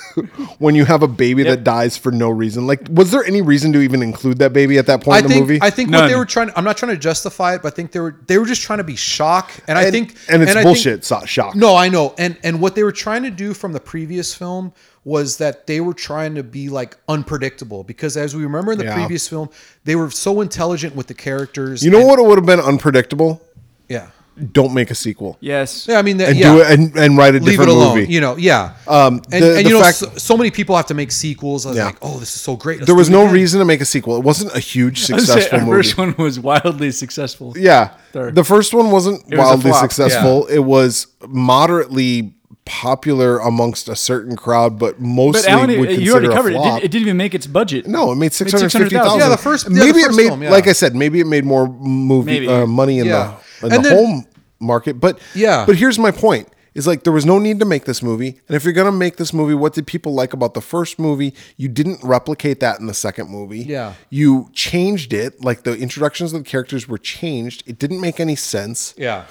[SPEAKER 1] when you have a baby that dies for no reason, like was there any reason to even include that baby at that point
[SPEAKER 3] I
[SPEAKER 1] in the
[SPEAKER 3] think
[SPEAKER 1] movie?
[SPEAKER 3] I think what
[SPEAKER 2] None.
[SPEAKER 3] they were trying I'm not trying to justify it, but I think they were they were just trying to be shock. And, I
[SPEAKER 1] and,
[SPEAKER 3] think
[SPEAKER 1] and it's
[SPEAKER 3] I think-
[SPEAKER 1] bullshit. so- shock.
[SPEAKER 3] No, I know. And and what they were trying to do from the previous film was that they were trying to be like unpredictable because as we remember in the
[SPEAKER 1] Yeah.
[SPEAKER 3] previous film, they were so intelligent with the characters.
[SPEAKER 1] you know
[SPEAKER 3] and-
[SPEAKER 1] what? It would have been unpredictable.
[SPEAKER 3] Yeah.
[SPEAKER 1] Don't make a sequel
[SPEAKER 2] Yes.
[SPEAKER 3] Yeah, I mean, that
[SPEAKER 1] and
[SPEAKER 3] yeah.
[SPEAKER 1] do it and, and write a
[SPEAKER 3] Leave it
[SPEAKER 1] different
[SPEAKER 3] alone.
[SPEAKER 1] movie.
[SPEAKER 3] You know, yeah.
[SPEAKER 1] Um,
[SPEAKER 3] and,
[SPEAKER 1] the-
[SPEAKER 3] and
[SPEAKER 1] the
[SPEAKER 3] you know,
[SPEAKER 1] fact-
[SPEAKER 3] so, so many people have to make sequels. I was
[SPEAKER 1] Yeah.
[SPEAKER 3] like, oh, this is so great. Let's
[SPEAKER 1] there was
[SPEAKER 3] do it
[SPEAKER 1] no
[SPEAKER 3] again.
[SPEAKER 1] reason to make a sequel. It wasn't a huge
[SPEAKER 2] I'd say
[SPEAKER 1] successful
[SPEAKER 2] our
[SPEAKER 1] movie.
[SPEAKER 2] first one was wildly successful.
[SPEAKER 1] Yeah.
[SPEAKER 2] Third.
[SPEAKER 1] The first one wasn't
[SPEAKER 2] was a
[SPEAKER 1] wildly
[SPEAKER 2] flop,
[SPEAKER 1] successful. It was moderately popular amongst a certain crowd, but mostly
[SPEAKER 2] But Alan,
[SPEAKER 1] would
[SPEAKER 2] you
[SPEAKER 1] consider
[SPEAKER 2] already covered
[SPEAKER 1] a
[SPEAKER 2] it. It,
[SPEAKER 1] flop.
[SPEAKER 2] did, it didn't even make its budget.
[SPEAKER 1] no, it made six hundred
[SPEAKER 2] 600,000.
[SPEAKER 1] fifty thousand.
[SPEAKER 3] Yeah, the first- yeah, the
[SPEAKER 1] maybe
[SPEAKER 3] first
[SPEAKER 1] it made,
[SPEAKER 3] film, yeah.
[SPEAKER 1] like I said, maybe it made more movie
[SPEAKER 2] Maybe.
[SPEAKER 1] uh, money in
[SPEAKER 3] Yeah.
[SPEAKER 1] the in
[SPEAKER 3] And
[SPEAKER 1] the
[SPEAKER 3] then-
[SPEAKER 1] home market. But
[SPEAKER 3] Yeah.
[SPEAKER 1] but here's my point: is like there was no need to make this movie, and if you're gonna make this movie, what did people like about the first movie? You didn't replicate that in the second movie.
[SPEAKER 3] Yeah.
[SPEAKER 1] you changed it. Like the introductions of the characters were changed. It didn't make any sense
[SPEAKER 3] Yeah.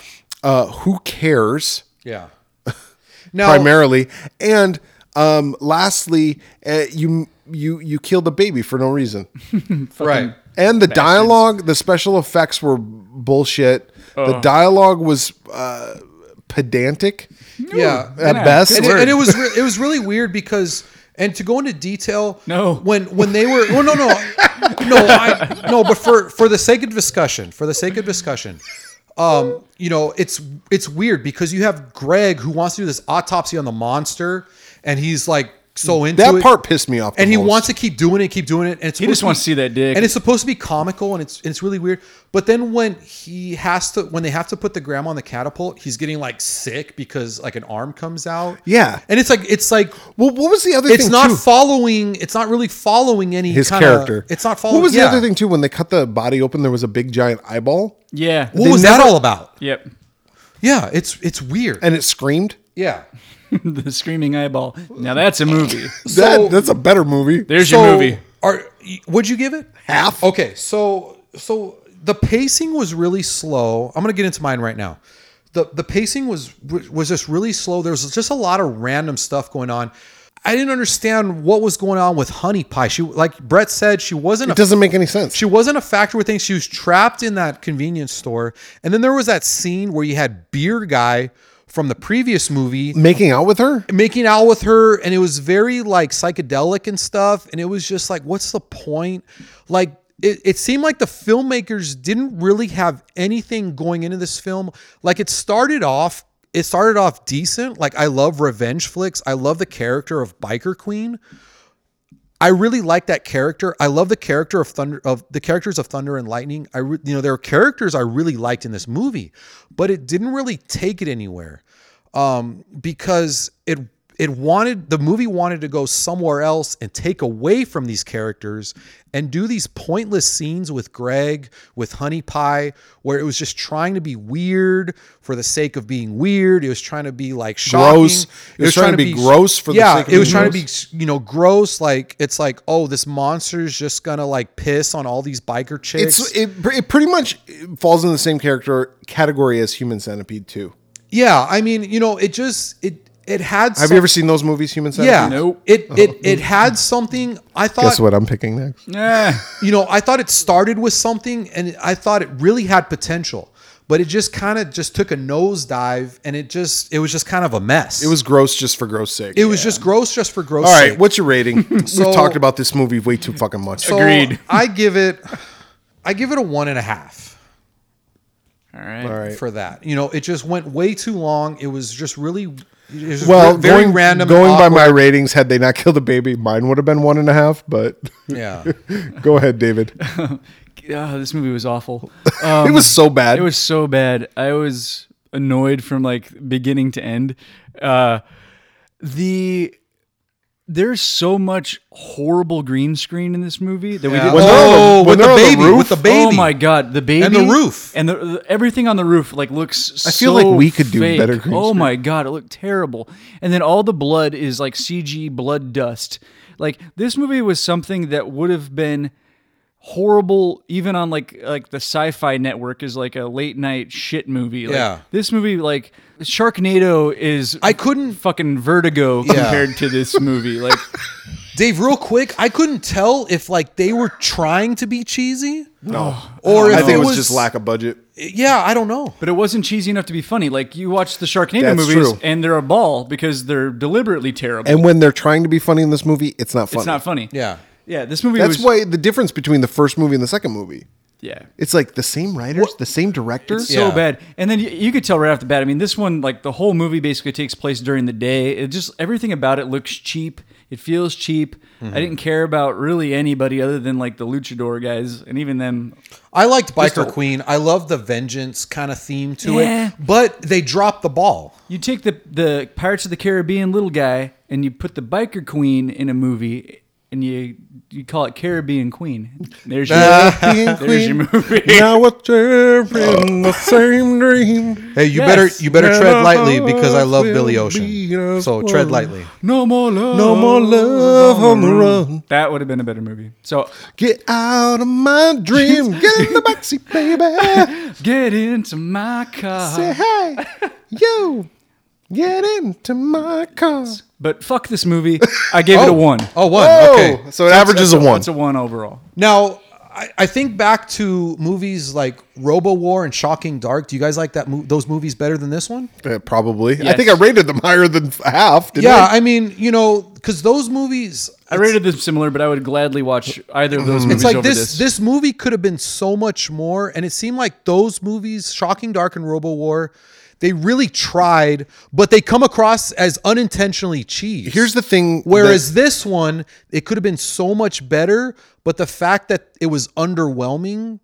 [SPEAKER 1] uh, who cares
[SPEAKER 3] Yeah. Now,
[SPEAKER 1] primarily, and um, lastly, uh, you you you kill the baby for no reason,
[SPEAKER 3] right.
[SPEAKER 1] and the dialogue, the special effects were bullshit. The dialogue was uh, pedantic
[SPEAKER 3] Yeah.
[SPEAKER 1] at
[SPEAKER 2] Yeah,
[SPEAKER 1] best.
[SPEAKER 2] good
[SPEAKER 3] and, it, and it was re- it was really weird because and to go into detail
[SPEAKER 2] No.
[SPEAKER 3] when when they were well no no no I, no but for for the sake of discussion for the sake of discussion um you know it's it's weird because you have Greg who wants to do this autopsy on the monster and he's like so into
[SPEAKER 1] that
[SPEAKER 3] it,
[SPEAKER 1] part pissed me off. the
[SPEAKER 3] and he
[SPEAKER 1] most.
[SPEAKER 3] wants to keep doing it keep doing it and it's
[SPEAKER 2] He just wants to see that dick.
[SPEAKER 3] and it's supposed to be comical and it's and it's really weird but then when he has to when they have to put the grandma on the catapult he's getting like sick because like an arm comes out
[SPEAKER 1] Yeah.
[SPEAKER 3] and it's like it's like
[SPEAKER 1] Well, what was the other
[SPEAKER 3] it's
[SPEAKER 1] thing?
[SPEAKER 3] not
[SPEAKER 1] too?
[SPEAKER 3] following it's not really following any
[SPEAKER 1] his
[SPEAKER 3] kinda-
[SPEAKER 1] character.
[SPEAKER 3] it's not following
[SPEAKER 1] What was
[SPEAKER 3] yeah.
[SPEAKER 1] the other thing too? When they cut the body open, there was a big giant eyeball,
[SPEAKER 2] yeah.
[SPEAKER 3] what
[SPEAKER 1] They
[SPEAKER 3] was that
[SPEAKER 1] never-
[SPEAKER 3] all about
[SPEAKER 2] Yep.
[SPEAKER 3] yeah it's it's weird
[SPEAKER 1] and it screamed.
[SPEAKER 3] yeah
[SPEAKER 2] the screaming eyeball. Now that's a movie.
[SPEAKER 1] that, that's a better movie.
[SPEAKER 2] There's your
[SPEAKER 3] so
[SPEAKER 2] movie.
[SPEAKER 3] are would you give it
[SPEAKER 1] Half.
[SPEAKER 3] Okay, so so the pacing was really slow. I'm gonna get into mine right now. The the pacing was was just really slow. There was just a lot of random stuff going on. I didn't understand what was going on with Honey Pie. She like Brett said, she wasn't
[SPEAKER 1] It
[SPEAKER 3] a
[SPEAKER 1] doesn't make any sense.
[SPEAKER 3] she wasn't a factor with things. She was trapped in that convenience store. And then there was that scene where you had beer guy from the previous movie
[SPEAKER 1] Making out with her?
[SPEAKER 3] making out with her and it was very like psychedelic and stuff and it was just like what's the point like it, it seemed like the filmmakers didn't really have anything going into this film like it started off it started off decent like i love revenge flicks i love the character of biker queen I really like that character. I love the character of Thunder of the characters of Thunder and Lightning. I re, you know there are characters I really liked in this movie, but it didn't really take it anywhere um, because it it wanted the movie wanted to go somewhere else and take away from these characters and do these pointless scenes with Greg with Honey Pie where it was just trying to be weird for the sake of being weird. It was trying to be like shocking.
[SPEAKER 1] Gross. It was trying to be gross for the
[SPEAKER 3] yeah,
[SPEAKER 1] sake of
[SPEAKER 3] it was
[SPEAKER 1] being
[SPEAKER 3] trying
[SPEAKER 1] gross.
[SPEAKER 3] to be it's, you know gross like it's like oh this monster's just gonna like piss on all these biker chicks
[SPEAKER 1] It's it, pr- it pretty much falls in the same character category as Human Centipede 2.
[SPEAKER 3] yeah i mean you know it just it it had.
[SPEAKER 1] Have you ever seen those movies, Human Centipede?
[SPEAKER 3] Yeah.
[SPEAKER 2] Nope.
[SPEAKER 3] It it it had something. I thought.
[SPEAKER 1] Guess what I'm picking next?
[SPEAKER 2] Yeah.
[SPEAKER 3] you know, I thought it started with something and I thought it really had potential, but it just kind of just took a nosedive and it just it was just kind of a mess.
[SPEAKER 1] It was gross just for gross sake.
[SPEAKER 3] it was just gross just for gross.
[SPEAKER 1] All right,
[SPEAKER 3] sake.
[SPEAKER 1] what's your rating?
[SPEAKER 3] So-
[SPEAKER 1] We've talked about this movie way too fucking much.
[SPEAKER 3] So
[SPEAKER 2] Agreed.
[SPEAKER 3] I give it I give it a one and a half
[SPEAKER 2] All right.
[SPEAKER 1] All right.
[SPEAKER 3] for that. You know, it just went way too long. It was just really it was just
[SPEAKER 1] Well,
[SPEAKER 3] ve- very
[SPEAKER 1] going,
[SPEAKER 3] random. and
[SPEAKER 1] Going by my
[SPEAKER 3] awkward.
[SPEAKER 1] ratings, had they not killed the baby, mine would have been one and a half. But
[SPEAKER 3] yeah.
[SPEAKER 1] go ahead, David.
[SPEAKER 2] Ah, this movie was awful.
[SPEAKER 1] it was so bad.
[SPEAKER 2] It was so bad. I was annoyed from like beginning to end. Uh, the there's so much horrible green screen in this movie that we didn't.
[SPEAKER 1] When they're on the-
[SPEAKER 3] oh,
[SPEAKER 1] when
[SPEAKER 3] with the
[SPEAKER 1] they're on the
[SPEAKER 3] baby,
[SPEAKER 1] roof?
[SPEAKER 3] with the baby.
[SPEAKER 2] Oh my god, the baby
[SPEAKER 3] the roof.
[SPEAKER 2] and the, the- everything on the roof like looks. I
[SPEAKER 1] feel like we could do better green
[SPEAKER 2] Oh
[SPEAKER 1] screen.
[SPEAKER 2] my god, it looked terrible. And then all the blood is like CG blood dust. Like this movie was something that would have been horrible even on like like the sci-fi network is like a late night shit movie like,
[SPEAKER 3] Yeah.
[SPEAKER 2] this movie like sharknado is
[SPEAKER 3] I couldn't
[SPEAKER 2] fucking vertigo compared to this movie like
[SPEAKER 3] Dave, real quick, I couldn't tell if like they were trying to be cheesy. No. Or if
[SPEAKER 1] I think
[SPEAKER 3] it
[SPEAKER 1] it was, just lack of budget.
[SPEAKER 3] Yeah, I don't know.
[SPEAKER 2] But it wasn't cheesy enough to be funny. Like you watch the Sharknado
[SPEAKER 1] That's
[SPEAKER 2] movies,
[SPEAKER 1] true.
[SPEAKER 2] and they're a ball because they're deliberately terrible.
[SPEAKER 1] And when they're trying to be funny in this movie, it's not funny.
[SPEAKER 2] it's not funny.
[SPEAKER 3] Yeah.
[SPEAKER 2] yeah. This movie
[SPEAKER 1] That's
[SPEAKER 2] was.
[SPEAKER 1] why the difference between the first movie and the second movie.
[SPEAKER 2] yeah,
[SPEAKER 1] It's like the same writers, the same director.
[SPEAKER 2] so
[SPEAKER 3] Yeah.
[SPEAKER 2] bad. And then you, you could tell right off the bat. I mean, this one, like the whole movie, basically takes place during the day. It just everything about it looks cheap. It feels cheap.
[SPEAKER 1] Mm-hmm.
[SPEAKER 2] I didn't care about really anybody other than like the luchador guys, and even them.
[SPEAKER 3] I liked Biker
[SPEAKER 2] a-
[SPEAKER 3] Queen. I love the vengeance kind of theme to
[SPEAKER 2] Yeah.
[SPEAKER 3] it, but they dropped the ball.
[SPEAKER 2] You take the the Pirates of the Caribbean little guy, and you put the biker queen in a movie, and you you call it Caribbean Queen. There's your There's your movie.
[SPEAKER 1] now we're in the same dream.
[SPEAKER 3] Hey, you
[SPEAKER 2] Yes.
[SPEAKER 3] better you better tread lightly because I love
[SPEAKER 1] Will
[SPEAKER 3] Billy
[SPEAKER 1] be
[SPEAKER 3] Ocean.
[SPEAKER 1] as
[SPEAKER 3] So tread lightly.
[SPEAKER 2] No more love.
[SPEAKER 1] No more love on the run.
[SPEAKER 2] That would have been a better movie. So
[SPEAKER 1] Get out of my dream. Get in the backseat,
[SPEAKER 3] Uh-huh.
[SPEAKER 1] baby.
[SPEAKER 2] get into my car.
[SPEAKER 1] Say hey, you. Get into my car.
[SPEAKER 2] But fuck this movie. I gave it a one.
[SPEAKER 3] Oh, one.
[SPEAKER 1] Oh,
[SPEAKER 3] Okay.
[SPEAKER 1] so it averages a one.
[SPEAKER 2] It's a one overall.
[SPEAKER 3] Now I, I think back to movies like Robo War and Shocking Dark. Do you guys like that? Mo- those movies better than this one?
[SPEAKER 1] Uh, probably. I
[SPEAKER 2] Yes.
[SPEAKER 1] think I rated them higher than half. Didn't
[SPEAKER 3] yeah,
[SPEAKER 1] I?
[SPEAKER 3] I mean, you know, because those movies,
[SPEAKER 2] I rated them similar, but I would gladly watch either of those movies
[SPEAKER 3] it's like
[SPEAKER 2] over
[SPEAKER 3] this,
[SPEAKER 2] this.
[SPEAKER 3] this movie could have been so much more and it seemed like those movies shocking dark and robo war they really tried but they come across as unintentionally cheese
[SPEAKER 1] Here's the thing.
[SPEAKER 3] whereas this one it could have been so much better but the fact that it was underwhelming
[SPEAKER 1] that-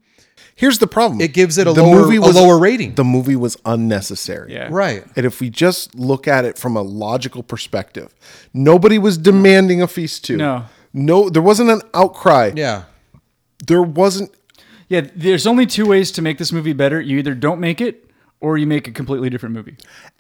[SPEAKER 1] here's the problem.
[SPEAKER 3] it gives it a lower- a lower rating.
[SPEAKER 1] The movie was unnecessary.
[SPEAKER 2] Yeah.
[SPEAKER 3] right
[SPEAKER 1] And if we just look at it from a logical perspective, nobody was demanding a feast two.
[SPEAKER 2] No.
[SPEAKER 1] No, there wasn't an outcry.
[SPEAKER 3] yeah
[SPEAKER 1] There wasn't
[SPEAKER 2] Yeah, there's only two ways to make this movie better. You either don't make it or you make a completely different movie.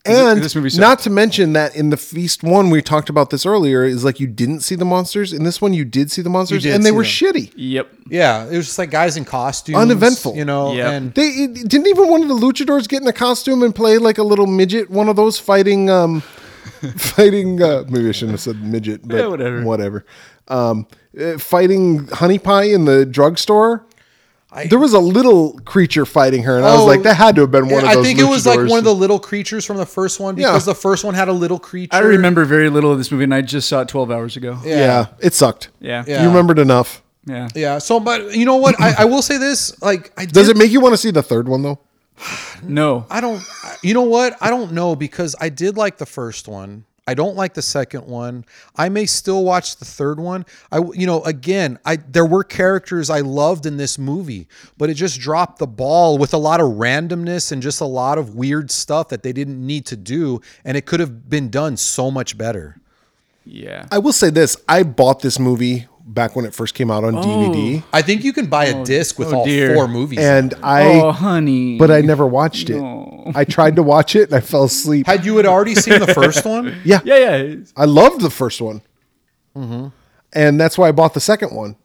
[SPEAKER 2] 'Cause it-
[SPEAKER 1] And
[SPEAKER 2] this movie sucked.
[SPEAKER 1] not to mention that in the feast one we talked about this earlier is like you didn't see the monsters. In this one you did see the monsters
[SPEAKER 3] did
[SPEAKER 1] and they
[SPEAKER 3] see
[SPEAKER 1] were
[SPEAKER 3] them.
[SPEAKER 1] shitty.
[SPEAKER 2] Yep.
[SPEAKER 3] yeah it was just like guys in costumes
[SPEAKER 1] Uneventful.
[SPEAKER 3] you know
[SPEAKER 2] Yep.
[SPEAKER 3] and
[SPEAKER 1] They it- didn't even one of the luchadors get in a costume and play like a little midget, one of those fighting um fighting uh maybe I shouldn't have said midget, but
[SPEAKER 2] Yeah, whatever.
[SPEAKER 1] whatever. Um uh, fighting honey pie in the drugstore. there was a little creature fighting her, and I was
[SPEAKER 3] Oh,
[SPEAKER 1] like, that had to have been one of
[SPEAKER 3] I
[SPEAKER 1] those.
[SPEAKER 3] think it was like
[SPEAKER 1] luchadors.
[SPEAKER 3] one of the little creatures from the first one
[SPEAKER 1] Yeah.
[SPEAKER 3] because the first one had a little creature.
[SPEAKER 2] I remember very little of this movie, and I just saw it 12 hours ago.
[SPEAKER 1] Yeah, it sucked.
[SPEAKER 2] Yeah.
[SPEAKER 3] Yeah.
[SPEAKER 1] You remembered enough.
[SPEAKER 2] Yeah.
[SPEAKER 3] Yeah. So, but you know what? I, I will say this. Like, I
[SPEAKER 1] Does
[SPEAKER 3] did-
[SPEAKER 1] it make you want to see the third one though?
[SPEAKER 2] No.
[SPEAKER 3] I don't. I- You know what? I don't know because I did like the first one. I don't like the second one. I may still watch the third one. I, w- you know, again, I there were characters I loved in this movie, but it just dropped the ball with a lot of randomness and just a lot of weird stuff that they didn't need to do, and it could have been done so much better.
[SPEAKER 2] Yeah.
[SPEAKER 1] I will say this: I bought this movie back when it first came out on DVD,
[SPEAKER 3] I think you can buy a disc with
[SPEAKER 2] oh
[SPEAKER 3] all
[SPEAKER 2] dear.
[SPEAKER 3] four movies.
[SPEAKER 1] and I
[SPEAKER 2] oh, honey.
[SPEAKER 3] uh,
[SPEAKER 1] but I never watched it. I tried to watch it and I fell asleep.
[SPEAKER 3] had you had already seen the first one?
[SPEAKER 1] yeah,
[SPEAKER 2] Yeah, yeah.
[SPEAKER 1] I loved the first one, and that's why I bought the second one.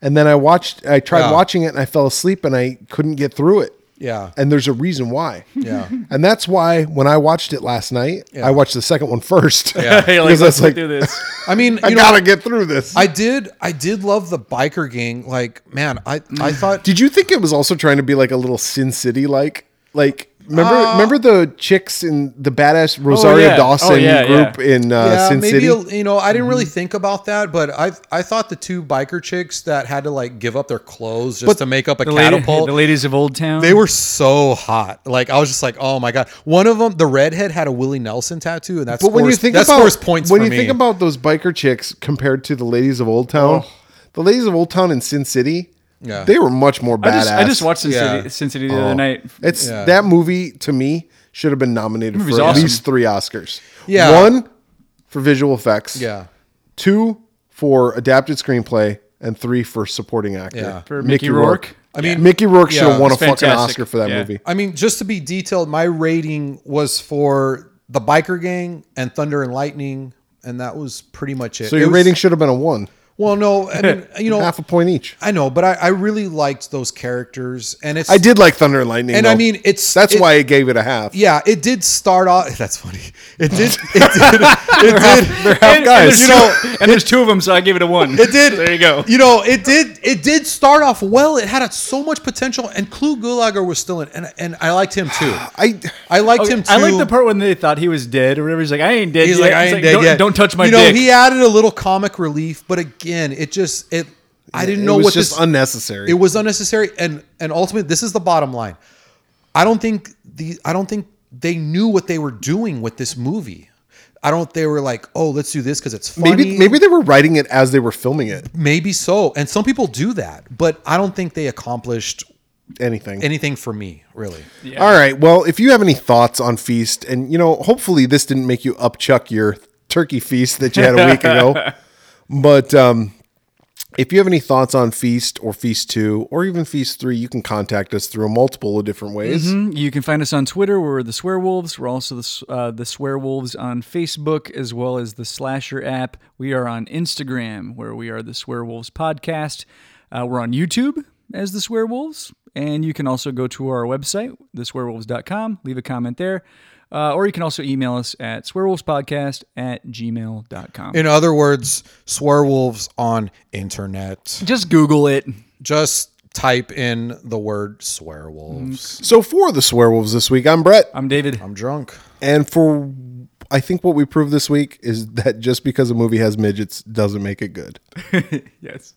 [SPEAKER 1] And then I watched. I tried
[SPEAKER 3] Yeah.
[SPEAKER 1] watching it and I fell asleep and I couldn't get through it.
[SPEAKER 3] Yeah.
[SPEAKER 1] and there's a reason why.
[SPEAKER 3] Yeah.
[SPEAKER 1] And that's why when I watched it last night, I watched the second one first.
[SPEAKER 3] Yeah.
[SPEAKER 2] Hey, like,
[SPEAKER 1] Because
[SPEAKER 2] let's
[SPEAKER 1] that's
[SPEAKER 2] like,
[SPEAKER 1] like,
[SPEAKER 2] do this.
[SPEAKER 3] I mean, you
[SPEAKER 1] I
[SPEAKER 3] know,
[SPEAKER 1] gotta get through this.
[SPEAKER 3] I did I did love the biker gang. Like, man, I
[SPEAKER 2] Mm.
[SPEAKER 3] I thought
[SPEAKER 1] Did you think it was also trying to be like a little Sin City like? Like remember remember the chicks in the badass Rosario
[SPEAKER 2] yeah. Uh, Oh,
[SPEAKER 1] Dawson
[SPEAKER 2] yeah, yeah.
[SPEAKER 1] group in uh,
[SPEAKER 3] yeah,
[SPEAKER 1] Sin
[SPEAKER 3] maybe
[SPEAKER 1] City? Mm-hmm.
[SPEAKER 3] a- you know I didn't really think about that, but I I thought the two biker chicks that had to like give up their clothes just to make up a
[SPEAKER 2] The, lady,
[SPEAKER 3] catapult.
[SPEAKER 2] the ladies of Old Town.
[SPEAKER 3] they were so hot. Like I was just like, oh my god. One of them, the redhead, had a Willie Nelson tattoo, and that's
[SPEAKER 1] but when you think about
[SPEAKER 3] points
[SPEAKER 1] when
[SPEAKER 3] for
[SPEAKER 1] you
[SPEAKER 3] me.
[SPEAKER 1] think about those biker chicks compared to the ladies of Old Town,
[SPEAKER 2] Oh.
[SPEAKER 1] the ladies of Old Town in Sin City,
[SPEAKER 3] Yeah.
[SPEAKER 1] they were much more badass. Oh.
[SPEAKER 2] I just, I just watched Sin,
[SPEAKER 3] Yeah.
[SPEAKER 2] City, Sin City the other night.
[SPEAKER 1] It's
[SPEAKER 3] Yeah.
[SPEAKER 1] that movie to me should have been nominated
[SPEAKER 2] movie's
[SPEAKER 1] for at
[SPEAKER 2] awesome.
[SPEAKER 1] least three Oscars.
[SPEAKER 3] Yeah.
[SPEAKER 1] one for visual effects.
[SPEAKER 3] yeah,
[SPEAKER 1] two for adapted screenplay, and three for supporting actor.
[SPEAKER 3] Yeah.
[SPEAKER 2] For Mickey Rourke.
[SPEAKER 3] I mean,
[SPEAKER 1] Mickey Rourke should
[SPEAKER 3] Yeah.
[SPEAKER 1] have won a
[SPEAKER 2] It's
[SPEAKER 1] fucking
[SPEAKER 2] fantastic.
[SPEAKER 1] Oscar for that
[SPEAKER 2] Yeah.
[SPEAKER 1] movie.
[SPEAKER 3] I mean, just to be detailed, my rating was for the biker gang and Thunder and Lightning, and that was pretty much it.
[SPEAKER 1] So
[SPEAKER 3] It
[SPEAKER 1] your
[SPEAKER 3] was-
[SPEAKER 1] rating should have been a one,
[SPEAKER 3] Well, no, I mean, you know,
[SPEAKER 1] half a point each.
[SPEAKER 3] I know, but I, I really liked those characters, and it's
[SPEAKER 1] I did like Thunder and Lightning,
[SPEAKER 3] and I
[SPEAKER 1] though.
[SPEAKER 3] mean, it's
[SPEAKER 1] that's
[SPEAKER 3] it-
[SPEAKER 1] why I gave it a half.
[SPEAKER 3] Yeah, it did start off. That's funny. It did. It did. It did.
[SPEAKER 2] And, and, there's
[SPEAKER 1] guys.
[SPEAKER 2] two, and there's two of them, so I gave it a one.
[SPEAKER 3] It did.
[SPEAKER 2] There you go.
[SPEAKER 3] You know, it did. It did start off well. It had so much potential, and Clue Gulager was still in, and and I liked him too.
[SPEAKER 1] I
[SPEAKER 3] I liked him too.
[SPEAKER 2] I like the part when they thought he was dead or whatever. He's like, I ain't dead
[SPEAKER 3] He's
[SPEAKER 2] yet.
[SPEAKER 3] like, I
[SPEAKER 2] It's
[SPEAKER 3] ain't dead
[SPEAKER 2] don't,
[SPEAKER 3] yet.
[SPEAKER 2] Don't touch my
[SPEAKER 3] You know,
[SPEAKER 2] dick.
[SPEAKER 3] he added a little comic relief, but again, it just it. I didn't know
[SPEAKER 1] it was
[SPEAKER 3] what
[SPEAKER 1] just
[SPEAKER 3] this.
[SPEAKER 1] unnecessary.
[SPEAKER 3] it was unnecessary, and and ultimately, this is the bottom line. I don't think the. I don't think they knew what they were doing with this movie. I don't. They were like, oh, let's do this because it's funny.
[SPEAKER 1] maybe maybe they were writing it as they were filming it.
[SPEAKER 3] Maybe so. And some people do that, but I don't think they accomplished
[SPEAKER 1] Anything.
[SPEAKER 3] anything for me, really.
[SPEAKER 1] All right. Well, if you have any thoughts on feast, and you know, hopefully this didn't make you upchuck your turkey feast that you had a week ago, but um, if you have any thoughts on feast or feast two or even feast three, you can contact us through multiple of different ways.
[SPEAKER 2] You can find us on Twitter. We're the Swearwolves. We're also the S- uh, the Swearwolves on Facebook, as well as the Slasher app. We are on Instagram, where we are the Swearwolves podcast. Uh, we're on YouTube as the Swearwolves, and you can also go to our website, theswearwolves.com. Leave a comment there, uh, or you can also email us at swearwolvespodcast at gmail.com.
[SPEAKER 3] In other words, swearwolves on internet.
[SPEAKER 2] Just Google it.
[SPEAKER 3] Just type in the word swearwolves.
[SPEAKER 1] So for the swearwolves this week, I'm Brett,
[SPEAKER 2] I'm David.
[SPEAKER 3] I'm drunk.
[SPEAKER 1] and for I think what we proved this week is that just because a movie has midgets doesn't make it good.
[SPEAKER 2] yes.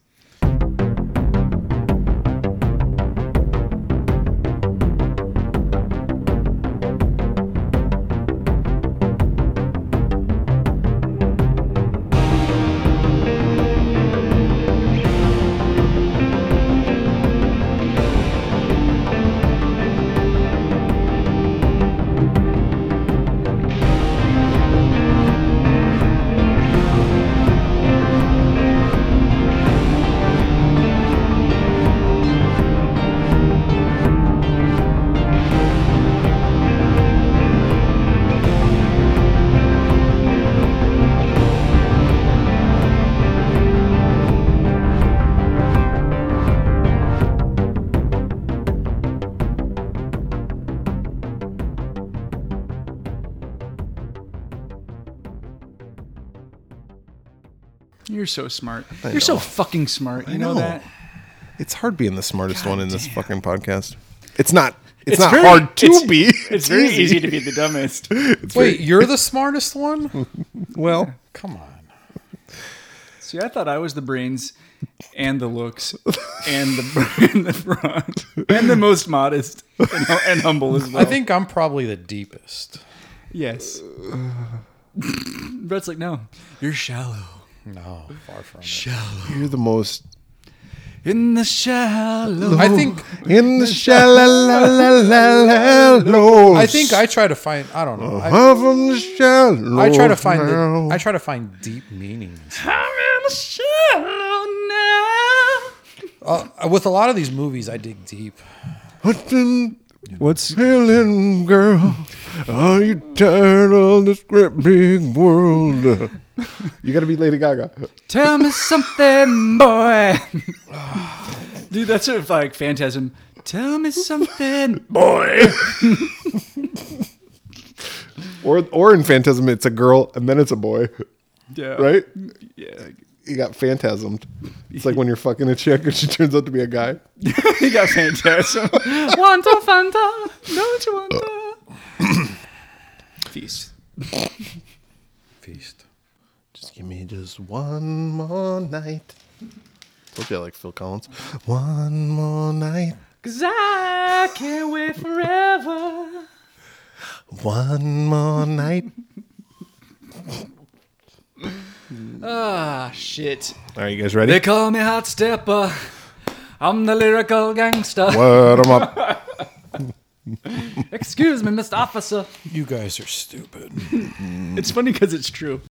[SPEAKER 2] You're so smart. You're so fucking smart. You know,
[SPEAKER 1] know.
[SPEAKER 2] that?
[SPEAKER 1] It's hard being the smartest one in this fucking podcast. It's not. It's,
[SPEAKER 2] It's
[SPEAKER 1] not
[SPEAKER 2] very-
[SPEAKER 1] hard to
[SPEAKER 2] it's-
[SPEAKER 1] be.
[SPEAKER 2] It's very easy to be the dumbest.
[SPEAKER 3] Wait, you're the smartest one?
[SPEAKER 1] Well,
[SPEAKER 3] Come on.
[SPEAKER 2] See, I thought I was the brains and the looks and the, and the front and the most modest and, hu- and humble as well.
[SPEAKER 3] I think I'm probably the deepest.
[SPEAKER 2] yes. Brett's like, no, you're shallow.
[SPEAKER 3] No, far from it.
[SPEAKER 1] you're the most
[SPEAKER 2] In the shallow.
[SPEAKER 3] I think
[SPEAKER 1] In the shallow.
[SPEAKER 3] I think I try to find I don't know. I,
[SPEAKER 1] from the shallow.
[SPEAKER 3] I try to find the, I try to find deep meanings.
[SPEAKER 2] I'm in the shallow now.
[SPEAKER 3] Uh, with a lot of these movies I dig deep.
[SPEAKER 1] Hudson
[SPEAKER 2] What's
[SPEAKER 1] Helen girl. Are you tired of this great big world? You gotta be Lady Gaga.
[SPEAKER 2] Tell me something, boy. Dude, that's sort of like phantasm. Tell me something.
[SPEAKER 1] boy. or or in Phantasm, it's a girl and then it's a boy,
[SPEAKER 4] Yeah.
[SPEAKER 1] right?
[SPEAKER 4] Yeah.
[SPEAKER 1] You got phantasmed. It's like when you're fucking a chick and she turns out to be a guy.
[SPEAKER 4] He got phantasm.
[SPEAKER 2] want a Fanta? Don't you want a
[SPEAKER 4] Feast.
[SPEAKER 3] Feast.
[SPEAKER 1] Just give me just one more night. Told you I like Phil Collins. One more night.
[SPEAKER 2] Cause I can't wait forever.
[SPEAKER 1] One more night.
[SPEAKER 2] Ah, shit.
[SPEAKER 1] Are you guys
[SPEAKER 2] They
[SPEAKER 1] ready?
[SPEAKER 2] call me Hot Stepper. I'm the lyrical gangster.
[SPEAKER 1] Word 'em up.
[SPEAKER 2] Excuse me, Mr. Officer.
[SPEAKER 3] You guys are stupid.
[SPEAKER 2] It's funny because it's true.